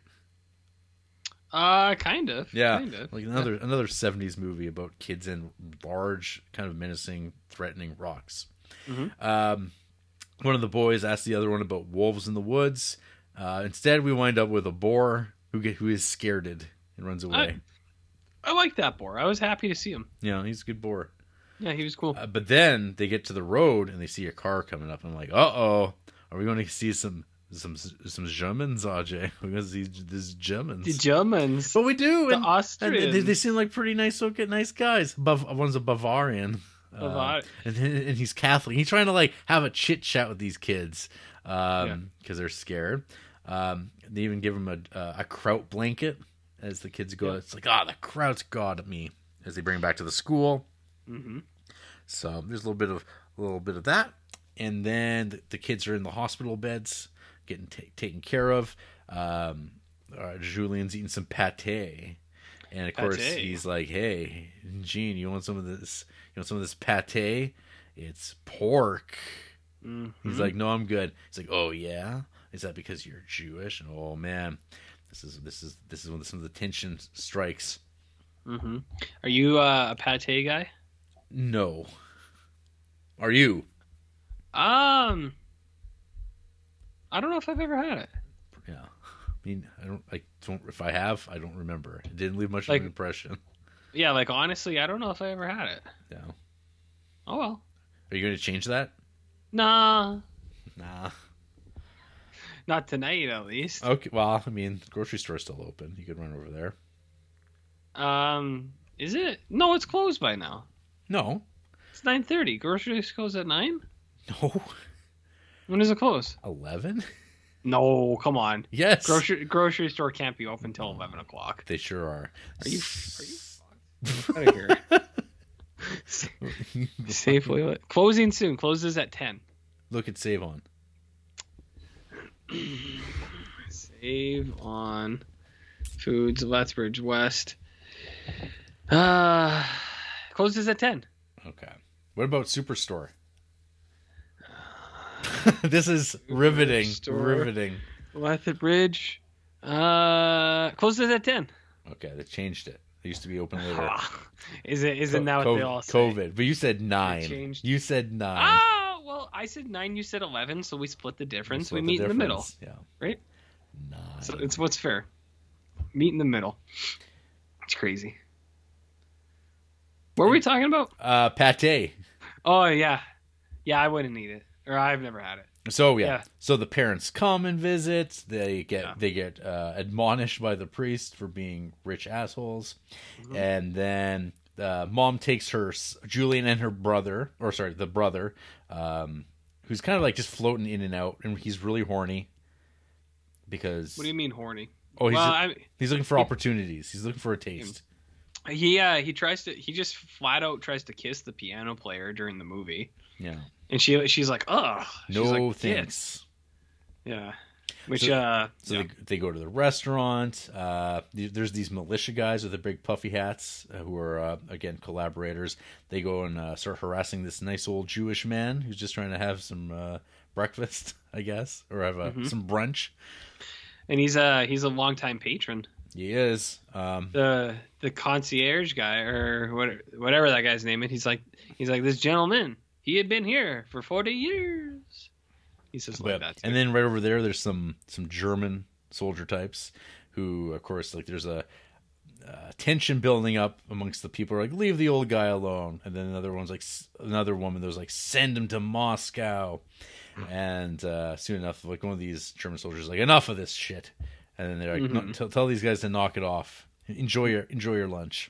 S2: Uh kind of.
S1: Yeah,
S2: Kind of.
S1: like another another '70s movie about kids in large, kind of menacing, threatening rocks. Um, one of the boys asks the other one about wolves in the woods. Uh, instead, we wind up with a boar who get, who is scareded and runs away.
S2: I like that boar. I was happy to see him.
S1: Yeah, he's a good boar.
S2: Yeah, he was cool.
S1: Uh, but then they get to the road and they see a car coming up. I'm like, uh oh, are we going to see some some some Germans, Aj? (laughs) We're going to see these Germans.
S2: the Germans.
S1: But we do. and- and
S2: The
S1: they- they,
S2: Austrians.
S1: they seem like pretty nice, okay, nice guys. Bav- one's a Bavarian. (laughs) uh,
S2: Bavari-
S1: and, and he's Catholic. He's trying to like have a chit chat with these kids because they're scared. Um, they even give him a uh, a kraut blanket as the kids go. It's like, ah, the kraut's got at me as they bring him back to the school.
S2: Mhm.
S1: So there's a little bit of a little bit of that, and then the, the kids are in the hospital beds getting ta taken care of. Um, uh, Julian's eating some pate, and of course
S2: Pâté.
S1: he's like, "Hey, Gene, you want some of this? You want some of this pate? It's pork." He's like, "No, I'm good." He's like, "Oh yeah, is that because you're Jewish?" And oh man, this is this is this is when some of the tension s- strikes.
S2: hmm Are you uh, a pate guy?
S1: No, are you?
S2: Um, I don't know if I've ever had it.
S1: Yeah. I mean, I don't. I don't. If I have, I don't remember. It didn't leave much
S2: Like-
S1: of an impression.
S2: Yeah, like honestly, I don't know if I ever had it.
S1: No.
S2: Oh well.
S1: Are you going to change that?
S2: Nah,
S1: Nah.
S2: not tonight at least.
S1: Okay. Well, I mean, grocery store's still open. You could run over there.
S2: Um, is it? No, it's closed by now.
S1: No.
S2: It's nine thirty. Grocery store closed at nine.
S1: No.
S2: When does it close?
S1: Eleven. (laughs)
S2: No, come on.
S1: Yes.
S2: Grocery grocery store can't be open till
S1: (laughs)
S2: eleven o'clock.
S1: They sure are.
S2: Are you? Are you? Out of (laughs) here. Safely lit. Closing soon. Closes at ten.
S1: Look at save on.
S2: Save on foods Lethbridge West. Uh, closes at 10.
S1: Okay. What about Superstore? (laughs) this is riveting.
S2: Store.
S1: Riveting.
S2: Lethbridge uh, closes
S1: (laughs)
S2: at 10.
S1: Okay, they changed it. It used to be open later.
S2: Ah, is it is it now
S1: Co-
S2: what they all say?
S1: COVID, but you said nine.
S2: changed-
S1: You said nine.
S2: Ah, well, I said 9, you said 11, so we split the difference.
S1: That's
S2: we
S1: what
S2: meet in the middle,
S1: difference- Yeah.
S2: right?
S1: Nine.
S2: So it's what's fair. Meet in the middle. It's crazy. What were we talking about?
S1: Uh, pate.
S2: Oh, yeah. Yeah, I wouldn't eat it. Or I've never had it.
S1: So yeah.
S2: Yeah.
S1: So the parents come and visit. They get
S2: Yeah.
S1: they get uh, admonished by the priest for being rich assholes,
S2: Mm-hmm.
S1: and then uh, mom takes her s- Julian and her brother, or sorry, the brother, um, who's kind of like just floating in and out, and he's really horny because
S2: What do you mean horny?
S1: oh he's
S2: well, I
S1: he's looking for opportunities. He's looking for a taste.
S2: he uh, he tries to he just flat out tries to kiss the piano player during the movie,
S1: Yeah.
S2: and she she's like, ugh, She's
S1: No
S2: like, "Tits."
S1: thanks.
S2: yeah, which
S1: So-
S2: uh,
S1: So
S2: yeah.
S1: they, they go to the restaurant. Uh, th- there's these militia guys with the big puffy hats uh, who are, uh, again, collaborators. They go and uh, start harassing this nice old Jewish man who's just trying to have some uh, (laughs)
S2: Mm-hmm.
S1: breakfast, I guess, or have a, some brunch.
S2: and he's uh he's a longtime patron.
S1: He is. Um,
S2: the the concierge guy or what, whatever that guy's name is. He's like he's like this gentleman. He had been here for forty years. He says
S1: but-
S2: like that. too.
S1: and then right over there, there's some some German soldier types who, of course, like there's a uh, tension building up amongst the people. Like leave the old guy alone. And then another one's like s- another woman. There's like send him to Moscow.
S2: Hmm.
S1: And uh, soon enough, like one of these German soldiers, is like enough of this shit. And then they're like,
S2: Mm-hmm.
S1: no, tell, tell these guys to knock it off. Enjoy your enjoy your lunch.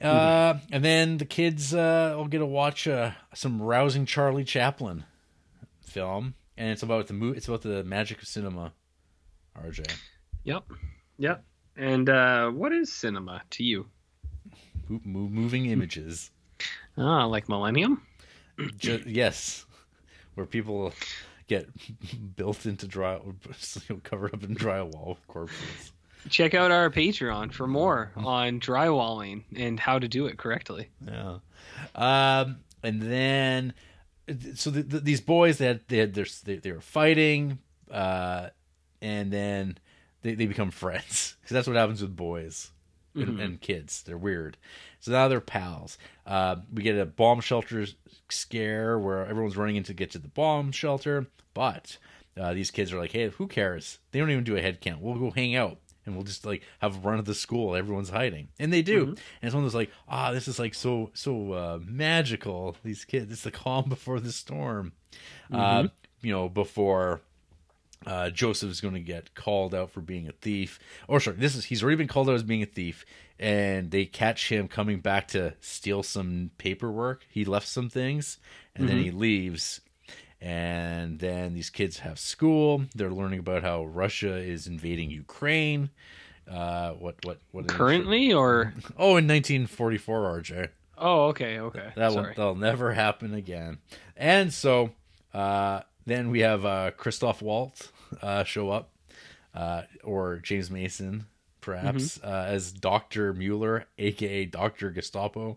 S1: Uh, and then the kids uh, will get to watch uh, some rousing Charlie Chaplin film, and it's about the mo- It's about the magic of cinema. RJ,
S2: Yep. Yep. And uh, what is cinema to you?
S1: Mo- mo- moving images.
S2: Ah, like Millennium.
S1: Ju- yes, where people get built into dry, (laughs) covered up in drywall with corpses.
S2: Check out our Patreon
S1: (laughs)
S2: for more on drywalling and how to do it correctly.
S1: Yeah. Um, and then, so the, the, these boys they had they had their they, they were fighting, uh, and then they, they become friends (laughs) because that's what happens with boys and,
S2: Mhm.
S1: and kids. They're weird, so now they're pals. Uh, we get a bomb shelter scare where everyone's running in to get to the bomb shelter, but. Uh, these kids are like, hey, who cares? They don't even do a head count. We'll go hang out and we'll just like have a run of the school. Everyone's hiding, and they do. And it's one of those like, ah, this is like so so uh, magical. These kids, it's the calm before the storm. Uh, you know, before uh, Joseph is going to get called out for being a thief. Or sorry, this is he's already been called out as being a thief, and they catch him coming back to steal some paperwork. He left some things, and then he leaves. And then these kids have school. They're learning about how Russia is invading Ukraine. Uh, what what what? (laughs)
S2: Currently, or
S1: Oh, in 1944, RJ.
S2: oh, okay, okay.
S1: That will
S2: Sorry.
S1: that'll never happen again. And so uh, then we have uh, Christoph Waltz uh, show up, uh, or James Mason, perhaps, uh, as Doctor Mueller, aka Doctor Gestapo,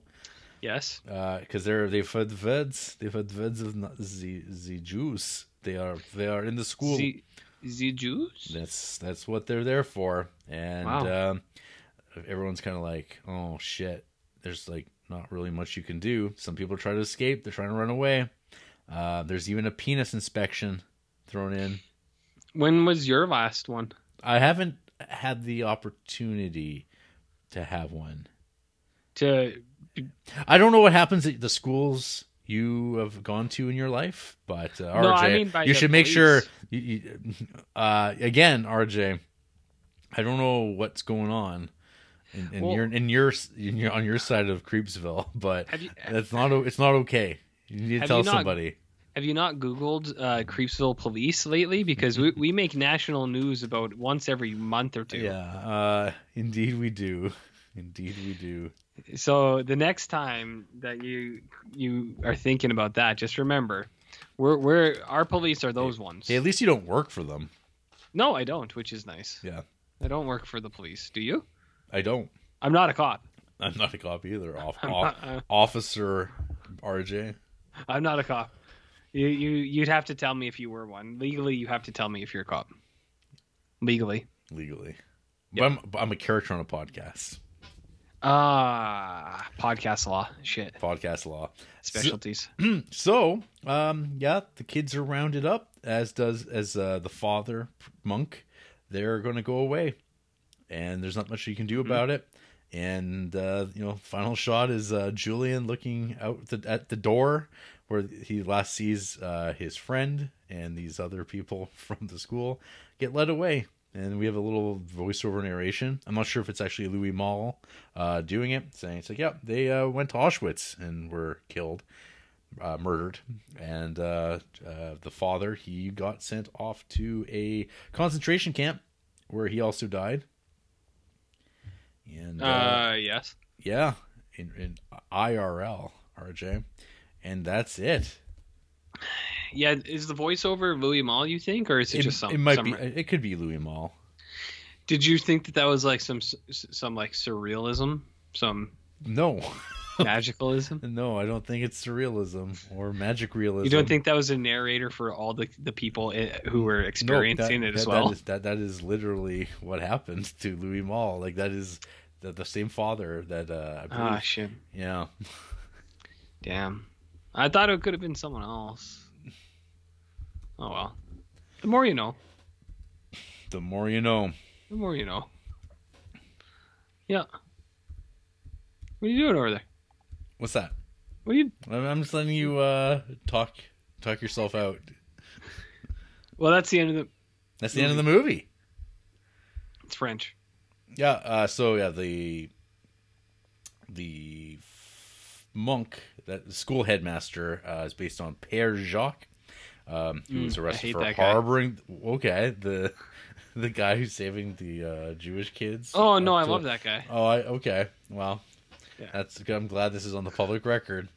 S2: Yes.
S1: because they're they've had veds, they've had veds of na- the the Jews. They are they are in the school.
S2: The, the Jews.
S1: That's that's what they're there for. And
S2: Wow.
S1: um, everyone's kind of like, oh shit. There's like not really much you can do. Some people try to escape. They're trying to run away. Uh, there's even a penis inspection thrown in.
S2: When was your last one?
S1: I haven't had the opportunity to have one.
S2: To
S1: I don't know what happens at the schools you have gone to in your life, but uh, RJ,
S2: No, I mean by
S1: you
S2: the
S1: should make sure.
S2: police.
S1: You, you, uh, again, RJ, I don't know what's going on in, in
S2: Well-
S1: your in your in your on your side of Creepsville, (laughs) but
S2: Have you-
S1: that's not o- it's not okay. You need to
S2: Have
S1: tell
S2: you not-
S1: somebody.
S2: have you not Googled uh, Creepsville police lately? Because we we make national news about once every month or two.
S1: Yeah, uh, indeed we do. (laughs) Indeed we do.
S2: So the next time that you you are thinking about that, just remember, we're we're our police are those ones.
S1: Hey, at least you don't work for them.
S2: No, I don't, which is nice.
S1: Yeah,
S2: I don't work for the police. Do you?
S1: I don't.
S2: I'm not a cop.
S1: I'm not a cop either. Off,
S2: (laughs) I'm
S1: off,
S2: not, uh,
S1: officer RJ.
S2: I'm not a cop. You you you'd have to tell me if you were one. Legally, you have to tell me if you're a cop. Legally.
S1: legally. But I'm but I'm a character on a podcast.
S2: Ah, podcast law. Shit.
S1: Podcast law. (clears throat)
S2: Specialties. Uh,
S1: So, um, yeah, the kids are rounded up, as does as uh, the father monk. They're going to go away, and there's not much you can do about it. And uh, you know, final shot is uh, Julian looking out the, at the door where he last sees uh, his friend and these other people (laughs) from the school get led away. And we have a little voiceover narration. I'm not sure if it's actually Louis Malle uh, doing it, saying it's like, "Yep, they uh, went to Auschwitz and were killed." uh, murdered, and uh, uh, the father he got sent off to a concentration camp where he also died. And uh,
S2: Uh, yes.
S1: yeah, in, in IRL, RJ, and that's it.
S2: Yeah. Is the voiceover Louis Mall? You think, or is it,
S1: It,
S2: just some?
S1: it might
S2: some
S1: be. uh, It could be Louis Mall.
S2: Did you think that that was like some s- some like surrealism? Some
S1: (laughs) No,
S2: Magicalism?
S1: No, I don't think it's surrealism or magic realism.
S2: You don't think that was a narrator for all the, the people i- who were experiencing
S1: that-
S2: it as
S1: that-
S2: well?
S1: That is, that, that is literally what happened (laughs) to Louis Malle. Like that is the, the same father that uh I
S2: Ah,
S1: believe-
S2: shit.
S1: yeah.
S2: Damn. I thought it could have been
S1: (laughs)
S2: someone else. Oh, well. The more you know.
S1: The more you know.
S2: The more you know. Yeah. What are you doing over there?
S1: What's that?
S2: What are you.
S1: I'm, I'm just letting you uh talk talk yourself out.
S2: Well, that's the end of the.
S1: That's the end of the movie.
S2: It's French.
S1: Yeah, uh so yeah, the the f- monk that the school headmaster uh, is based on Père Jacques. Um, who
S2: Mm,
S1: was
S2: I
S1: arrested
S2: hate
S1: for
S2: that guy.
S1: harboring okay, the (laughs) the guy who's saving the uh, Jewish kids.
S2: Oh, no,
S1: up
S2: I
S1: to-
S2: love that guy.
S1: Oh, I, okay. Well,
S2: Yeah.
S1: that's. I'm glad this is on the public record.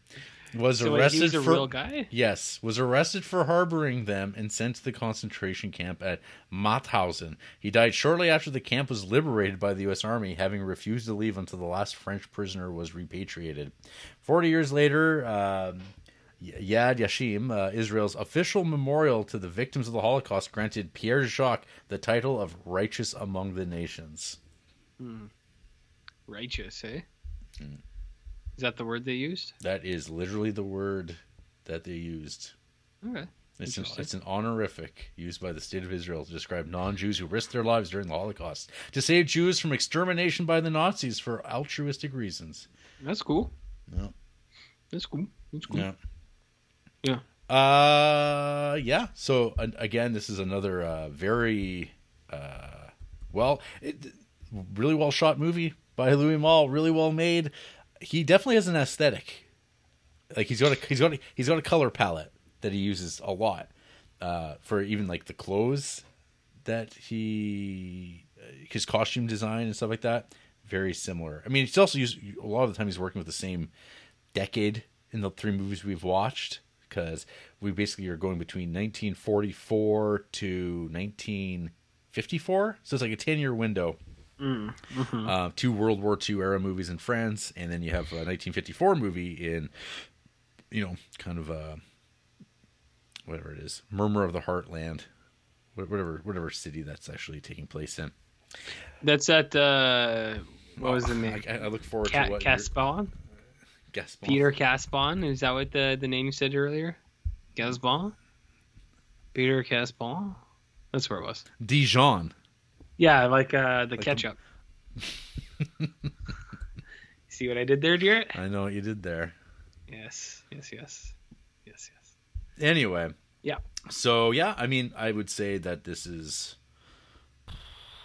S1: Was
S2: So wait,
S1: arrested
S2: he was a
S1: for
S2: real guy?
S1: yes, was arrested for harboring them and sent to the concentration camp at Mauthausen. He died shortly after the camp was liberated by the U.S. Army, having refused to leave until the last French prisoner was repatriated. Forty years later. Um, Yad Yashim, uh, Israel's official memorial to the victims of the Holocaust, granted Pierre Jacques the title of Righteous Among the Nations.
S2: Righteous, eh? Is that the word they used?
S1: That is literally the word that they used.
S2: Okay.
S1: It's an,
S2: Interesting.
S1: it's an honorific used by the state of Israel to describe non Jews who risked their lives during the Holocaust to save Jews from extermination by the Nazis for altruistic reasons.
S2: That's cool.
S1: Yeah.
S2: That's cool. That's cool. Yeah.
S1: Uh, yeah. So, an- again, this is another uh, very uh, well, it, really well shot movie by Louis Malle, really well made. He definitely has an aesthetic. like he's got a he's got a, he's got a color palette that he uses a lot uh, for even like the clothes that he uh, his costume design and stuff like that very similar. I mean, he's also used a lot of the time he's working with the same decade in the three movies we've watched because we basically are going between 1944 to 1954, so it's like a 10 year window uh, two World War II era movies in France, and then you have a 1954 movie in, you know, kind of uh whatever it is, Murmur of the Heartland, wha- whatever whatever city that's actually taking place in.
S2: That's at uh what was the name?
S1: I, I look forward
S2: Cat
S1: to what your-
S2: Caspon?
S1: Gaspon.
S2: Peter Caspon? Is that what the the name you said earlier? Gaspon? Peter Caspon? That's where it was.
S1: Dijon.
S2: Yeah, like uh the
S1: Like
S2: ketchup. (laughs) See what I did there, Jarrett?
S1: I know what you did there.
S2: Yes, yes, yes. Yes, yes.
S1: Anyway,
S2: Yeah.
S1: so yeah, I mean, I would say that this is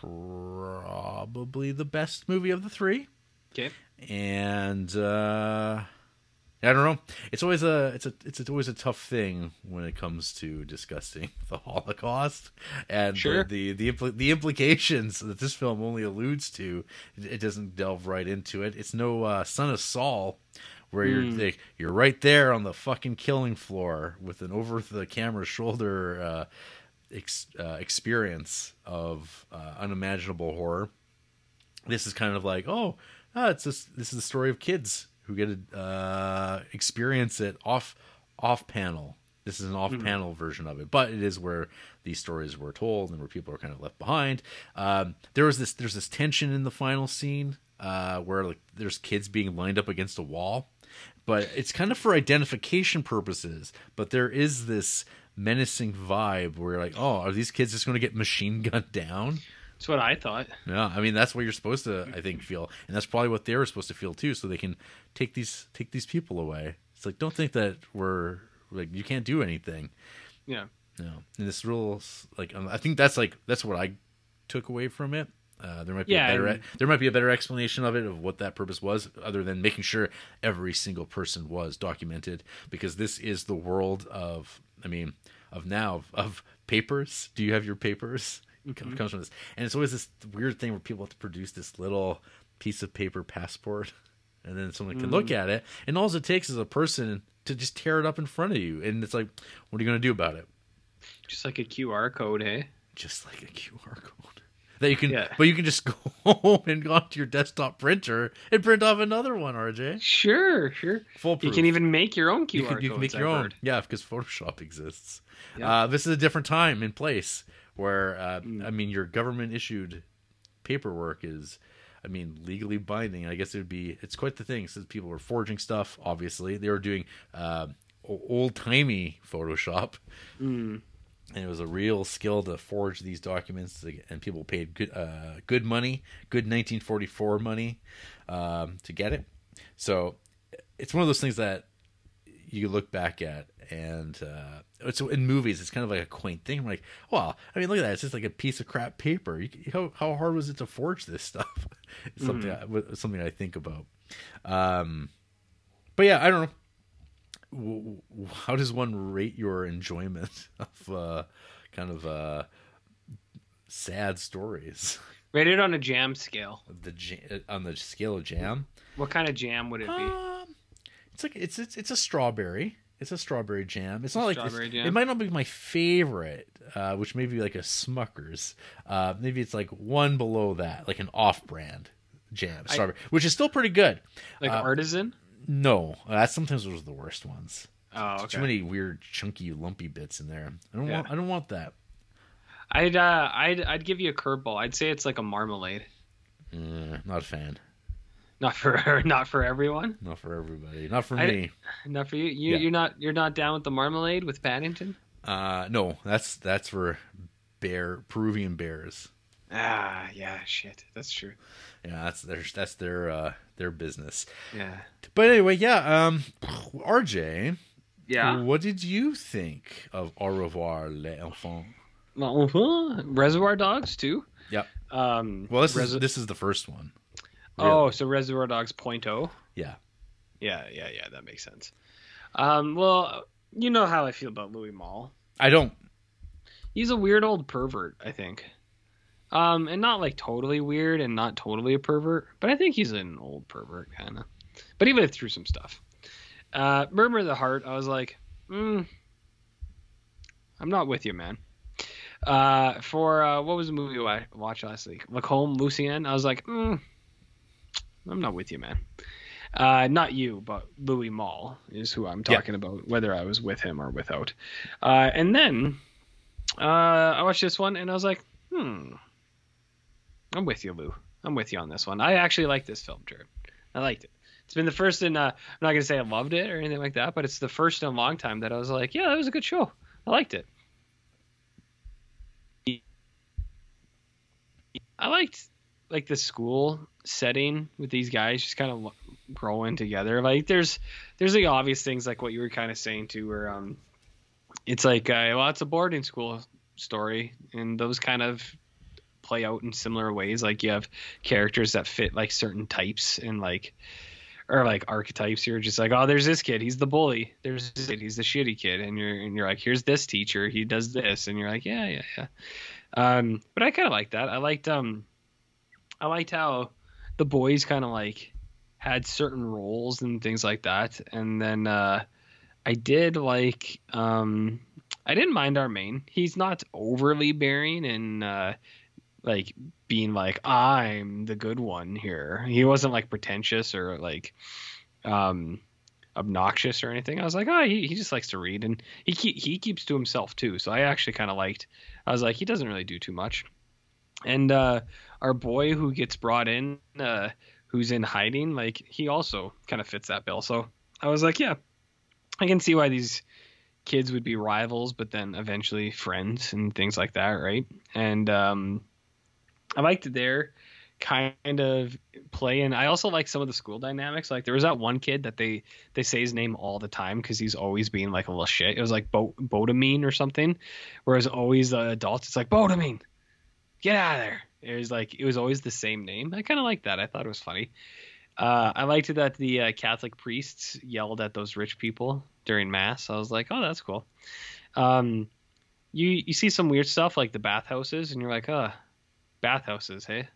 S1: probably the best movie of the three.
S2: Okay.
S1: and uh, I don't know. It's always a it's a it's always a tough thing when it comes to discussing (laughs) the Holocaust and
S2: Sure.
S1: the the the, impl- the implications that this film only alludes to. It doesn't delve right into it. It's no uh, Son of Saul. Where you're like, you're right there on the fucking killing floor with an over the camera shoulder uh, ex- uh, experience of uh, unimaginable horror this is kind of like oh ah, it's just, this is the story of kids who get to uh, experience it off off panel this is an off panel version of it but it is where these stories were told and where people are kind of left behind um, there was this there's this tension in the final scene uh, where like there's kids being lined up against a wall but it's kind of for identification purposes. But there is this menacing vibe where you're like, oh, are these kids just going to get machine gunned down?
S2: That's what I thought.
S1: Yeah, I mean that's what you're supposed to, I think, feel, and that's probably what they were supposed to feel too, so they can take these take these people away. It's like don't think that we're like you can't do anything.
S2: Yeah.
S1: No, and this real like um, I think that's like that's what I took away from it. Uh, there might be
S2: Yeah,
S1: a better
S2: and-
S1: there might be a better explanation of it of what that purpose was, other than making sure every single person was documented, because this is the world of I mean of now of, of papers. Do you have your papers? It
S2: Mm-hmm.
S1: com- comes from this, and it's always this weird thing where people have to produce this little piece of paper passport, (laughs) and then someone can
S2: Mm.
S1: look at it, and all it takes is a person to just tear it up in front of you, and it's like, what are you going to do about it?
S2: Just like a QR code, hey?
S1: just like a QR code. that you can,
S2: Yeah.
S1: but you can just (laughs) go home and go onto your desktop printer and print off another one, RJ.
S2: Sure, sure. You
S1: Foolproof.
S2: can even make your own QR
S1: You can, you can
S2: codes,
S1: make your
S2: I've
S1: own.
S2: heard.
S1: Yeah, because Photoshop exists.
S2: Yeah.
S1: Uh, this is a different time and place where, uh, I mean, your government issued paperwork is, I mean, legally binding. I guess it would be, it's quite the thing since people were forging stuff, obviously. They were doing uh, old timey Photoshop. And it was a real skill to forge these documents, to- and people paid good, uh, good money, good 1944 money, um, to get it. So it's one of those things that you look back at and uh so in movies it's kind of like a quaint thing I'm like well i mean look at that it's just like a piece of crap paper you, how, how hard was it to forge this stuff (laughs) It's something I- was- something i think about um but yeah i don't know W- w- how does one rate your enjoyment (laughs) of uh kind of uh sad stories (laughs)
S2: Rated on a jam scale.
S1: the jam, on the scale of jam
S2: What kind of jam would it be?
S1: Um, it's like it's it's it's a strawberry. It's a strawberry jam. It's not like it's-
S2: Strawberry jam.
S1: it might not be my favorite, uh, which may be like a Smucker's. Uh, maybe it's like one below that, like an off-brand jam strawberry, which is still pretty good.
S2: like
S1: uh,
S2: artisan?
S1: No, uh, sometimes those are the worst ones.
S2: Oh,
S1: Too
S2: okay.
S1: many weird chunky lumpy bits in there. I don't want. I don't want that.
S2: I'd uh, I'd I'd give you a curveball. I'd say it's like a marmalade. (laughs)
S1: Mm, not a fan.
S2: Not for (laughs) not for everyone.
S1: Not for everybody. Not for
S2: I-
S1: me.
S2: Not for you. you
S1: Yeah.
S2: You're not you're not down with the marmalade with Paddington.
S1: Uh, no, that's that's for bear Peruvian bears.
S2: Ah, yeah, shit. That's true.
S1: Yeah, that's their that's their uh, their business.
S2: Yeah.
S1: But anyway, yeah. Um, RJ,
S2: Yeah.
S1: what did you think of Au revoir les enfants?
S2: Well, uh-huh. Reservoir Dogs too.
S1: Yep.
S2: Um.
S1: Well, this
S2: Res-
S1: is this is the first one.
S2: oh, so Reservoir Dogs point oh.
S1: Yeah.
S2: Yeah, yeah, yeah. That makes sense. Um. Well, you know how I feel about Louis Mall.
S1: I don't.
S2: He's a weird old pervert. I think. Um, and not like totally weird and not totally a pervert, but I think he's an old pervert kind of. But he lived through some stuff. Uh, Murmur of the Heart, I was like, mm, I'm not with you, man. Uh, for uh, what was the movie I watched last week? Lacombe, Lucien. I was like, mm, I'm not with you, man. Uh, not you, but Louis Mall is who I'm
S1: Yeah.
S2: talking about, whether I was with him or without. Uh, and then uh, I watched this one and I was like, hmm, I'm with you, Lou. I'm with you on this one. I actually like this film, Jared. I liked it. It's been the first in, uh, I'm not going to say I loved it or anything like that, but it's the first in a long time that I was like, yeah, that was a good show. I liked it. I liked like the school setting with these guys just kind of growing together. Like there's there's the obvious things like what you were kind of saying too, where um, it's like uh, well, it's a boarding school story, and those kind of play out in similar ways. Like you have characters that fit like certain types and like or like archetypes. You're just like, oh, there's this kid, he's the bully. There's this kid, he's the shitty kid, and you're and you're like, here's this teacher, he does this, and you're like, yeah, yeah, yeah. Um, but I kind of like that. I liked um, I liked how the boys kind of like had certain roles and things like that, and then uh, I did like um. I didn't mind our main. He's not overly bearing and uh, like being like I'm the good one here. He wasn't like pretentious or like um obnoxious or anything. I was like, oh, he, he just likes to read and he keep, he keeps to himself too. So I actually kind of liked. I was like, he doesn't really do too much. And uh our boy who gets brought in uh who's in hiding, like he also kind of fits that bill. So I was like, yeah. I can see why these kids would be rivals but then eventually friends and things like that, right? And um I liked their kind of play, and I also like some of the school dynamics. Like there was that one kid that they they say his name all the time because he's always being like a little shit. It was like Bo- Bodamine or something, whereas always the adults it's like Bodamine, get out of there. It was like it was always the same name. I kind of liked that. I thought it was funny. Uh, I liked it that the uh, Catholic priests yelled at those rich people during mass. I was like, oh, that's cool. Um, you you see some weird stuff like the bathhouses, and you're like, uh, bathhouses, hey?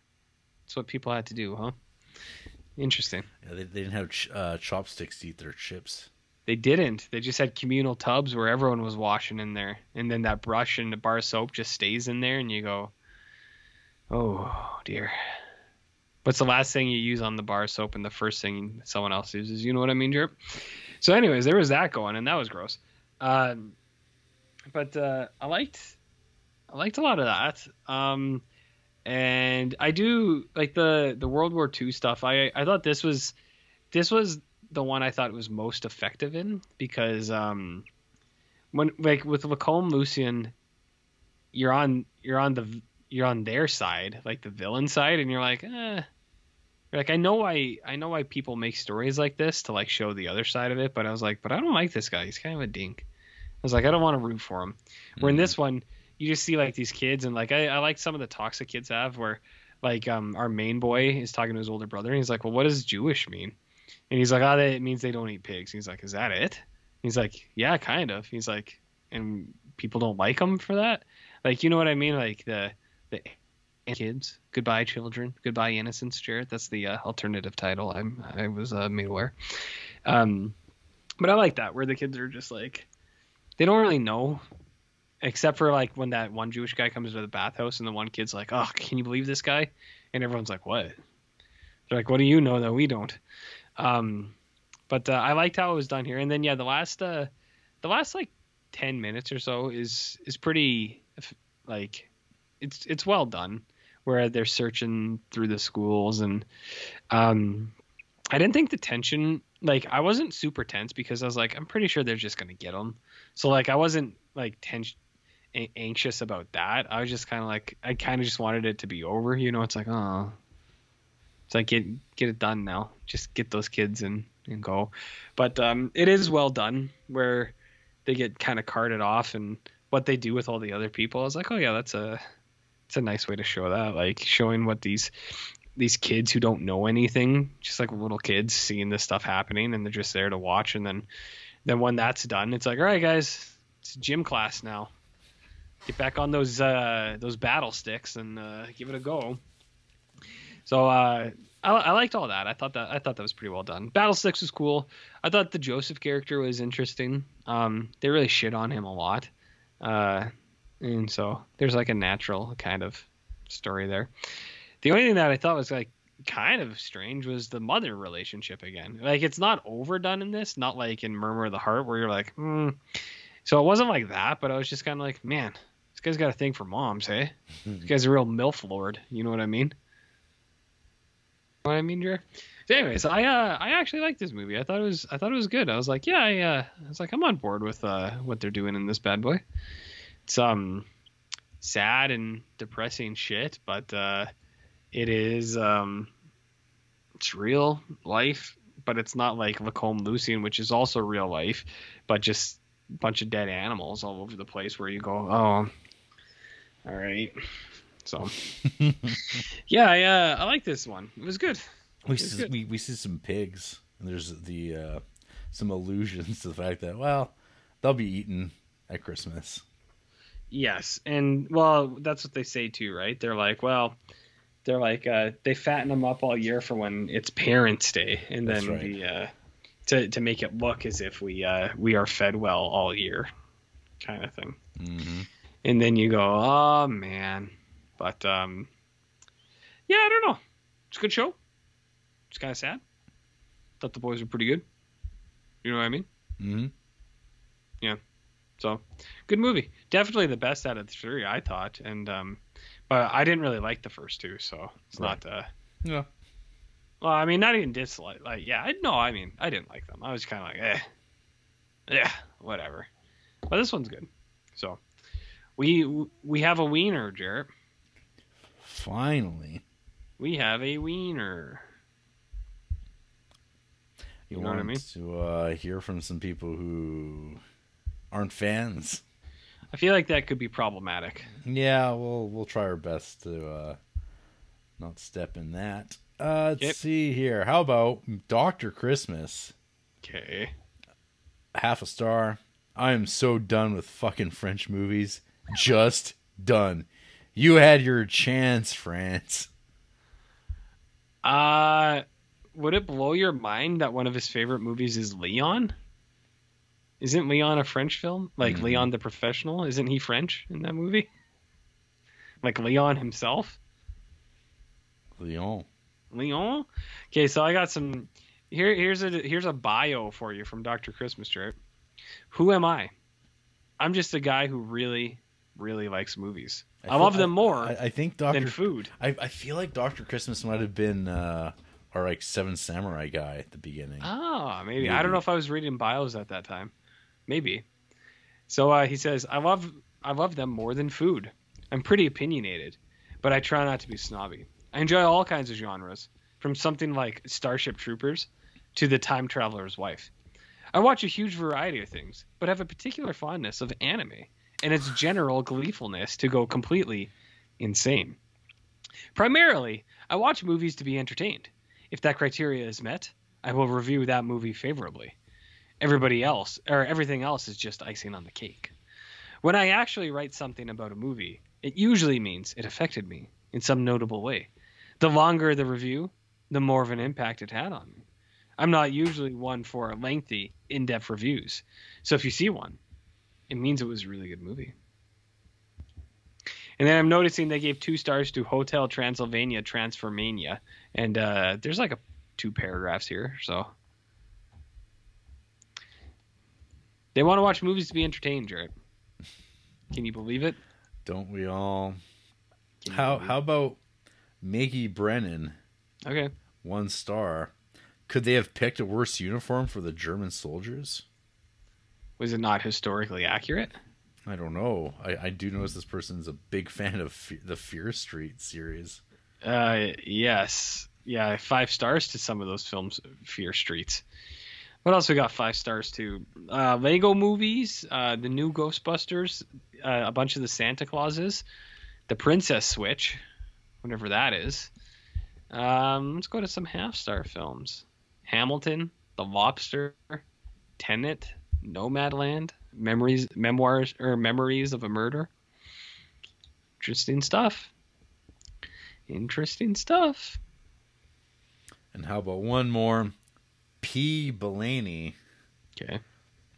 S2: That's what people had to do, huh? Interesting.
S1: Yeah, they, they didn't have ch- uh, chopsticks to eat their chips.
S2: They didn't. They just had communal tubs where everyone was washing in there. And then that brush and the bar soap just stays in there and you go, Oh dear. What's the last thing you use on the bar soap and the first thing someone else uses? You know what I mean, Jerp? So, anyways, there was that going, and that was gross. Um, but uh, I liked, I liked a lot of that. Um, and I do like the the World War II stuff. I I thought this was, this was the one I thought was most effective in because um, when like with Lacombe Lucian, you're on you're on the you're on their side, like the villain side, and you're like, eh. You're like I know why I know why people make stories like this to like show the other side of it, but I was like, but I don't like this guy. He's kind of a dink. I was like, I don't want to root for him. Mm-hmm. Where in this one, you just see like these kids, and like I, I like some of the talks that kids have where. Like um, our main boy is talking to his older brother, and he's like, "Well, what does Jewish mean?" And he's like, oh, they, it means they don't eat pigs. And he's like, is that it? And he's like, yeah, kind of. He's like, and people don't like them for that. Like, you know what I mean? Like the the kids, goodbye children, goodbye innocence, Jared. That's the uh, alternative title. I'm I was uh, made aware. Um, but I like that where the kids are just like, they don't really know. Except for like when that one Jewish guy comes to the bathhouse and the one kid's like, "Oh, can you believe this guy?" And everyone's like, "What?" They're like, "What do you know that we don't?" um but uh, i liked how it was done here and then yeah the last uh the last like 10 minutes or so is is pretty like it's it's well done where they're searching through the schools and um i didn't think the tension like i wasn't super tense because i was like i'm pretty sure they're just gonna get them so like i wasn't like tense anxious about that i was just kind of like i kind of just wanted it to be over you know it's like oh it's like get get it done now. Just get those kids and and go. But um, it is well done where they get kind of carted off and what they do with all the other people. I was like, oh yeah, that's a it's a nice way to show that. Like showing what these these kids who don't know anything, just like little kids seeing this stuff happening and they're just there to watch. And then then when that's done, it's like, all right guys, it's gym class now. Get back on those uh, those battle sticks and uh, give it a go. So uh, I, I, liked all that. I thought that I thought that was pretty well done. Battle Six was cool. I thought the Joseph character was interesting. Um, they really shit on him a lot, uh, and so there's like a natural kind of story there. The only thing that I thought was like kind of strange was the mother relationship again. Like it's not overdone in this, not like in Murmur of the Heart where you're like, hmm. So it wasn't like that, but I was just kind of like, man, this guy's got a thing for moms, hey? this guy's a real milf lord. You know what I mean? what I mean, Jer? So anyways, I uh, I actually liked this movie. I thought it was I thought it was good. I was like, yeah, I, uh, I was like, I'm on board with uh, what they're doing in this bad boy. It's um sad and depressing shit, but uh, it is um it's real life, but it's not like Lacombe Lucian, which is also real life, but just a bunch of dead animals all over the place where you go, oh, all right. So, yeah, I, uh, I like this one. It was good.
S1: It was we see, good. We, we see some pigs, and there's the uh, some allusions (laughs) to the fact that well, they'll be eaten at Christmas.
S2: Yes, and well, that's what they say too, right? They're like, well, they're like uh, they fatten them up all year for when it's Parents' Day, and then right. the uh, to to make it look as if we uh, we are fed well all year, kind of thing. Mm-hmm. And then you go, oh man, but um, yeah, I don't know. It's a good show. It's kind of sad. Thought the boys were pretty good. You know what I mean?
S1: Mm-hmm.
S2: Yeah. So, good movie. Definitely the best out of the three, I thought. And um, but I didn't really like the first two, so it's right. not. Uh,
S1: yeah.
S2: Well, I mean, not even dislike. Like, yeah, I no, I mean, I didn't like them. I was kind of like, eh, yeah, whatever. But this one's good. So, we we have a wiener, Jarrett.
S1: Finally.
S2: We have a wiener.
S1: You, you know want I mean? to uh, hear from some people who aren't fans.
S2: I feel like that could be problematic.
S1: Yeah, we'll we'll try our best to uh, not step in that. Uh, let's yep. see here. How about Doctor Christmas?
S2: Okay.
S1: Half a star. I am so done with fucking French movies. Just done. You had your chance, France.
S2: Uh would it blow your mind that one of his favorite movies is Leon? Isn't Leon a French film? Like mm-hmm. Leon (laughs) the Professional? Isn't he French in that movie? Like Leon himself?
S1: Lyon.
S2: Lyon. Okay, so I got some. Here, here's a here's a bio for you from Doctor Christmas Trip. Who am I? I'm just a guy who really, really likes movies. I,
S1: feel-
S2: love them more.
S1: I, I think Doctor
S2: than food.
S1: I, I feel like Doctor Christmas might have been uh, our like Seven Samurai guy at the beginning.
S2: Ah, maybe. I don't
S1: Maybe.
S2: know if I was reading bios at that time. Maybe. So uh, he says, "I love I love them more than food. I'm pretty opinionated, but I try not to be snobby. I enjoy all kinds of genres, from something like Starship Troopers to The Time Traveler's Wife. I watch a huge variety of things, but have a particular fondness of anime and its general gleefulness to go completely insane. Primarily, I watch movies to be entertained. If that criteria is met, I will review that movie favorably. Everybody else, or everything else, is just icing on the cake. When I actually write something about a movie, it usually means it affected me in some notable way. The longer the review, the more of an impact it had on me. I'm not usually one for lengthy, in depth reviews, so if you see one, it means it was a really good movie. And then I'm noticing they gave two stars to Hotel Transylvania Transformania, and uh, there's like a two paragraphs here, so they want to watch movies to be entertained, Jared. Can you believe it?
S1: Don't we all? How how about Maggie Brennan?
S2: Okay.
S1: One star. Could they have picked a worse uniform for the German soldiers?
S2: Was it not historically accurate?
S1: I don't know. I, I do notice this person's a big fan of Fe- the Fear Street series.
S2: Uh, yes. Yeah, five stars to some of those films. Fear Streets. What else we got? Five stars to uh, Lego movies, uh, the new Ghostbusters, uh, a bunch of the Santa Clauses, the Princess Switch, whatever that is. Um, let's go to some half star films: Hamilton, The Lobster, Tenet, Nomadland, Memories, Memoirs, or Memories of a Murder. Interesting stuff. Interesting stuff.
S1: And how about one more? P. Bellany.
S2: Okay.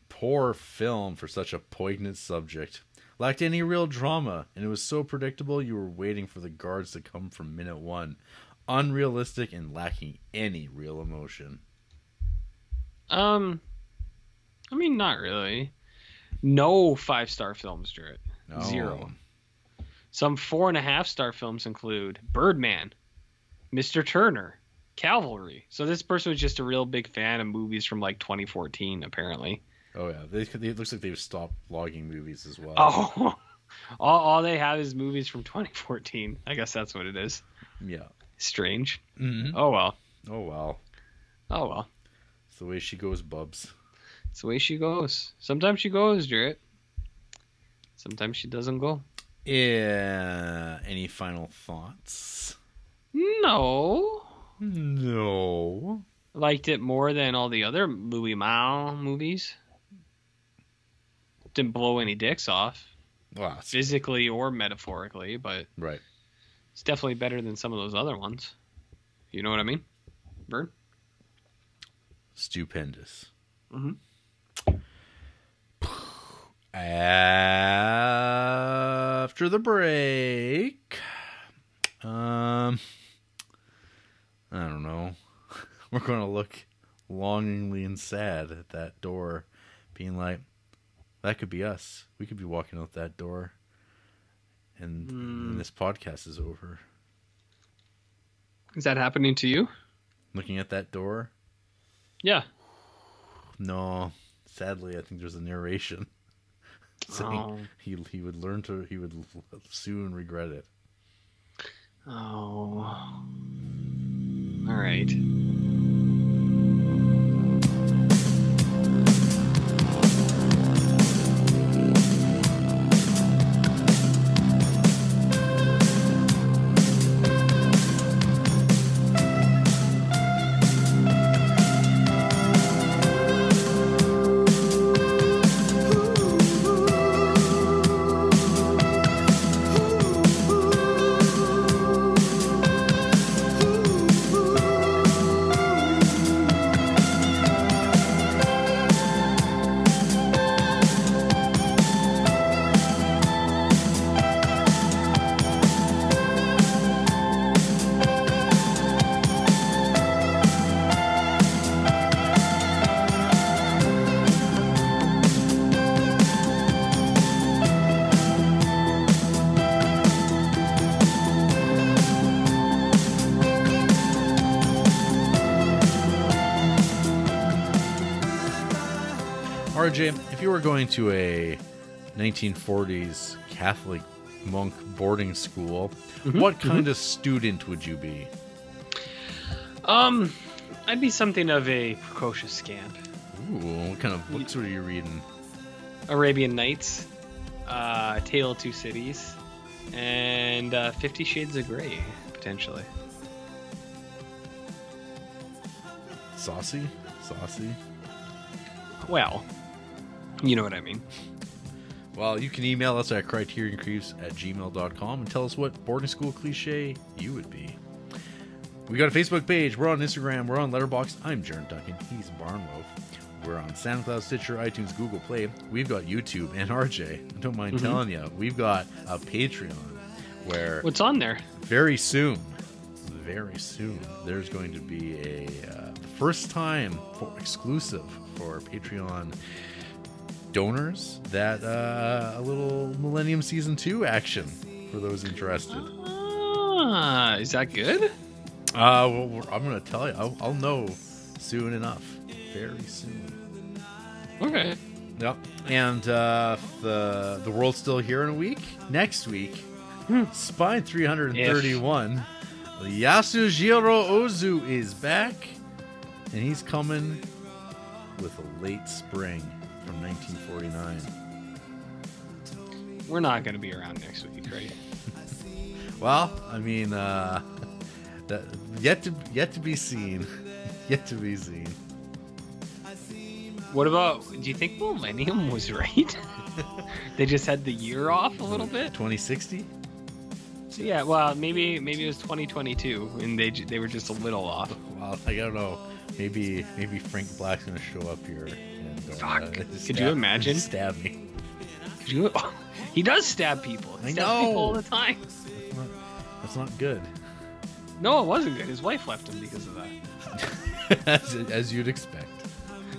S1: Poor film for such a poignant subject. Lacked any real drama, and it was so predictable you were waiting for the guards to come from minute one. Unrealistic and lacking any real emotion.
S2: Um, I mean, not really. No five star films, Jarrett.
S1: No.
S2: Zero. Some four and a half star films include Birdman, Mr. Turner, Cavalry. So this person was just a real big fan of movies from like 2014, apparently.
S1: Oh yeah, they, they, it looks like they've stopped logging movies as well.
S2: Oh, (laughs) all, all they have is movies from 2014. I guess that's what it is.
S1: yeah.
S2: Strange.
S1: Mhm.
S2: Oh well.
S1: Oh well,
S2: Oh well.
S1: it's the way she goes, Bubs.
S2: It's the way she goes. Sometimes she goes, Jarrett. Sometimes she doesn't go.
S1: Yeah. Any final thoughts?
S2: No.
S1: No.
S2: liked it more than all the other Louis Mal movies. Didn't blow any dicks off,
S1: Well, that's-
S2: physically or metaphorically, but
S1: Ah, right.
S2: it's definitely better than some of those other ones. You know what I mean? Vern?
S1: Stupendous.
S2: Mhm.
S1: After the break, um, I don't know. (laughs) We're going to look longingly and sad at that door, being like, that could be us. We could be walking out that door, and, and this podcast is over.
S2: Is that happening to you?
S1: Looking at that door,
S2: Yeah.
S1: No, sadly, I think there's a narration. (laughs) saying
S2: Oh.
S1: he he would learn to he would l- soon regret it.
S2: Oh. All right.
S3: Ooh, ooh, ooh, ooh.
S1: RJ, if you were going to a 1940s Catholic monk boarding school,
S2: Mhm,
S1: what kind of student would you be?
S2: Um, I'd be something of a precocious scamp.
S1: Ooh, what kind of books were you reading?
S2: Arabian Nights, uh, Tale of Two Cities, and uh, Fifty Shades of Grey, potentially.
S1: Saucy? Saucy?
S2: Well, you know what I mean.
S1: Well, you can email us at criterioncreeps at gmail.com and tell us what boarding school cliche you would be. We got a Facebook page. We're on Instagram. We're on Letterboxd. I'm Jern Duncan. He's Barnwolf. We're on SoundCloud, Stitcher, iTunes, Google Play. We've got YouTube and RJ. I don't mind
S2: Mhm.
S1: telling you, we've got a Patreon where
S2: What's on there?
S1: very soon, very soon, there's going to be a uh, first time for exclusive for Patreon donors that uh, a little Millennium Season Two action for those interested.
S2: Ah, is that good?
S1: Uh, well, we're- I'm gonna tell you, I'll, I'll know soon enough, very soon.
S2: Okay.
S1: Yep. And uh, if the the world's still here in a week. Next week, Spine 331. Yasujiro Ozu is back, and he's coming with a late spring from 1949.
S2: We're not gonna be around next week, right?
S1: Well, I mean, uh, (laughs) that, yet to yet to be seen, (laughs) yet to be seen.
S2: What about? Do you think Millennium
S1: (laughs)
S2: was right? they just had the year off a little bit.
S1: 2060.
S2: So yeah, well, maybe maybe it was 2022, and they j- they were just a little off. (laughs)
S1: Well, I don't know. Maybe maybe Frank Black's gonna show up here. And, uh, (laughs)
S2: Fuck. Could you
S1: stab-
S2: imagine?
S1: Stab me.
S2: Could you- he does stab people. He
S1: I
S2: stabs people all
S1: know.
S2: the time.
S1: That's not, that's not good.
S2: No, it wasn't good. His wife left him because of
S1: (laughs)
S2: that.
S1: as, as you'd expect.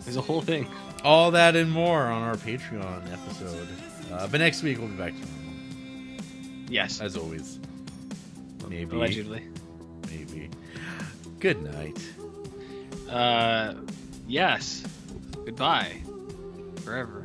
S2: There's a whole thing.
S1: All that and more on our Patreon episode. Uh, but next week we'll be back to normal,
S2: Yes,
S1: as always. Maybe.
S2: allegedly.
S1: Maybe. Good night.
S2: Uh, yes. Goodbye. Forever.